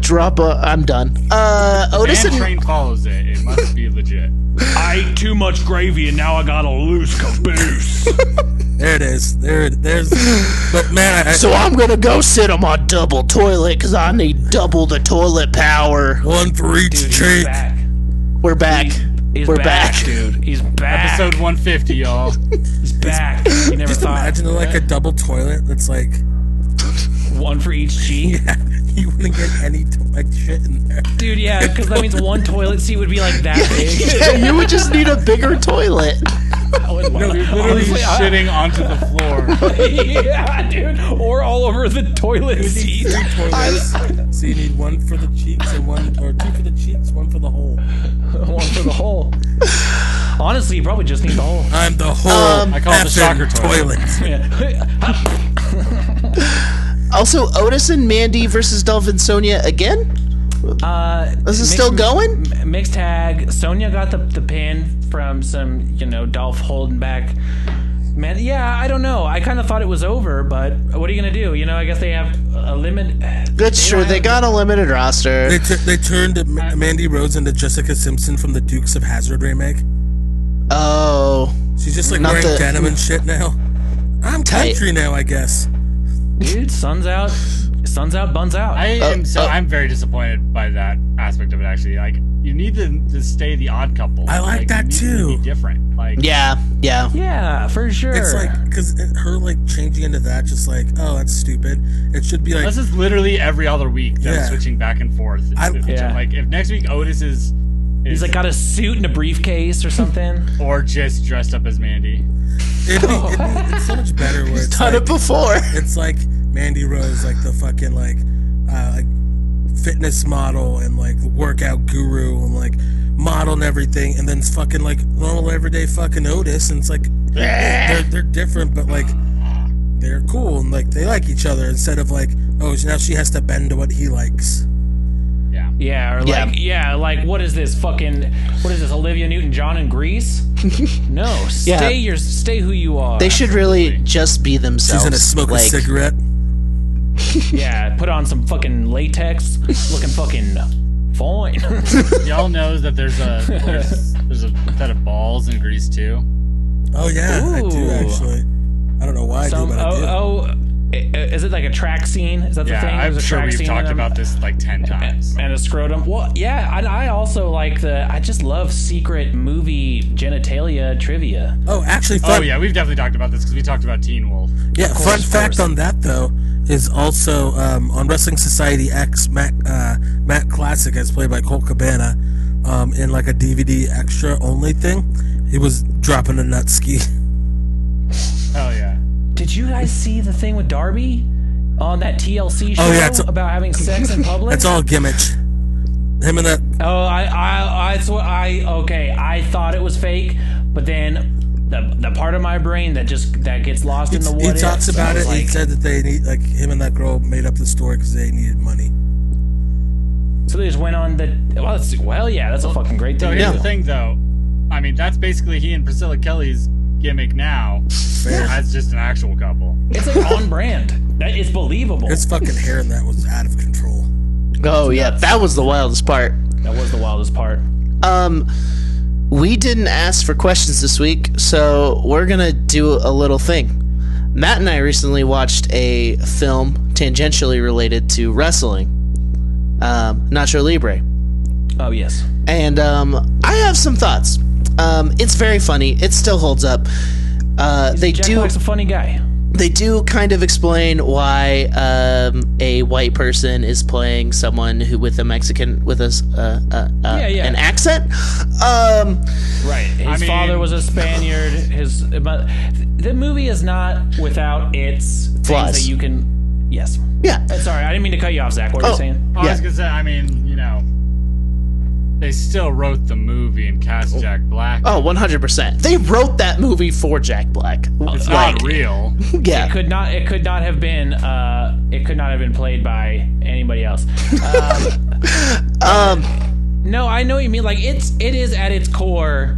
Speaker 2: drop a i'm done uh otis
Speaker 5: And
Speaker 2: and
Speaker 5: train follows it. It must be legit.
Speaker 6: I ate too much gravy and now I got a loose caboose.
Speaker 3: There it is. There, it- there's. But man, I, I,
Speaker 2: so i'm gonna go sit on my double toilet because i need double the toilet power
Speaker 3: one for each
Speaker 4: Dude, he's
Speaker 3: train.
Speaker 4: back.
Speaker 2: we're back
Speaker 4: He's
Speaker 2: we're
Speaker 4: back,
Speaker 2: back,
Speaker 4: dude. He's back.
Speaker 5: Episode 150, y'all.
Speaker 4: he's back. You never
Speaker 3: Just
Speaker 4: thought
Speaker 3: imagine like a double toilet that's like
Speaker 4: one for each cheek,
Speaker 3: you wouldn't get any like shit in there.
Speaker 4: dude. Yeah, because that means one toilet seat would be like that big.
Speaker 2: yeah, you would just need a bigger toilet
Speaker 4: I would love it.
Speaker 5: Literally
Speaker 4: Honestly, I-
Speaker 5: shitting onto the floor.
Speaker 3: Uh,
Speaker 4: yeah, dude. Or all over the toilet seat.
Speaker 3: Three toilets. So you need one for the cheeks and one, or two for the cheeks, one for the hole.
Speaker 4: One for the hole. Honestly, you probably just need the hole.
Speaker 3: I'm the whole
Speaker 5: I call it the shocker toilet.
Speaker 4: Yeah.
Speaker 2: also otis and mandy versus dolphin sonia again
Speaker 4: Uh,
Speaker 2: this is
Speaker 4: mixed-
Speaker 2: still going
Speaker 4: M- Mixed tag. Sonya got the, the pin from some, you know, Dolph holding back. Man, yeah, I don't know. I kind of thought it was over, but what are you gonna do? You know, I guess they have a limit.
Speaker 2: That's true.
Speaker 4: don't
Speaker 2: They
Speaker 4: have-
Speaker 2: got a limited roster.
Speaker 3: They, tur they turned Ma- Mandy Rhodes into Jessica Simpson from the Dukes of Hazard remake.
Speaker 2: Oh,
Speaker 3: She's just like
Speaker 2: Not
Speaker 3: wearing
Speaker 2: the-
Speaker 3: denim and shit now. I'm
Speaker 2: Tight.
Speaker 3: country now, I guess.
Speaker 4: Dude, sun's out, sun's out, buns out.
Speaker 5: I
Speaker 2: Oh,
Speaker 3: uh,
Speaker 5: am so
Speaker 2: oh.
Speaker 5: I'm very disappointed by that aspect of it. Actually, like you need to, to stay the odd couple.
Speaker 3: I like that
Speaker 5: you need To
Speaker 3: too.
Speaker 5: be different. Like
Speaker 2: yeah, yeah.
Speaker 4: yeah, for sure.
Speaker 3: It's like because her like changing into that, just like oh that's stupid. It should be like
Speaker 5: this is literally every other week. Them
Speaker 3: Yeah.
Speaker 5: switching back and forth.
Speaker 3: I-
Speaker 5: If-
Speaker 4: Yeah.
Speaker 5: Like if next week Otis is, is
Speaker 4: he's like got a suit and a briefcase or something.
Speaker 5: or just dressed up as Mandy.
Speaker 3: it'd be, it'd be, it's so much better where it's
Speaker 2: Done
Speaker 3: like,
Speaker 2: it before.
Speaker 3: it's like Mandy Rose, like the fucking like uh, like fitness model and like workout guru and like model and everything, and then it's fucking like normal everyday fucking Otis, and it's like they're they're different, but like they're cool and like they like each other instead of like oh now she has to bend to what he likes.
Speaker 5: Yeah.
Speaker 4: Yeah, or
Speaker 2: Yeah.
Speaker 4: like yeah. like what is this fucking what is this Olivia Newton-John in Greece? no, stay
Speaker 2: Yeah.
Speaker 4: your stay who you are.
Speaker 2: They should really just be themselves.
Speaker 3: She's gonna smoke a
Speaker 2: like,
Speaker 3: cigarette.
Speaker 4: Yeah, put on some fucking latex, looking fucking fine.
Speaker 5: Y'all knows that there's a there's, there's a set of balls in Greece too.
Speaker 3: Oh yeah, I do
Speaker 4: Ooh.
Speaker 3: actually. I don't know why I
Speaker 4: Some-
Speaker 3: do, but I do.
Speaker 4: oh, oh, i- i- is it like a track scene? Is that the thing?
Speaker 5: Yeah,
Speaker 4: There's
Speaker 5: I'm
Speaker 4: a
Speaker 5: sure
Speaker 4: track
Speaker 5: we've
Speaker 4: scene
Speaker 5: talked
Speaker 4: in them?
Speaker 5: about this like ten times.
Speaker 4: And a scrotum. Well, yeah, and I also like the. I just love secret movie genitalia trivia.
Speaker 3: Oh, actually,
Speaker 5: Oh
Speaker 3: fun,
Speaker 5: yeah, we've definitely talked about this because we talked about Teen Wolf.
Speaker 3: Yeah, fun
Speaker 4: course,
Speaker 3: fact
Speaker 4: first.
Speaker 3: on that though is also um, on Wrestling Society X. Matt uh, Matt Classic, as played by Colt Cabana, um, in like a DVD extra only thing. He was dropping a nut ski.
Speaker 5: Hell yeah.
Speaker 4: Did you guys see the thing with Darby on that TLC show
Speaker 3: Oh, yeah, it's-
Speaker 4: about having sex in public?
Speaker 3: That's all gimmick. Him and that.
Speaker 4: Oh, I, I, I, swear, I, okay, I thought it was fake, but then the the part of my brain that just that gets lost in the
Speaker 3: He
Speaker 4: what
Speaker 3: talks
Speaker 4: ifs, I
Speaker 3: about
Speaker 4: was
Speaker 3: it. he
Speaker 4: like-
Speaker 3: said that they need like him and that girl made up the story because they needed money.
Speaker 4: So they just went on the. Well, that's, well yeah, that's a fucking great
Speaker 5: So
Speaker 4: thing.
Speaker 5: here's
Speaker 2: Yeah.
Speaker 5: the thing, though. I mean, that's basically he and Priscilla Kelly's gimmick now. That's just an actual couple.
Speaker 4: It's like on brand. That is believable.
Speaker 3: His fucking hair in that was out of control.
Speaker 2: Oh yeah, that was the wildest part.
Speaker 4: that was the wildest part.
Speaker 2: Um, we didn't ask for questions this week, so we're gonna do a little thing. Matt and I recently watched a film tangentially related to wrestling, um, Nacho Libre,
Speaker 4: Oh yes.
Speaker 2: and um, I have some thoughts. Um, it's very funny. It still holds up. Uh, they
Speaker 4: Jack
Speaker 2: do
Speaker 4: Black's a funny guy.
Speaker 2: they do kind of explain why um, a white person is playing someone who with a Mexican with a, s- uh, uh, uh,
Speaker 4: yeah.
Speaker 2: an accent. Um,
Speaker 4: Right. His
Speaker 5: mean-
Speaker 4: father was a Spaniard. His but the movie is not without its things
Speaker 2: Flaws.
Speaker 4: that you can. Yes.
Speaker 2: yeah,
Speaker 4: Uh, Sorry, I didn't mean to cut you off, Zach. What were
Speaker 2: Oh.
Speaker 4: you saying?
Speaker 5: I
Speaker 2: Yeah.
Speaker 5: was gonna say, I mean, you know, they still wrote the movie and cast Jack Black.
Speaker 2: Oh, 100%. They wrote that movie for Jack Black.
Speaker 4: Oh,
Speaker 5: it's
Speaker 2: Like,
Speaker 5: not real.
Speaker 2: yeah.
Speaker 4: Could not. It could not have been. Uh, it could not have been played by anybody else. Um, No, I know what you mean. Like it's. It is at its core,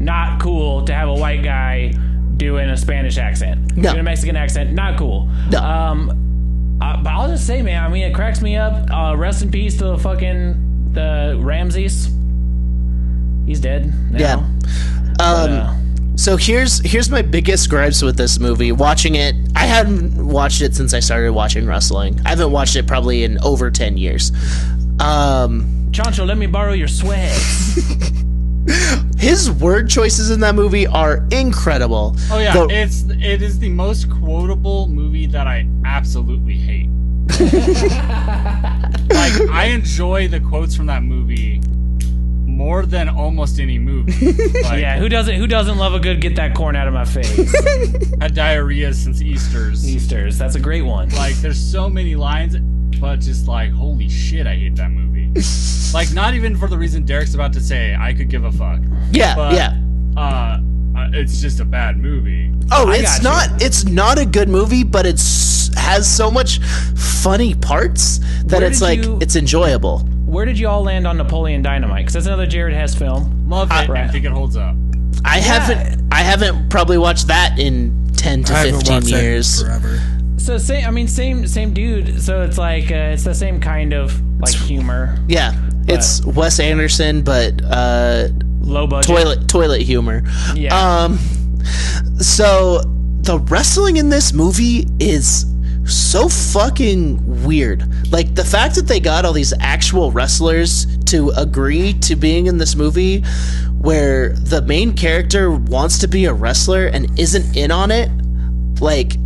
Speaker 4: not cool to have a white guy doing a Spanish accent,
Speaker 2: No.
Speaker 4: doing a Mexican accent. Not cool.
Speaker 2: No.
Speaker 4: Um, uh, but I'll just say, man. I mean, it cracks me up. Uh, rest in peace to the fucking the Ramses. He's dead. Now.
Speaker 2: Yeah. Um,
Speaker 4: But, uh,
Speaker 2: so here's here's my biggest gripes with this movie. Watching it, I hadn't watched it since I started watching wrestling. I haven't watched it probably in over 10 years. Um,
Speaker 4: Chancho, let me borrow your swag.
Speaker 2: his word choices in that movie are incredible.
Speaker 5: Oh yeah,
Speaker 2: The-
Speaker 5: it's it is the most quotable movie that I absolutely hate. like I enjoy the quotes from that movie more than almost any movie. Like
Speaker 4: Yeah, who doesn't who doesn't love a good get that corn out of my face?
Speaker 5: had diarrhea since Easter's.
Speaker 4: Easter's. That's a great one.
Speaker 5: Like there's so many lines, but just like holy shit, I hate that movie. like not even for the reason Derek's about to say. I could give a fuck.
Speaker 2: yeah,
Speaker 5: but-
Speaker 2: yeah.
Speaker 5: Uh, uh, it's just a bad movie.
Speaker 2: Oh,
Speaker 4: got
Speaker 2: it's
Speaker 4: you.
Speaker 2: not it's not a good movie, but it's has so much funny parts that
Speaker 4: Where
Speaker 2: it's
Speaker 4: did
Speaker 2: like
Speaker 4: you-
Speaker 2: it's enjoyable.
Speaker 4: Where did you all land on Napoleon Dynamite? Because that's another Jared Hess film.
Speaker 5: Love it.
Speaker 2: Uh,
Speaker 5: I
Speaker 4: right.
Speaker 5: think it holds up.
Speaker 2: I haven't I haven't probably watched that in 10 to
Speaker 3: I haven't
Speaker 2: 15
Speaker 3: watched
Speaker 2: years.
Speaker 3: that in forever.
Speaker 4: So same, I mean same same dude. So it's like uh, it's the same kind of like humor,
Speaker 2: Yeah. It's Wes Anderson but uh
Speaker 4: low budget.
Speaker 2: toilet toilet humor.
Speaker 4: Yeah.
Speaker 2: Um so the wrestling in this movie is so fucking weird. Like the fact that they got all these actual wrestlers to agree to being in this movie where the main character wants to be a wrestler and isn't in on it like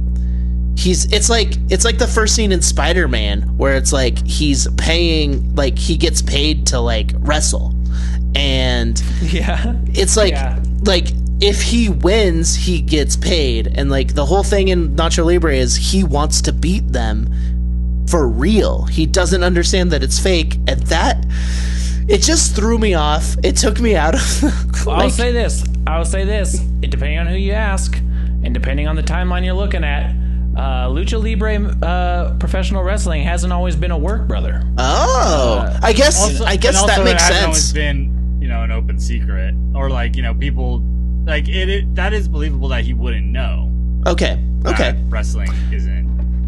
Speaker 2: he's it's like it's like the first scene in spider-man where it's like he's paying like he gets paid to like wrestle and
Speaker 4: Yeah.
Speaker 2: it's like
Speaker 4: Yeah.
Speaker 2: like if he wins he gets paid and like the whole thing in nacho libre is he wants to beat them for real he doesn't understand that it's fake and that it just threw me off it took me out of
Speaker 4: I'll
Speaker 2: like,
Speaker 4: say this. I'll say this. It, depending on who you ask, and depending on the timeline you're looking at, uh, lucha libre uh, professional wrestling hasn't always been a work, brother.
Speaker 2: oh i guess
Speaker 5: So-
Speaker 2: i guess
Speaker 5: and also
Speaker 2: that makes
Speaker 5: it hasn't
Speaker 2: sense
Speaker 5: Always been you know an open secret, or like you know people like it. it that is believable that he wouldn't know.
Speaker 2: okay
Speaker 5: that
Speaker 2: okay
Speaker 5: wrestling isn't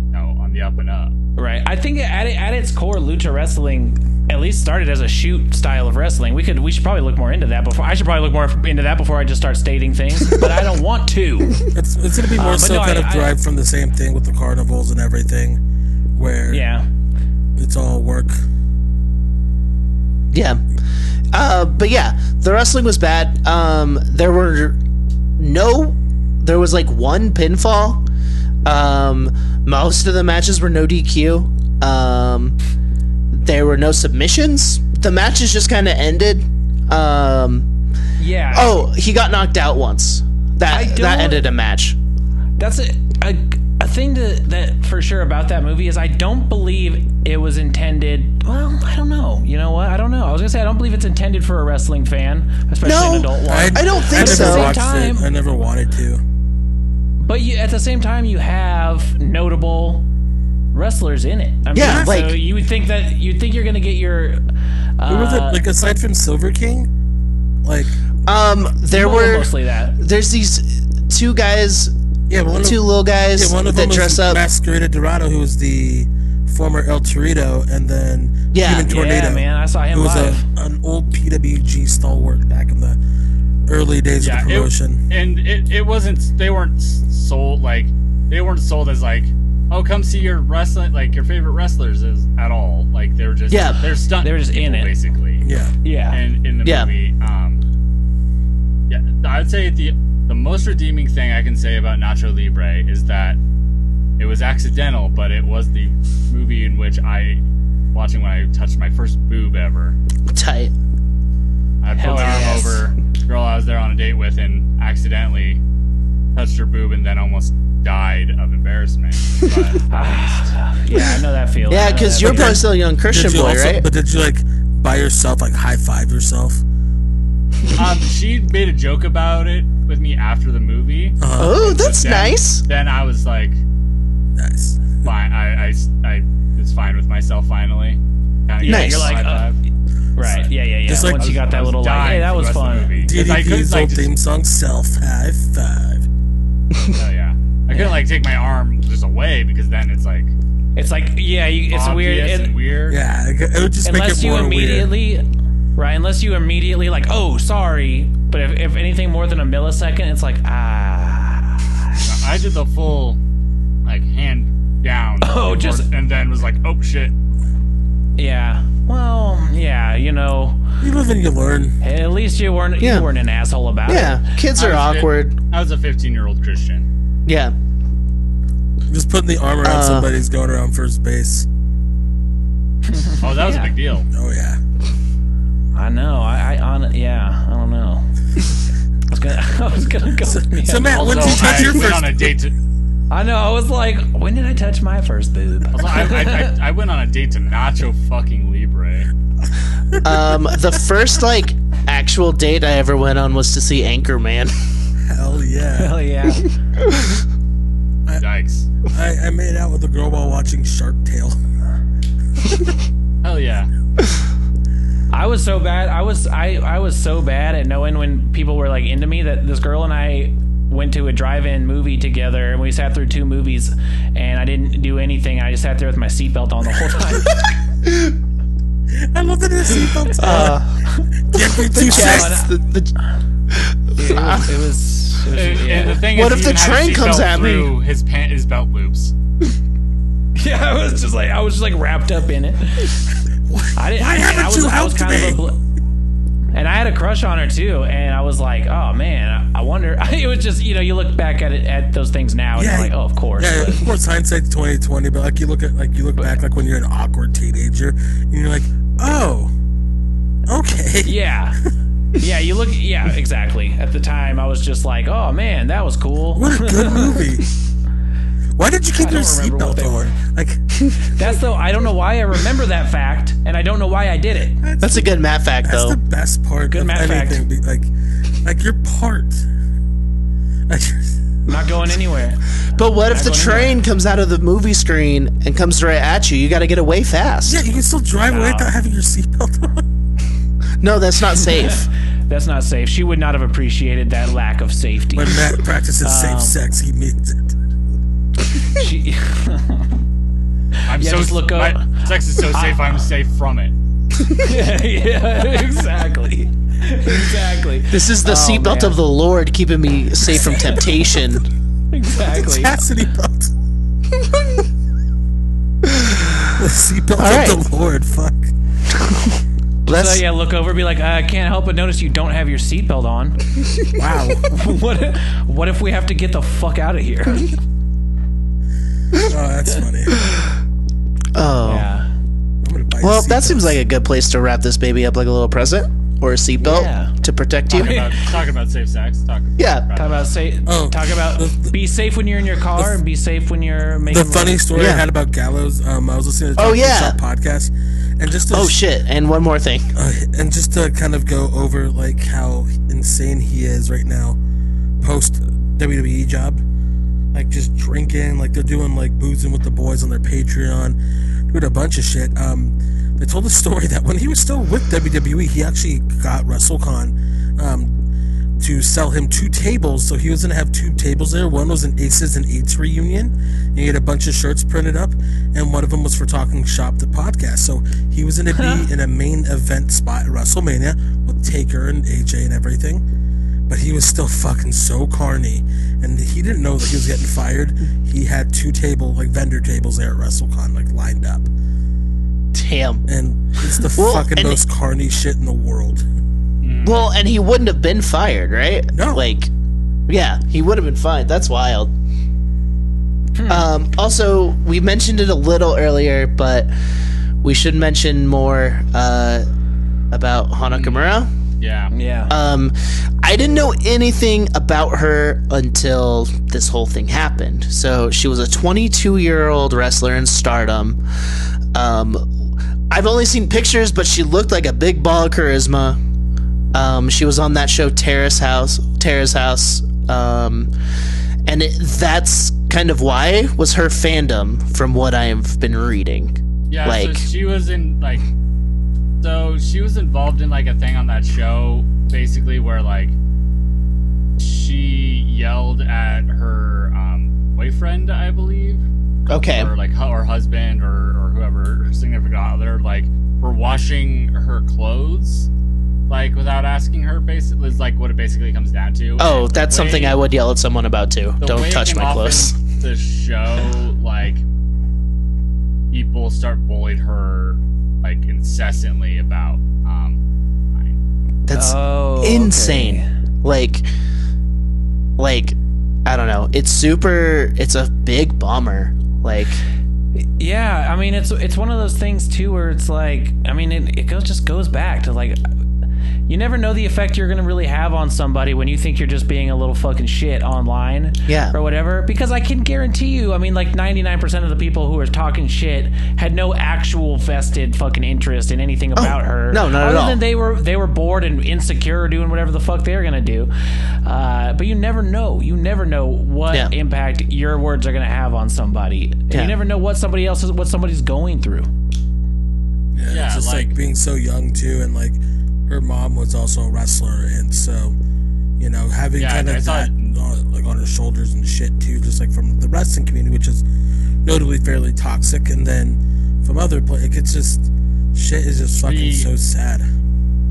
Speaker 5: you know on the up and up.
Speaker 4: Right. I think at, at its core, lucha wrestling at least started as a shoot style of wrestling. We could we should probably look more into that before I should probably look more into that before I just start stating things. But I don't want to.
Speaker 3: It's, it's gonna be more
Speaker 4: Uh, but
Speaker 3: so
Speaker 4: no,
Speaker 3: kind
Speaker 4: I-
Speaker 3: of
Speaker 4: I-
Speaker 3: derived from the same thing with the carnivals and everything, where
Speaker 4: Yeah.
Speaker 3: it's all work.
Speaker 2: Yeah. Uh, but yeah, the wrestling was bad. Um, there were no, there was like one pinfall. Um, most of the matches were no DQ. Um, there were no submissions. The matches just kind of ended. Um,
Speaker 4: Yeah.
Speaker 2: oh, he got knocked out once. That that
Speaker 4: don't-
Speaker 2: ended a match.
Speaker 4: that's a, a, a thing to, that for sure about that movie is I don't believe it was intended. Well, I don't know. You know what? I don't know. I was gonna say I don't believe it's intended for a wrestling fan, especially
Speaker 2: No.
Speaker 4: an adult one.
Speaker 2: I don't think
Speaker 3: never
Speaker 2: so.
Speaker 3: watched
Speaker 4: Same
Speaker 3: it.
Speaker 4: time.
Speaker 3: I never wanted to.
Speaker 4: But you, at the same time, you have notable wrestlers in it. I mean,
Speaker 2: Yeah,
Speaker 4: so
Speaker 2: like-
Speaker 4: you would think that you'd think you're gonna get your.
Speaker 3: Who was it?
Speaker 4: Uh,
Speaker 3: Like aside from Silver King, like
Speaker 2: Um, there
Speaker 4: well,
Speaker 2: were
Speaker 4: mostly that.
Speaker 2: there's these two guys,
Speaker 3: yeah, one
Speaker 2: two
Speaker 3: of,
Speaker 2: little guys
Speaker 3: yeah, one of them
Speaker 2: that dress
Speaker 3: was
Speaker 2: up.
Speaker 3: Masquerita Dorado, who was the former El Torito, and then
Speaker 2: Yeah.
Speaker 3: Human Tornado.
Speaker 4: Yeah, man, I saw him
Speaker 3: who was a,
Speaker 4: live.
Speaker 3: an old PWG stalwart back in the early days
Speaker 5: Yeah,
Speaker 3: of the
Speaker 5: it-
Speaker 3: promotion.
Speaker 5: and it, it wasn't they weren't s- sold like they weren't sold as like oh come see your wrestling like your favorite wrestlers is at all like they were just
Speaker 2: Yeah.
Speaker 5: they're stunt
Speaker 4: They were just in
Speaker 5: people,
Speaker 4: it.
Speaker 5: basically
Speaker 3: yeah,
Speaker 4: yeah,
Speaker 5: and in the
Speaker 2: Yeah.
Speaker 5: movie um yeah I'd say the the most redeeming thing I can say about Nacho Libre is that it was accidental but it was the movie in which I watching when I touched my first boob ever
Speaker 2: Tight.
Speaker 5: I put
Speaker 4: Hell
Speaker 5: my
Speaker 4: yes.
Speaker 5: arm over girl I was there on a date with and accidentally touched her boob and then almost died of embarrassment. But
Speaker 4: yeah, I know that feeling. I
Speaker 2: Yeah,
Speaker 4: know
Speaker 2: because
Speaker 4: that
Speaker 2: you're
Speaker 4: feeling.
Speaker 2: probably still a young Christian
Speaker 3: Did you
Speaker 2: boy,
Speaker 3: also-
Speaker 2: right?
Speaker 3: But did you like by yourself, like high five yourself?
Speaker 5: um, she made a joke about it with me after the movie.
Speaker 3: Uh,
Speaker 2: Oh, that's
Speaker 5: Then-
Speaker 2: nice.
Speaker 5: Then I was like,
Speaker 3: Nice.
Speaker 5: fine. I, I, I was fine with myself finally. Kinda gave
Speaker 2: Nice.
Speaker 5: her a
Speaker 4: You're like,
Speaker 5: high
Speaker 4: uh,
Speaker 5: five.
Speaker 4: right. Yeah, yeah, yeah.
Speaker 3: Just like-
Speaker 4: Once you
Speaker 5: I
Speaker 4: got
Speaker 5: was- I
Speaker 4: that
Speaker 5: was
Speaker 4: little like,
Speaker 5: dying
Speaker 4: hey,
Speaker 5: for
Speaker 4: that
Speaker 5: the
Speaker 4: was
Speaker 5: rest of the
Speaker 4: fun.
Speaker 5: movie. 'Cause I couldn't
Speaker 3: DDP's
Speaker 5: like
Speaker 3: old
Speaker 5: just,
Speaker 3: theme song, self high five.
Speaker 5: oh, yeah. I couldn't like take my arm just away because then it's like
Speaker 4: It's like, yeah, you, it's weird.
Speaker 5: obvious
Speaker 4: and-
Speaker 5: and weird.
Speaker 3: Yeah, it, it would just make
Speaker 4: unless
Speaker 3: it
Speaker 4: you
Speaker 3: more weird.
Speaker 4: immediately right unless you immediately like oh sorry but if, if anything more than a millisecond it's like ah
Speaker 5: I did the full like hand down.
Speaker 4: Oh,
Speaker 5: before-
Speaker 4: just-
Speaker 5: and then was like, oh shit.
Speaker 4: yeah well yeah you know
Speaker 3: You live and you learn.
Speaker 4: at least you weren't
Speaker 2: Yeah.
Speaker 4: you weren't an asshole about it
Speaker 2: Yeah, kids are
Speaker 5: I was a-
Speaker 2: awkward.
Speaker 5: I was a 15 year old Christian.
Speaker 2: Yeah.
Speaker 3: Just putting the arm around
Speaker 2: Uh.
Speaker 3: somebody's going around first base.
Speaker 5: Oh, that was a big deal.
Speaker 3: Oh yeah.
Speaker 4: i know i i on yeah i don't know I was gonna, I was gonna go. with me.
Speaker 3: So Matt, when did
Speaker 5: So
Speaker 3: you touch
Speaker 5: I
Speaker 3: your
Speaker 5: went
Speaker 3: first?
Speaker 5: on a date. To,
Speaker 4: I know. I was like, when did I touch my first boob?
Speaker 5: so I, I, I, I went on a date to Nacho fucking Libre.
Speaker 2: Um, the first like actual date I ever went on was to see Anchorman.
Speaker 3: Hell yeah.
Speaker 4: Hell yeah!
Speaker 5: Yikes.
Speaker 3: I, I made out with a girl while watching Shark Tale.
Speaker 5: Hell yeah.
Speaker 4: I was so bad. I was I I was so bad at knowing when people were like into me that this girl and I went to a drive-in movie together and we sat through two movies and I didn't do anything. I just sat there with my seatbelt on the whole time.
Speaker 3: I love that his seatbelt's on. Give me two seconds.
Speaker 2: Uh, The- the-
Speaker 4: it, was, it was. it was-
Speaker 5: And,
Speaker 4: yeah.
Speaker 5: and the thing
Speaker 2: What
Speaker 5: is,
Speaker 2: if
Speaker 5: he
Speaker 2: the
Speaker 5: had his
Speaker 2: train comes
Speaker 5: seatbelt
Speaker 2: at me?
Speaker 5: Through his pant, his belt loops.
Speaker 4: Yeah, I was just like I was just like wrapped up in it. I didn't.
Speaker 3: why
Speaker 4: I,
Speaker 3: haven't
Speaker 4: I was,
Speaker 3: you
Speaker 4: I was
Speaker 3: helped
Speaker 4: kind of a. bl- and I had a crush on her too, and I was like, "Oh man, I, I wonder." It was just you know you look back at it at those things now, and
Speaker 3: Yeah.
Speaker 4: you're like, "Oh, of course."
Speaker 3: Yeah,
Speaker 4: but-
Speaker 3: of course hindsight's twenty twenty, but like you look at like you look back like when you're an awkward teenager and you're like, oh, okay.
Speaker 4: Yeah. Yeah, you look. Yeah, exactly. At the time, I was just like, "Oh man, that was cool."
Speaker 3: What a good movie. Why did you keep your
Speaker 4: don't remember
Speaker 3: seatbelt
Speaker 4: what they
Speaker 3: on? Like,
Speaker 4: That's though. I don't know why I remember that fact, and I don't know why I did it.
Speaker 2: that's a good math fact
Speaker 3: that's
Speaker 2: though.
Speaker 3: the best part
Speaker 4: Good
Speaker 3: of
Speaker 4: math fact.
Speaker 3: anything. be- Like, like your part. Like,
Speaker 4: Not going anywhere.
Speaker 2: But what if the
Speaker 4: going
Speaker 2: train comes out of the movie screen and comes right at you? You got to get away fast.
Speaker 3: yeah, you can still drive away without having your seatbelt on.
Speaker 2: No, that's not safe.
Speaker 4: That's not safe. She would not have appreciated that lack of safety.
Speaker 3: When Matt practices
Speaker 2: Um,
Speaker 3: safe sex, he means it.
Speaker 4: She,
Speaker 5: I'm
Speaker 4: Yeah,
Speaker 5: so
Speaker 4: just look up.
Speaker 5: my- sex is so safe. I'm safe from it.
Speaker 4: yeah, exactly, exactly,
Speaker 2: This is the seatbelt
Speaker 4: man.
Speaker 2: of the Lord keeping me safe from temptation.
Speaker 4: exactly.
Speaker 3: Chastity belt. the seatbelt
Speaker 2: right.
Speaker 3: of the Lord. Fuck. Oh,
Speaker 2: Let's,
Speaker 4: So yeah, look over, be like, I can't help but notice you don't have your seatbelt on.
Speaker 3: Wow.
Speaker 4: what? What if we have to get the fuck out of here?
Speaker 3: oh, that's funny.
Speaker 2: Oh.
Speaker 4: Yeah.
Speaker 3: I'm gonna buy you
Speaker 2: Well, that
Speaker 3: seatbelts.
Speaker 2: seems like a good place to wrap this baby up like a little present or a seatbelt
Speaker 4: Yeah.
Speaker 2: to protect you.
Speaker 5: Talking about, Uh, talking about safe sex. Talking
Speaker 2: Yeah.
Speaker 4: Talk about say.
Speaker 3: Oh.
Speaker 4: talk about be safe when you're in your car and be safe when you're making.
Speaker 3: the funny story I
Speaker 2: Yeah.
Speaker 3: had about Gallows. Um, I was listening to the
Speaker 2: Oh,
Speaker 3: Talking
Speaker 2: yeah.
Speaker 3: Shop podcast, and just to,
Speaker 2: Oh shit, and one more thing.
Speaker 3: uh, and just to kind of go over like how insane he is right now, post WWE E job. like just drinking, like they're doing like boozing with the boys on their Patreon, doing a bunch of shit. Um, they told a story that when he was still with WWE, he actually got WrestleCon um, to sell him two tables. So he was gonna have two tables there. One was an Aces and Eights reunion, and he had a bunch of shirts printed up, and one of them was for Talking Shop the podcast. So he was gonna be in a main event spot at WrestleMania with Taker and AJ and everything but he was still fucking so carny and he didn't know that he was getting fired he had two table like vendor tables there at wrestlecon like lined up
Speaker 2: Damn.
Speaker 3: and it's the
Speaker 2: Well,
Speaker 3: fucking
Speaker 2: and-
Speaker 3: most carny shit in the world
Speaker 2: Well, and he wouldn't have been fired, right?
Speaker 3: No.
Speaker 2: Like, yeah, he would have been fine. That's wild. Um, also, we mentioned it a little earlier, but we should mention more uh, about Hanakamura.
Speaker 5: Yeah.
Speaker 4: Yeah.
Speaker 2: Um, I didn't know anything about her until this whole thing happened. So she was a 22 year old wrestler in stardom. Um, I've only seen pictures, but she looked like a big ball of charisma. Um, she was on that show Terrace House, Terrace House, um, and it, that's kind of why was her fandom from what I've been reading.
Speaker 5: Yeah,
Speaker 2: Like-
Speaker 5: so she was in like so she was involved in like a thing on that show basically where like she yelled at her um, boyfriend, I believe,
Speaker 2: Okay,
Speaker 5: or like hu- or husband or or whoever her significant other like for washing her clothes like without asking her basically is like what it basically comes down to.
Speaker 2: oh,
Speaker 5: And the
Speaker 2: that's something
Speaker 5: way-
Speaker 2: I would yell at someone about too.
Speaker 5: the way
Speaker 2: Don't
Speaker 5: it
Speaker 2: touch
Speaker 5: came
Speaker 2: my
Speaker 5: off
Speaker 2: clothes.
Speaker 5: in The show, like, people start bullying her, like, incessantly about, um, mine.
Speaker 2: That's
Speaker 4: oh, okay.
Speaker 2: insane. Like, like, I don't know. It's super. It's a big bummer. Like,
Speaker 4: Yeah, I mean it's it's one of those things too where it's like I mean it, it goes just goes back to like you never know the effect you're gonna really have on somebody when you think you're just being a little fucking shit online
Speaker 2: Yeah.
Speaker 4: or whatever because I can guarantee you I mean like 99% of the people who are talking shit had no actual vested fucking interest in anything about her
Speaker 2: Oh, no, not at
Speaker 4: other
Speaker 2: all.
Speaker 4: than they were they were bored and insecure doing whatever the fuck they're gonna do uh, but you never know you never know what
Speaker 2: Yeah.
Speaker 4: impact your words are gonna have on somebody And
Speaker 2: Yeah.
Speaker 4: you never know what somebody else is what somebody's going through
Speaker 3: yeah,
Speaker 5: Yeah,
Speaker 3: it's just like,
Speaker 5: like-
Speaker 3: being so young too and like her mom was also a wrestler and so you know having
Speaker 5: Yeah,
Speaker 3: kind
Speaker 5: I
Speaker 3: of
Speaker 5: saw
Speaker 3: that
Speaker 5: it.
Speaker 3: on, like on her shoulders and shit too just like from the wrestling community which is notably fairly toxic and then from other pla like it's just shit is just fucking
Speaker 5: The-
Speaker 3: so sad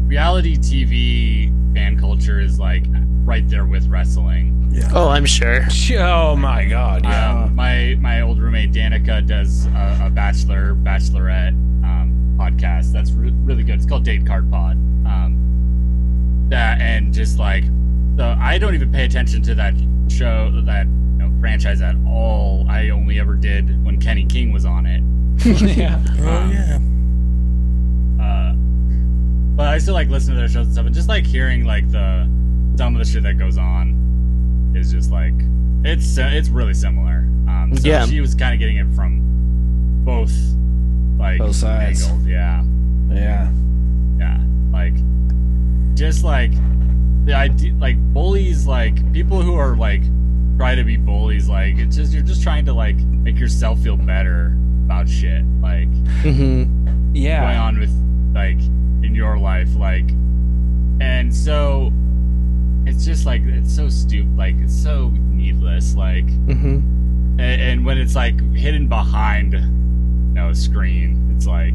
Speaker 5: Reality TV fan culture is, like, right there with wrestling.
Speaker 3: yeah
Speaker 2: oh, I'm sure.
Speaker 4: oh my god
Speaker 5: Um, my, my old roommate, Danica, does a, a Bachelor, Bachelorette, um, podcast that's re- really good. It's called Date Card Pod. Um, that, and just, like, So I don't even pay attention to that show, that you know, franchise at all. I only ever did when Kenny King was on it.
Speaker 4: yeah
Speaker 3: oh yeah
Speaker 5: Uh, but I still like listen to their shows and stuff, and just like hearing like the some of the shit that goes on is just like it's uh, it's really similar. Um, so
Speaker 2: Yeah.
Speaker 5: she was kind of getting it from both like
Speaker 4: Both sides.
Speaker 5: angles. Yeah.
Speaker 4: yeah
Speaker 5: yeah like just like the idea like bullies like people who are like try to be bullies like it's just you're just trying to like make yourself feel better about shit like
Speaker 2: Mm-hmm.
Speaker 5: going
Speaker 4: yeah
Speaker 5: on with like in your life like and so it's just like it's so stupid like it's so needless like
Speaker 2: Mm-hmm.
Speaker 5: and, and when it's like hidden behind you know, a screen it's like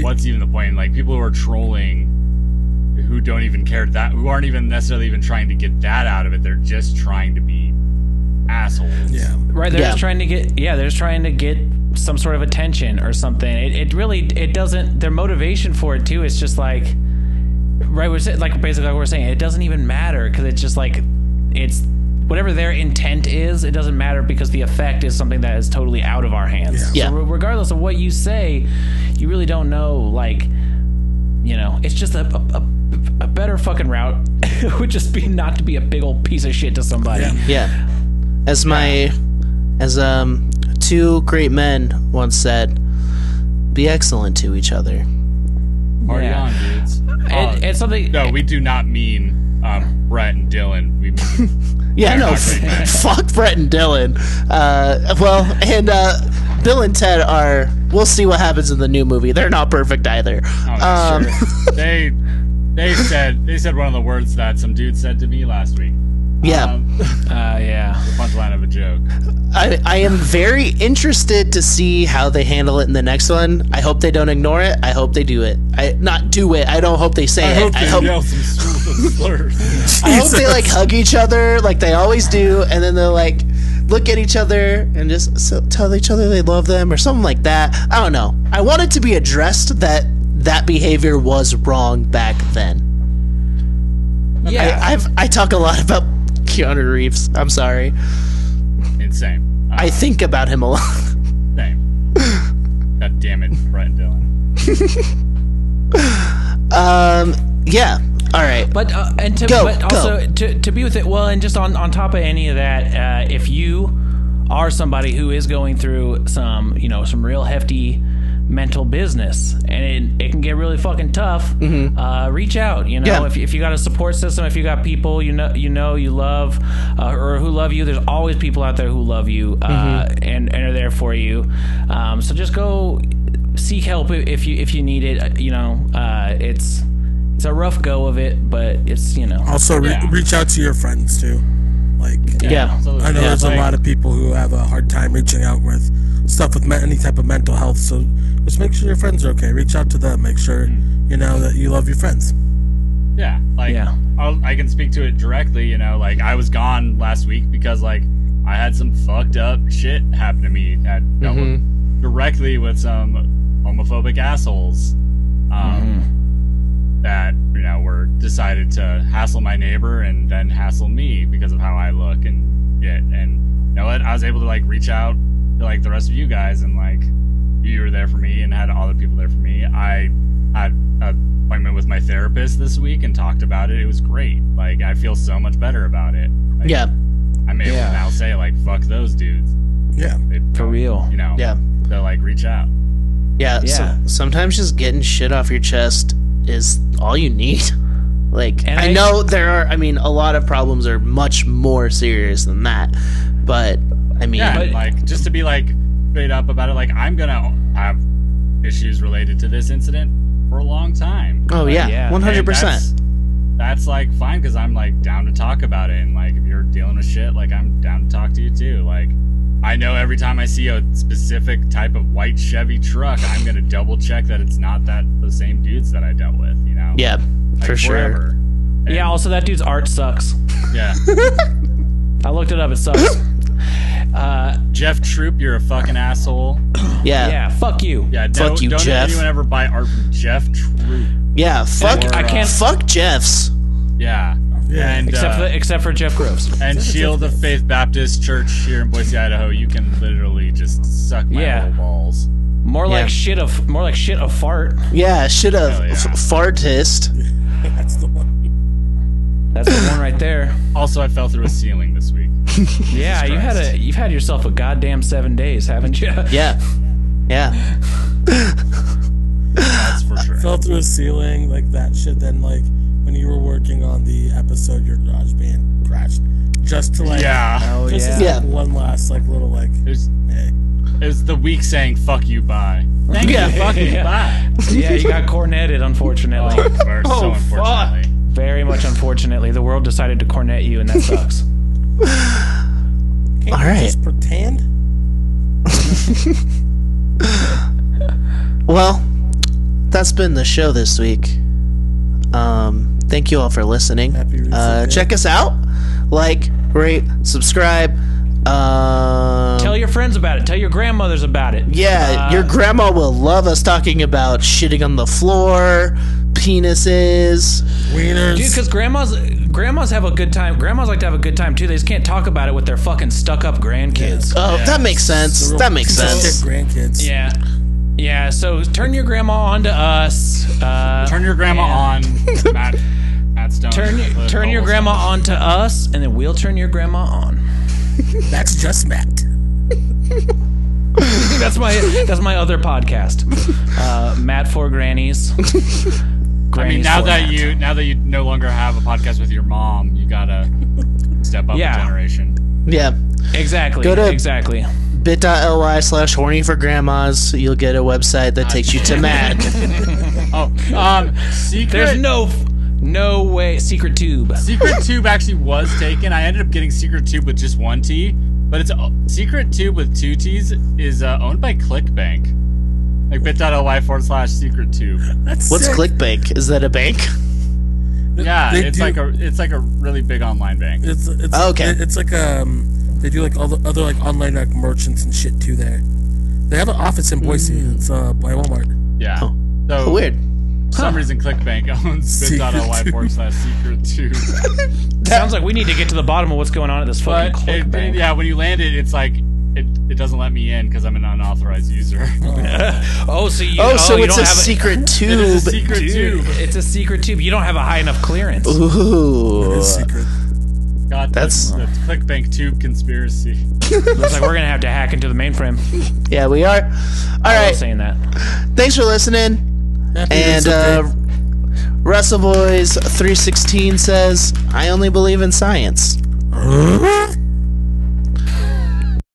Speaker 5: what's even the point like people who are trolling who don't even care that who aren't even necessarily even trying to get that out of it they're just trying to be assholes
Speaker 3: yeah
Speaker 5: Um,
Speaker 4: right they're
Speaker 2: Yeah.
Speaker 4: just trying to get yeah they're just trying to get some sort of attention or something it, it really it doesn't their motivation for it too is just like right we're saying, like basically like we're saying it doesn't even matter because it's just like it's whatever their intent is it doesn't matter because the effect is something that is totally out of our hands
Speaker 3: Yeah.
Speaker 2: Yeah.
Speaker 4: so re- regardless of what you say you really don't know like you know it's just a, a, a, a better fucking route would just be not to be a big old piece of shit to somebody
Speaker 3: Yeah.
Speaker 2: Yeah. As my, as um, two great men once said, "Be excellent to each other."
Speaker 5: party
Speaker 4: Yeah.
Speaker 5: on dudes
Speaker 4: And- and something
Speaker 5: no we do not mean um brett and dylan we mean
Speaker 2: Yeah, no, f- fuck Brett and Dylan. Uh, well, and uh, Bill and Ted are. We'll see what happens in the new movie. They're not perfect either.
Speaker 5: Oh,
Speaker 2: um,
Speaker 5: sure. they they said they said one of the words that some dude said to me last week.
Speaker 2: yeah,
Speaker 5: Um,
Speaker 4: Uh, yeah.
Speaker 5: the punchline of a joke.
Speaker 2: I, I am very interested to see how they handle it in the next one. I hope they don't ignore it. I hope they do it. I not do it. I don't hope they say
Speaker 5: I
Speaker 2: it.
Speaker 5: hope
Speaker 2: I
Speaker 5: they
Speaker 2: hope
Speaker 5: yell some slur- slurs.
Speaker 2: I hope they like hug each other like they always do, and then they're like look at each other and just so, tell each other they love them or something like that. I don't know. I want it to be addressed that that behavior was wrong back then.
Speaker 4: Yeah.
Speaker 2: I, I've I talk a lot about Keanu Reeves. I'm sorry.
Speaker 5: Insane. Uh,
Speaker 2: I think about him a lot.
Speaker 5: same. God damn it, Brian Dillon.
Speaker 2: Um. Yeah. All right.
Speaker 4: But uh, and to
Speaker 2: Go,
Speaker 4: but
Speaker 2: go.
Speaker 4: also to to be with it well and just on on top of any of that, uh, if you are somebody who is going through some you know some real hefty mental business and it, it can get really fucking tough uh, reach out you know
Speaker 2: Mm-hmm. Yeah.
Speaker 4: if, if you got a support system if you got people you know you know you love uh, or who love you there's always people out there who love you uh,
Speaker 2: Mm-hmm.
Speaker 4: and, and are there for you um, so just go seek help i- if you if you need it Uh, you know uh, it's it's a rough go of it, but it's you know.
Speaker 3: Also, re-
Speaker 5: Yeah.
Speaker 3: reach out to your friends too. Like,
Speaker 2: Yeah.
Speaker 5: Absolutely.
Speaker 3: I know
Speaker 5: Yeah,
Speaker 3: there's
Speaker 5: like,
Speaker 3: a lot of people who have a hard time reaching out with stuff with me- any type of mental health. So just make sure your friends are okay. Reach out to them. Make sure
Speaker 5: Mm.
Speaker 3: you know that you love your friends.
Speaker 5: Yeah, like
Speaker 4: Yeah.
Speaker 5: I'll, I can speak to it directly. You know, like I was gone last week because like I had some fucked up shit happen to me that dealt with, directly with some homophobic assholes um,
Speaker 4: Mm-hmm.
Speaker 2: Mm-hmm.
Speaker 5: that you know were decided to hassle my neighbor and then hassle me because of how I look and shit. And you know what? I was able to like reach out to like the rest of you guys and like you were there for me and had other people there for me. I had an appointment with my therapist this week and talked about it. It was great. Like I feel so much better about it. Like,
Speaker 2: Yeah.
Speaker 5: I'm able
Speaker 4: Yeah.
Speaker 5: to now say like fuck those dudes.
Speaker 3: Yeah.
Speaker 5: They-
Speaker 4: For real.
Speaker 5: You know.
Speaker 2: Yeah.
Speaker 5: So like reach out.
Speaker 2: Yeah, so-
Speaker 4: Yeah.
Speaker 2: sometimes just getting shit off your chest is all you need. Like
Speaker 4: And
Speaker 2: I,
Speaker 4: I-
Speaker 2: know there are I mean a lot of problems are much more serious than that, but I mean
Speaker 5: Yeah.
Speaker 4: but-
Speaker 5: like just to be like straight up about it. Like I'm gonna have issues related to this incident for a long time.
Speaker 2: Oh yeah,
Speaker 4: yeah.
Speaker 2: one hundred percent.
Speaker 5: And That's, that's like fine because I'm like down to talk about it, and like if you're dealing with shit, like I'm down to talk to you too. Like I know every time I see a specific type of white Chevy truck, I'm gonna double check that it's not that the same dudes that I dealt with. You know?
Speaker 2: Yeah,
Speaker 5: Like,
Speaker 2: for sure.
Speaker 5: wherever. And-
Speaker 4: Yeah. Also, that dude's art sucks.
Speaker 5: Yeah.
Speaker 4: I looked it up. It sucks. uh,
Speaker 5: Jeff Troop, you're a fucking asshole.
Speaker 2: Yeah. yeah,
Speaker 4: yeah. Fuck you.
Speaker 5: Yeah.
Speaker 2: Fuck
Speaker 5: don't,
Speaker 2: you,
Speaker 5: don't
Speaker 2: Jeff.
Speaker 5: anyone ever buy art from Jeff Troop.
Speaker 2: Fuck,
Speaker 4: I can't.
Speaker 2: fuck Jeff's.
Speaker 5: Yeah.
Speaker 3: Yeah.
Speaker 5: And
Speaker 4: Except
Speaker 5: uh,
Speaker 4: for except for Jeff Groves.
Speaker 5: And Shield of Faith Baptist Church here in Boise, Idaho, you can literally just suck my
Speaker 4: Yeah.
Speaker 5: little balls.
Speaker 4: More
Speaker 2: Yeah.
Speaker 4: like shit of more like shit of fart.
Speaker 2: Yeah, should have
Speaker 5: Hell yeah.
Speaker 2: f- fartist.
Speaker 3: That's the one.
Speaker 4: That's the one right there.
Speaker 5: Also, I fell through a ceiling this week.
Speaker 4: Yeah. You had a you've had yourself a goddamn seven days, haven't you?
Speaker 2: Yeah, yeah,
Speaker 5: That's for sure.
Speaker 3: Fell through a ceiling like that shit. Then like when you were working on the episode, your garage band crashed. Just to like
Speaker 5: Yeah.
Speaker 4: Oh
Speaker 3: Just as
Speaker 4: yeah.
Speaker 2: Yeah.
Speaker 3: like, one last like little like.
Speaker 5: It was,
Speaker 3: eh.
Speaker 5: it was the week saying, fuck you, bye. Thank
Speaker 2: Yeah.
Speaker 5: you, fuck you,
Speaker 4: Yeah.
Speaker 5: bye.
Speaker 4: Yeah. You got corneted, unfortunately.
Speaker 5: Oh, first, so
Speaker 2: Oh, fuck.
Speaker 5: unfortunately.
Speaker 4: Very much unfortunately, the world decided to cornet you, and that sucks.
Speaker 3: Can't
Speaker 2: All
Speaker 3: you
Speaker 2: right.
Speaker 3: Just pretend.
Speaker 2: Well, that's been the show this week. Um, thank you all for listening.
Speaker 3: Happy Roots
Speaker 2: Uh,
Speaker 3: Day.
Speaker 2: check us out. Like, rate, subscribe. Um,
Speaker 4: Tell your friends about it. Tell your grandmothers about it.
Speaker 2: yeah,
Speaker 4: Uh,
Speaker 2: your grandma will love us talking about shitting on the floor, penises.
Speaker 3: Wieners.
Speaker 4: Dude, because grandmas grandmas have a good time. Grandmas like to have a good time too. They just can't talk about it with their fucking stuck up grandkids.
Speaker 2: Oh, that makes sense. That makes sense.
Speaker 3: Get grandkids.
Speaker 4: Yeah, yeah. So turn your grandma on to us. Uh,
Speaker 5: Turn your grandma
Speaker 4: and-
Speaker 5: on, Matt, Matt Stone.
Speaker 4: Turn your,
Speaker 5: Uh,
Speaker 4: turn your
Speaker 5: Noble
Speaker 4: grandma
Speaker 5: Stone.
Speaker 4: on to us, and then we'll turn your grandma on.
Speaker 3: That's just Matt.
Speaker 4: That's my that's my other podcast, uh, Matt for Grannies.
Speaker 5: I
Speaker 4: granny's
Speaker 5: mean, now
Speaker 4: format.
Speaker 5: that you now that you no longer have a podcast with your mom, you gotta step up
Speaker 4: Yeah.
Speaker 5: a generation.
Speaker 2: Yeah.
Speaker 4: exactly
Speaker 2: Go to-
Speaker 4: exactly
Speaker 2: Bit.ly slash horny for grandmas. You'll get a website that takes you to Matt.
Speaker 5: Oh, um, secret.
Speaker 4: there's no f- no way secret tube
Speaker 5: Secret Tube actually was taken. I ended up getting Secret Tube with just one T, but it's uh, Secret Tube with two T's is uh, owned by ClickBank. Like bit.ly forward slash Secret Tube.
Speaker 3: That's
Speaker 2: What's
Speaker 3: sick.
Speaker 2: ClickBank? Is that a bank?
Speaker 5: Yeah,
Speaker 3: They
Speaker 5: it's
Speaker 3: do-
Speaker 5: like a it's like a really big online bank.
Speaker 3: It's it's
Speaker 2: Oh, okay.
Speaker 3: It's like um they do like all the other like online like merchants and shit too there. They have an office in Boise.
Speaker 2: Mm.
Speaker 3: It's uh by Walmart.
Speaker 5: Yeah.
Speaker 2: Oh.
Speaker 5: So
Speaker 2: Weird.
Speaker 5: for some reason ClickBank owns
Speaker 3: Secret
Speaker 5: bit.ly forward slash Secret Tube.
Speaker 4: sounds like we need to get to the bottom of what's going on at this fucking
Speaker 5: But it-
Speaker 4: click bank.
Speaker 5: yeah, when you land it, it's like it, it doesn't let me in because I'm an unauthorized user.
Speaker 4: oh so you
Speaker 2: Oh, so
Speaker 4: you
Speaker 2: it's
Speaker 4: don't
Speaker 2: a
Speaker 4: have
Speaker 2: secret
Speaker 5: it is a
Speaker 2: tube.
Speaker 5: secret
Speaker 4: Dude,
Speaker 5: tube.
Speaker 4: it's a secret tube. You don't have a high enough clearance.
Speaker 2: Ooh.
Speaker 3: It's secret.
Speaker 5: God,
Speaker 2: That's-
Speaker 5: that's the ClickBank tube conspiracy.
Speaker 4: It's like we're gonna have to hack into the mainframe.
Speaker 2: Yeah, we are. All
Speaker 4: I
Speaker 2: right.
Speaker 4: was saying that.
Speaker 2: Thanks for listening.
Speaker 3: Happy
Speaker 2: And
Speaker 3: it's okay.
Speaker 2: uh, Russell Boys 316 says, I only believe in science.